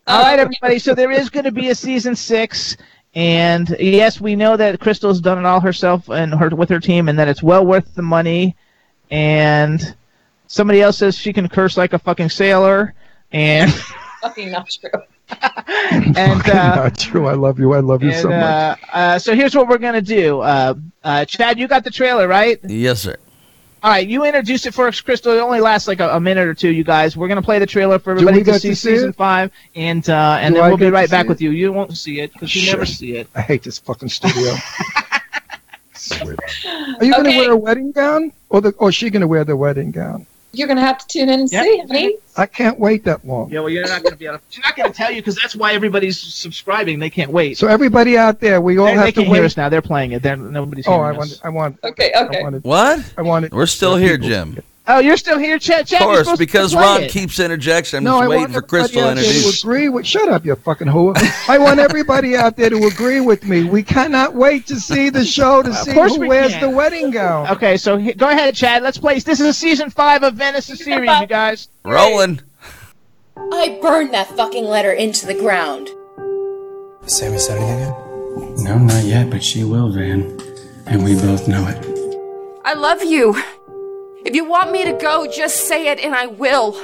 C: All right,
I: Um,
C: everybody. So there is going to be a season six, and yes, we know that Crystal's done it all herself and her with her team, and that it's well worth the money. And somebody else says she can curse like a fucking sailor, and
I: fucking not true.
C: and.
D: Fucking
C: Uh,
D: not true. I love you. I love you
C: and,
D: so much.
C: uh, uh, so here's what we're gonna do. Uh, uh, Chad, you got the trailer, right?
E: Yes, sir.
C: All right, you introduced it first, Crystal. It only lasts like a, a minute or two, you guys. We're gonna play the trailer for everybody
D: get
C: to
D: to
C: see
D: see it?
C: season five, and uh, and
D: Do
C: then
D: I
C: we'll be
D: get to
C: right
D: see
C: back
D: it?
C: with you. You won't see it because you
D: Sure.
C: never see it.
D: I hate this
I: (laughs)
D: fucking studio. Swear. Are you going to
I: Okay.
D: wear a wedding gown, or the or is she going to wear the wedding gown?
I: You're gonna have to tune in and
C: Yep.
I: see, honey.
D: I can't wait that long.
C: Yeah, well, you're not going to be able to. She's not going to tell you because that's why everybody's subscribing. They can't wait.
D: So everybody out there, we all
C: they,
D: have
C: they
D: to
C: can
D: wait.
C: hear us now. They're playing it. They're, nobody's
D: oh,
C: hearing
D: I
C: us.
D: want, I want,
I: Okay,
D: I
I: okay.
D: want it.
E: What?
D: I want it.
E: We're still
D: for
E: here,
D: people.
E: Jim.
C: Oh, you're still here, Chad? Chad you're
E: Of course,
C: supposed to
E: because
C: play
E: Ron
C: it.
E: keeps interjection. I'm
D: No, I
E: just
D: want
E: waiting for
D: everybody
E: Crystal to
D: out there to
E: introduce.
D: agree with. Shut up, you fucking whore! I want everybody out there to agree with me. We cannot wait to see the show to see
C: course
D: who
C: we
D: wears
C: can.
D: the wedding gown.
C: Okay, so he- go ahead, Chad. Let's play. This is season five of Venice, the series, you guys.
E: Rolling.
J: I burned that fucking letter into the ground.
H: Sammy said anything yet? No, not yet, but she will, Van. And we both know it.
J: I love you. If you want me to go, just say it and I will.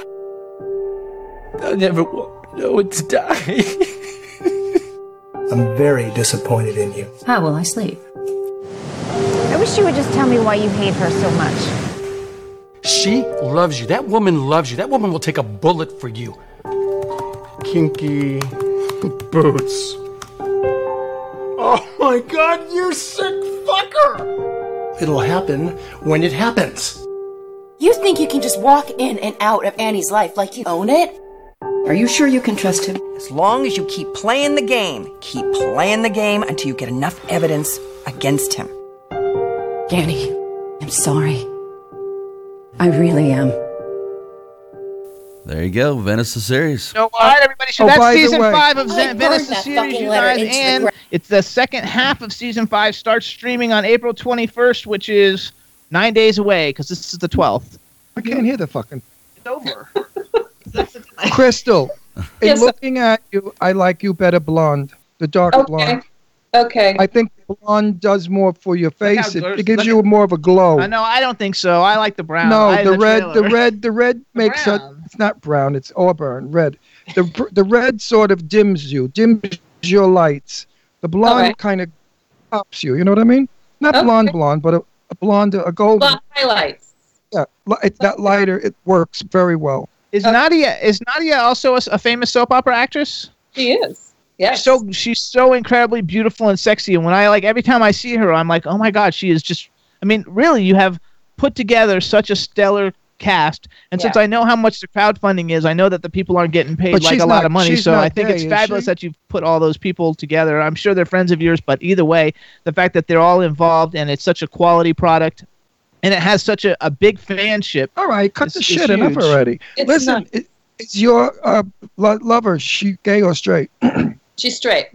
H: I never want no one to die. I'm very disappointed in you.
J: How will I sleep?
K: I wish you would just tell me why you hate her so much.
H: She loves you. That woman loves you. That woman will take a bullet for you. Kinky (laughs) boots. Oh my god, you sick fucker! It'll happen when it happens.
J: You think you can just walk in and out of Annie's life like you own it? Are you sure you can trust him?
K: As long as you keep playing the game, keep playing the game until you get enough evidence against him.
J: Danny, I'm sorry. I really am.
E: There you go. Venice the series.
C: So, all right, everybody. So
D: Oh, by
C: that's
D: the
C: season
D: way-
C: five of
J: I
C: Zen-
J: burned
C: Venice, the
J: that
C: series,
J: fucking
C: you
J: letter
C: guys.
J: into the
C: And
J: ground.
C: it's the second half of season five. Starts streaming on April 21st, which is nine days away because this is the 12th.
D: I can't hear the fucking
C: It's (laughs) over.
D: Crystal. In
I: Yes, sir.
D: looking at you, I like you better blonde, the dark
I: Okay.
D: blonde.
I: Okay.
D: I think blonde does more for your
C: how
D: face. It,
C: gross-
D: it gives
C: look
D: you more of a glow.
C: Uh, no, I don't think so. I like the brown.
D: Oh. No,
C: I-
D: the, red, the
C: trailer.
D: red, the red
C: (laughs)
D: makes it.
C: brown.
D: It's not brown. It's auburn red. The br- the red sort of dims you, dims your lights. The blonde
I: Okay.
D: kind of pops you. You know what I mean? Not
I: Okay.
D: blonde, blonde, but a, a blonde, a golden.
I: Well, highlights.
D: Yeah, li- it's that lighter. It works very well.
C: Is
I: Okay.
C: Nadia is Nadia also a, s- a famous soap opera actress?
I: She is. Yes.
C: So she's so incredibly beautiful and sexy. And when I like every time I see her, I'm like, oh my god, she is just. I mean, really, you have put together such a stellar cast. And since
I: Yeah.
C: I know how much the crowdfunding is, I know that the people aren't getting paid
D: But
C: like a
D: she's
C: lot
D: not-
C: of money.
D: she's
C: So
D: not
C: I think
D: gay,
C: it's
D: is
C: fabulous
D: she?
C: that you've put all those people together. I'm sure they're friends of yours, but either way, the fact that they're all involved and it's such a quality product, and it has such a, a big fanship.
D: All right, cut
C: It's-
D: the
C: it's
D: shit enough
C: huge.
D: already.
I: It's
D: Listen,
I: not-
D: it, is your uh, lo- lover she gay or straight?
I: she's straight.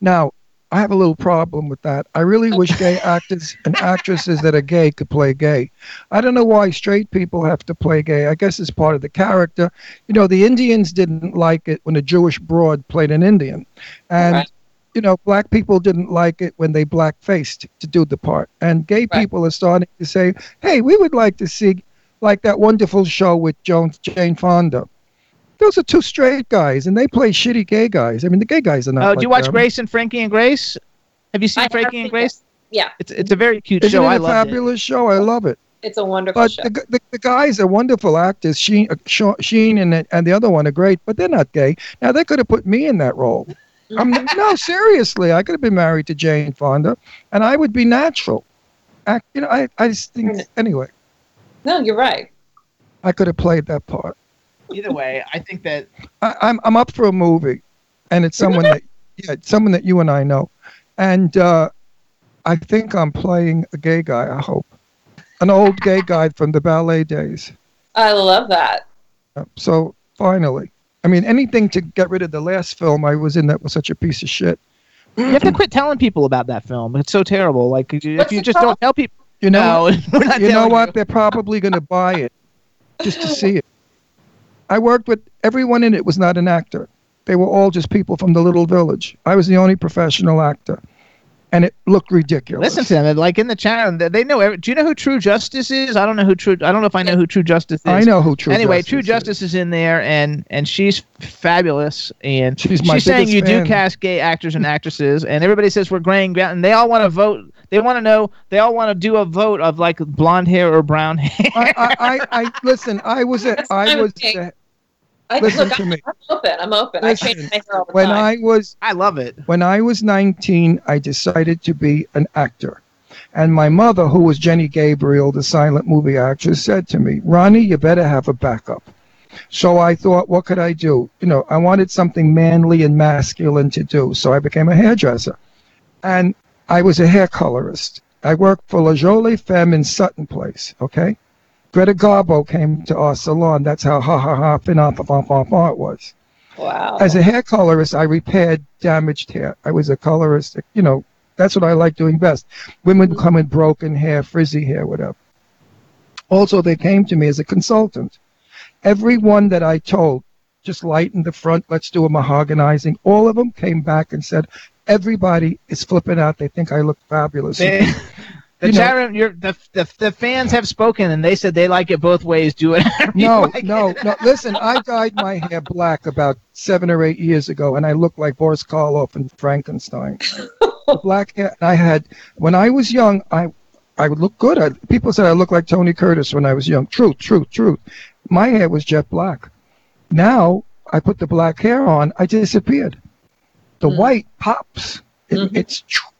D: Now, I have a little problem with that. I really wish
C: (laughs)
D: gay actors and actresses that are gay could play gay. I don't know why straight people have to play gay. I guess it's part of the character. You know, the Indians didn't like it when a Jewish broad played an Indian. And
L: Right.
D: you know, black people didn't like it when they black faced to do the part. And gay people are starting to say, hey, we would like to see like that wonderful show with Joan Jane Fonda. Those are two straight guys, and they play shitty gay guys. I mean, the gay guys are not.
C: Oh,
D: like
C: do you watch
D: them.
C: Grace and Frankie and Grace? Have you seen Frankie and Grace?
I: Yeah.
C: It's, it's a very cute
D: Isn't
C: show.
D: it
C: I
D: a
C: love it.
D: fabulous show. I love it.
I: It's a wonderful
D: But
I: show.
D: the, g- the, the guys are wonderful actors. Sheen, uh, Sha- Sheen and, the- and the other one are great, but they're not gay. Now, they could have put me in that role.
C: (laughs)
D: I'm, no, seriously, I could have been married to Jane Fonda, and I would be natural. Act, you know, I, I just think, anyway,
I: No, you're right.
D: I could have played that part.
C: (laughs) Either way, I think that
D: I, I'm I'm up for a movie, and it's
C: (laughs)
D: someone that yeah, it's someone that you and I know, and uh, I think I'm playing a gay guy. I hope an old gay guy from the ballet days.
I: I love that.
D: Um, So finally, I mean anything to get rid of the last film I was in that was such a piece of shit.
C: you have to quit telling people about that film. It's so terrible. Like if you, if you just don't tell people,
D: You know,
C: No, (laughs) we're not
D: you know
C: telling
D: what? They're probably going to buy it just
C: (laughs)
D: to see it. I worked with everyone in it was not an actor. They were all just people from the little village. I was the only professional actor, and it looked ridiculous.
C: listen to them. And, Like in the chat room, they- they know. every- Do you know who True Justice is? I don't know who True. I don't know if I know who True Justice is.
D: I know who True
C: Anyway,
D: Justice
C: True Justice is. in there, and and she's fabulous. And
D: She's
C: she's,
D: my
C: saying
D: biggest
C: you
D: fan.
C: do cast gay actors and actresses, and everybody says we're graying ground, and they all want to vote. They want to know. They all want to do a vote of like blonde hair or brown (laughs) hair.
D: I, I, I, I listen. I
C: (laughs)
D: was a, I
I: fine
D: was
I: with me.
D: a-
I: I,
D: Listen
I: look,
D: to
I: I'm,
D: me.
I: I'm open. I'm open. I change my hair all the
D: when
I: time.
D: I was
C: I love it.
D: When I was 19, I decided to be an actor. And my mother, who was Jenny Gabriel, the silent movie actress, said to me, Ronnie, you better have a backup. So I thought, what could I do? You know, I wanted something manly and masculine to do. So I became a hairdresser. And I was a hair colorist. I worked for La Jolie Femme in Sutton Place, okay? Greta Garbo came to our salon. That's how ha ha ha, fin ah, off, off, off, off, it was.
I: Wow.
D: As a hair colorist, I repaired damaged hair. I was a colorist. You know, that's what I like doing best. Women come in broken hair, frizzy hair, whatever. Also, they came to me as a consultant. Everyone that I told, just lighten the front, let's do a mahoganizing, all of them came back and said, everybody is flipping out. They think I look
C: (laughs)
D: fabulous.
C: They- The
D: You know-
C: chat room, you're, the, the the fans have spoken, and they said they like it both ways. Do it. (laughs)
D: no, no, no. Listen, I dyed my hair black about seven or eight years ago, and I looked like Boris Karloff and Frankenstein.
C: (laughs)
D: The black hair I had when I was young, I I would look good. I, people said I looked like Tony Curtis when I was young. Truth, truth, truth. My hair was jet black. Now I put the black hair on, I disappeared. The white pops. It, It's
C: Hmm. Mm-hmm.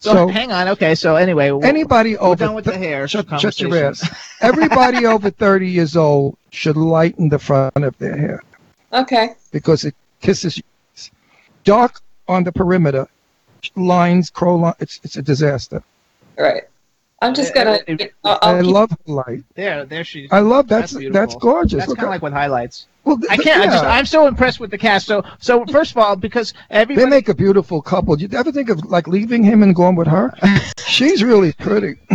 C: So, oh,
D: So-
C: hang on. Okay. So anyway, we're-
D: Anybody
C: we're
D: over
C: done with the hair.
D: Shut, shut your ass. Everybody over 30 years old should lighten the front of their hair
I: okay.
D: because it kisses you. Dark on the perimeter, lines, crow line. It's, it's a disaster.
I: All right. I'm just
C: Yeah,
I: gonna. I'll, I'll
D: I
I: keep-
D: love light.
C: (laughs) There, there she.
D: I love- that's- that's gorgeous.
C: Oh, That's
D: Look
C: kind of
D: at-
C: like with highlights.
D: Well,
C: I can't. I just,
D: yeah.
C: I'm so impressed with the cast. So, so first of all, because everybody,
D: They make a beautiful couple. You ever think of like leaving him and going with
C: (laughs)
D: her? She's really pretty.
I: (laughs)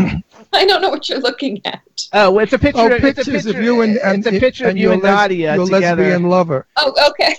I: I don't know what you're looking at.
C: oh, it's a picture.
D: oh,
C: it's a
D: pictures
C: picture
D: of you and, and
C: it's a picture of you
D: your
C: and
D: les-
C: Nadia
D: your
C: together.
D: lesbian lover.
I: Oh, okay.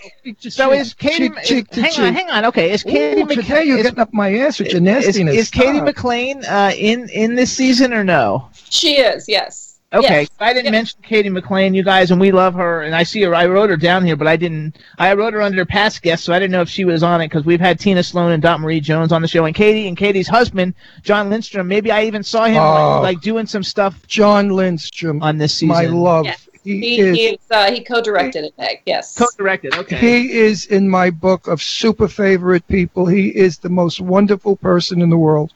C: so is Katie?
D: cheek- cheek to
C: hang on,
D: cheek.
C: hang on. Okay, is Katie?
D: Ooh, today you're getting up my ass with your
C: is,
D: nastiness.
C: is Katie
D: Stop.
C: McLean uh, in in this season or no?
I: She is. Yes.
C: Okay,
I: Yes.
C: I didn't mention Katie McLean, you guys, and we love her. And I see her. I wrote her down here, but I didn't. I wrote her under past guests, so I didn't know if she was on it because we've had Tina Sloan and Dot Marie Jones on the show, and Katie and Katie's husband, John Lindstrom. Maybe I even saw him
D: Oh.
C: like, like doing some stuff.
D: John Lindstrom
C: on this season.
D: My love.
I: Yes.
D: He,
I: He,
D: is.
I: is, uh, he co-directed it, Meg. Yes.
C: Co-directed. Okay.
D: He is in my book of super favorite people. He is the most wonderful person in the world.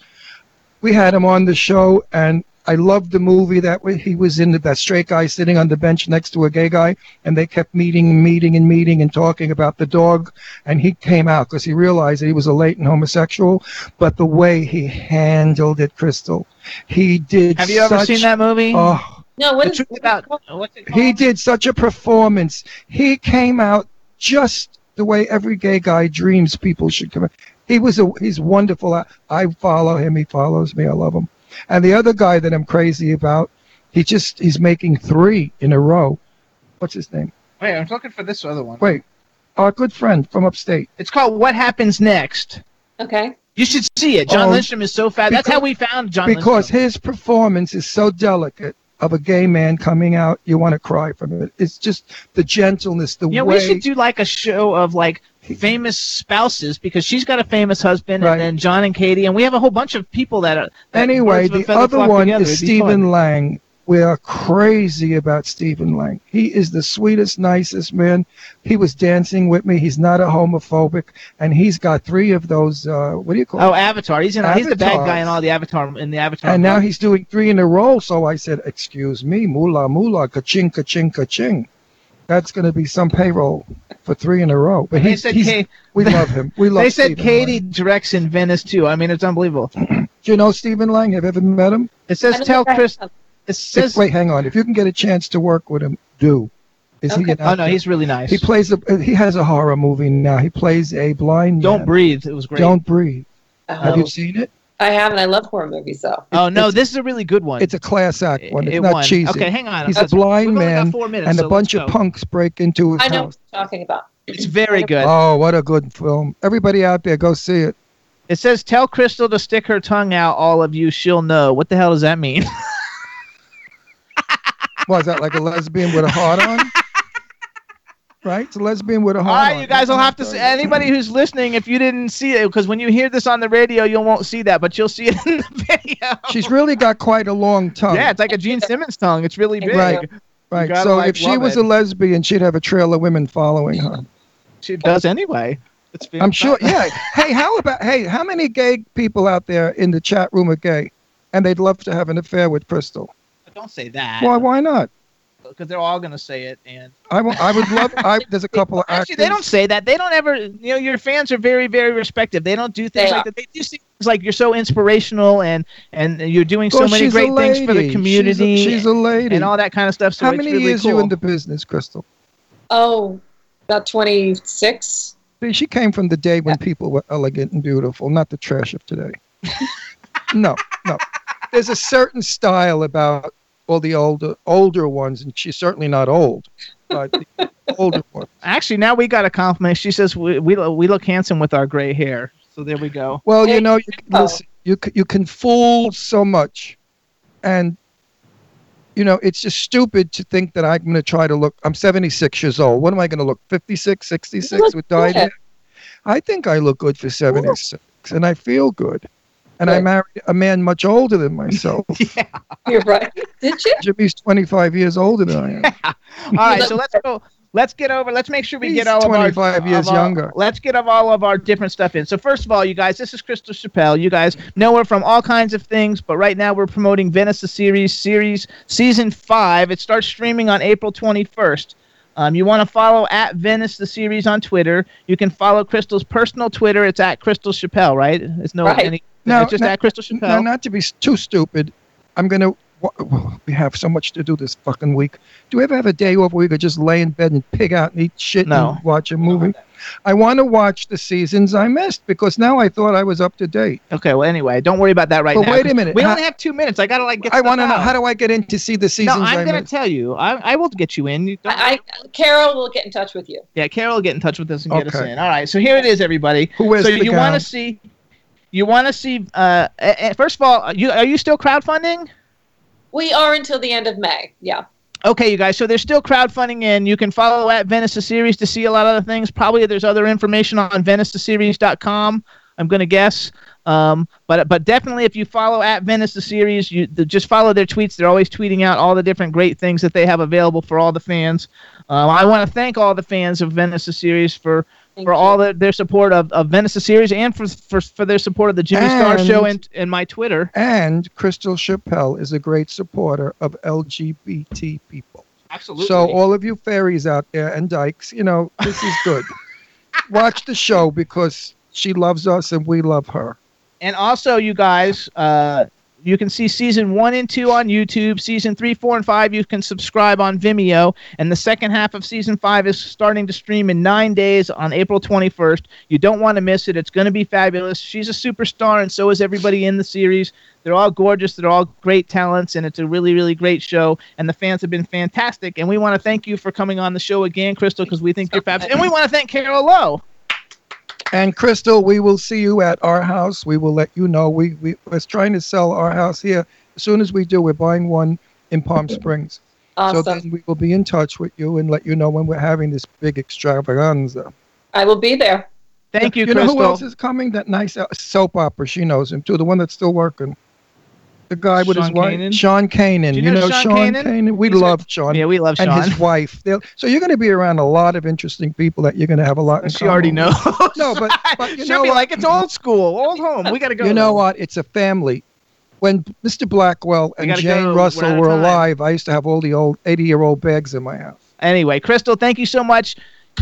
D: We had him on the show, and I loved the movie that way. He was in that straight guy sitting on the bench next to a gay guy, and they kept meeting and meeting and meeting and talking about the dog. And he came out because he realized that he was a latent homosexual. But the way he handled it, Crystal, he did.
C: Have you ever
D: such-
C: seen that movie?
D: Oh,
I: No. What
C: The
I: is
C: truth about what's it
D: he did such a performance. He came out just the way every gay guy dreams people should come out. He was a, he's wonderful. I, I follow him. He follows me. I love him. And the other guy that I'm crazy about, he just he's making three in a row. What's his name?
C: Wait, I'm looking for this other one.
D: Wait, our good friend from upstate.
C: It's called What Happens Next.
I: Okay.
C: You should see it. John
D: Oh.
C: Lindstrom is so fat. That's
D: Because-
C: how we found John
D: because
C: Lindstrom.
D: his performance is so delicate of a gay man coming out. You want to cry from it. It's just the gentleness, the
C: Yeah,
D: way.
C: we should do like a show of like famous spouses because she's got a famous husband and then John and Katie and we have a whole bunch of people that are that birds
D: anyway,
C: of a
D: the
C: feather
D: other
C: flock
D: one
C: together.
D: is
C: It'd be fun.
D: Stephen Lang. We are crazy about Stephen Lang. He is the sweetest, nicest man. He was dancing with me. He's not a homophobic, and he's got three of those. Uh, what do you call?
C: Oh,
D: it?
C: Avatar. He's in. He's the bad guy in
D: Avatars.
C: all the Avatar in the Avatar.
D: And now
C: movies.
D: he's doing three in a row. So I said, "Excuse me, moolah, moolah, ka-ching, ka-ching, ka-ching." That's going to be some payroll for three in a row. But
C: They
D: he's,
C: said
D: he's
C: Kay-
D: we love him. We
C: (laughs)
D: love.
C: They said
D: Stephen
C: Katie directs in Venice too. I mean, it's unbelievable. Do
D: you know Stephen Lang? Have you ever met him?
C: It says
D: I don't
C: tell
D: think I
C: Chris.
D: have.
C: It says
D: If- wait, hang on. If you can get a chance to work with him, do. Is he?
C: Okay.
D: an
C: Oh, no,
D: actor?
C: he's really nice.
D: He plays a. He has a horror movie now. He plays a blind.
C: Don't
D: man.
C: breathe. It was great.
D: Don't breathe. Have
I: Oh.
D: you seen it?
I: I haven't. I love horror movies though.
C: Oh no, this is a really good one.
D: It's a class act one. It's
C: It
D: not
C: won.
D: cheesy.
C: Okay, hang on.
D: He's
C: Let's-
D: a blind
C: we've only got
D: man,
C: four minutes,
D: and
C: so
D: a bunch
C: let's
D: of
C: go.
D: punks break into his
I: I know
D: house.
I: what you're talking about.
C: It's very good.
D: Oh, what a good film! Everybody out there, go see it.
C: It says tell Crystal to stick her tongue out. All of you, she'll know. What the hell does that mean? (laughs)
D: Was that like a lesbian with a heart on? Right, it's a lesbian with a
C: All
D: heart.
C: right, you guys will have to see. Anybody who's listening, if you didn't see it, because when you hear this on the radio, you won't see that, but you'll see it. (laughs) In the,
D: She's really got quite a long
C: (laughs)
D: tongue.
C: yeah, it's like a Gene Simmons tongue. It's really big.
D: Right,
C: You
D: right.
C: gotta,
D: So
C: like,
D: if she
C: love
D: was
C: it.
D: a lesbian, she'd have a trail of women following her.
C: she does anyway. It's been-
D: I'm sure. Yeah. hey, how about hey, how many gay people out there in the chat room are gay, and they'd love to have an affair with Crystal?
C: Don't say that.
D: Why? Why not?
C: Because they're all gonna say it, and
D: I wa- I would love.
C: (laughs)
D: I, there's a couple of
C: Actually, they don't
D: actors-
C: say that. They don't ever. You know, your fans are very, very respective. They don't do things
D: They
C: like
D: are.
C: that. They do things like you're so inspirational and and you're doing so
D: Well,
C: many
D: Oh, she's a
C: great things for
D: lady.
C: the
D: She's a-
C: community.
D: she's a lady.
C: and all that kind of stuff. So
D: how
C: it's
D: many
C: really
D: years
C: cool.
D: you in the business, Crystal?
I: Oh, about twenty six.
D: See, she came from the day when people were elegant and beautiful, not the trash of today. (laughs) no, no. There's a certain style about all the older older ones, and she's certainly not old, but the (laughs) older ones.
C: Actually, now we got a compliment. She says we we, lo- we look handsome with our gray hair. So there we go.
D: Well, you know, you, can- listen, you c- you can fool so much, and you know it's just stupid to think that I'm going to try to look. I'm 76 years old. What am I going to look? 56, 66
A: look
D: with dyed
A: good.
D: hair. I think I look good for 76, and I feel good. And I
I: Good.
D: married a man much older than
C: (laughs)
D: myself.
I: (laughs) You're right. Did you?
D: Jimmy's 25 years older than I am.
C: All right, so let's go. Let's get over. Let's make sure we
D: He's
C: get all
D: 25
C: of our,
D: years
C: of our-
D: younger.
C: Let's get of all of our different stuff in. So first of all, you guys, this is Crystal Chappelle. You guys know her from all kinds of things, but right now we're promoting Venice the series, series season five. It starts streaming on April 21st. Um, you want to follow at Venice the series on Twitter. You can follow Crystal's personal Twitter. It's at Crystal Chappelle, right? It's no
D: Right.
C: any.
D: No,
C: it's just
D: no,
C: at Crystal
D: no,
C: Chappelle.
D: not to be s- too stupid, I'm gonna. wha- We have so much to do this fucking week. Do we ever have a day off where we could just lay in bed and pig out and eat shit
C: No.
D: and watch a movie? I want to watch the seasons I missed because now I thought I was up to date.
C: Okay, well, anyway, don't worry about that right
D: But
C: now.
D: wait a minute.
C: We
D: How-
C: only have two minutes. I gotta like get.
D: I
C: want to
D: know how do I get in to see the seasons
C: No, I'm
D: I
C: gonna
D: missed?
C: tell you. I, I will get you in. You don't,
I: I, I Carol will get in touch with you.
C: yeah, Carol will get in touch with us and get us
D: Okay.
C: in. All right, so here it is, everybody.
D: Who wears
C: so
D: the
C: you want
D: gown?
C: to see? You want to see? Uh, eh, eh, first of all, are you are you still crowdfunding?
I: We are until the end of May. Yeah.
C: Okay, you guys. So there's still crowdfunding in. You can follow at Venice the Series to see a lot of the things. Probably there's other information on venicetheseries.com. I'm gonna guess. Um, but but definitely if you follow at Venice the Series, you the, just follow their tweets. They're always tweeting out all the different great things that they have available for all the fans. Um, I want to thank all the fans of Venice the Series for. for all their, their support of, of Venice the series and for, for for their support of the Jimmy Star
D: And-
C: Show and, and my Twitter.
D: And Crystal Chappelle is a great supporter of LGBT people.
C: Absolutely.
D: So all of you fairies out there and dykes, you know this is good. watch the show because she loves us and we love her.
C: And also, you guys, uh, You can see season one and two on YouTube. Season three, four, and five you can subscribe on Vimeo. And the second half of season five is starting to stream in nine days on April 21st. You don't want to miss it. It's going to be fabulous. She's a superstar, and so is everybody in the series. They're all gorgeous. They're all great talents, and it's a really, really great show. And the fans have been fantastic. And we want to thank you for coming on the show again, Crystal, because we think you're fabulous. And we want to thank Carol Lowe.
D: And Crystal, we will see you at our house. We will let you know. We we we're trying to sell our house here. As soon as we do, we're buying one in Palm Springs. So
I: Awesome.
D: then we will be in touch with you and let you know when we're having this big extravaganza.
I: I will be there.
C: Thank
D: you know who else is coming? That nice uh, soap opera. She knows him too. The one that's still working. The guy with his
C: Sean
D: wife,
C: Kanan?
D: Sean Kanan.
C: Do
D: You know, Sean, Kanan? We
C: He's a-
D: love Sean. Yeah,
C: we love
D: And his
C: Sean.
D: wife. They'll- so you're going to be around a lot of interesting people that you're going to have a lot. In
C: She already
D: common
C: knows.
D: with. no,
C: (laughs)
D: but, but you
C: She'll
D: know
C: be
D: what?
C: like, it's old school, old home. We got to go.
D: (laughs) You know what? It's a family. When Mr. Blackwell
C: We
D: and
C: gotta
D: Jane
C: go. We're out
D: Russell
C: of
D: were
C: time.
D: alive, I used to have all the old 80 year old bags in my house.
C: Anyway, Crystal, thank you so much.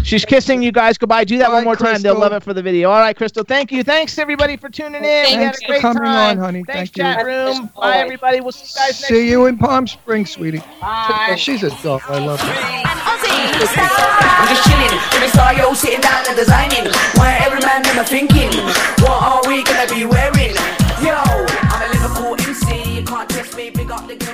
C: She's kissing you guys goodbye. Do that one more time. They'll
D: Crystal.
C: love it for the video. All right, Crystal. Thank you. Thanks everybody for tuning in. we had
D: Thanks
C: a
D: for
C: great
D: coming
C: time.
D: on, honey.
C: Thanks,
D: Thank you.
C: chat room. Bye everybody. We'll see you guys next
D: See you in Palm Springs, sweetie.
C: Bye.
D: She's a doll. I love her.
B: I'm just chilling, when I saw you sitting down and designing. Where every man in my thinking, what are we gonna be wearing? Yo, I'm a Liverpool MC, you can't test me, big up the girls.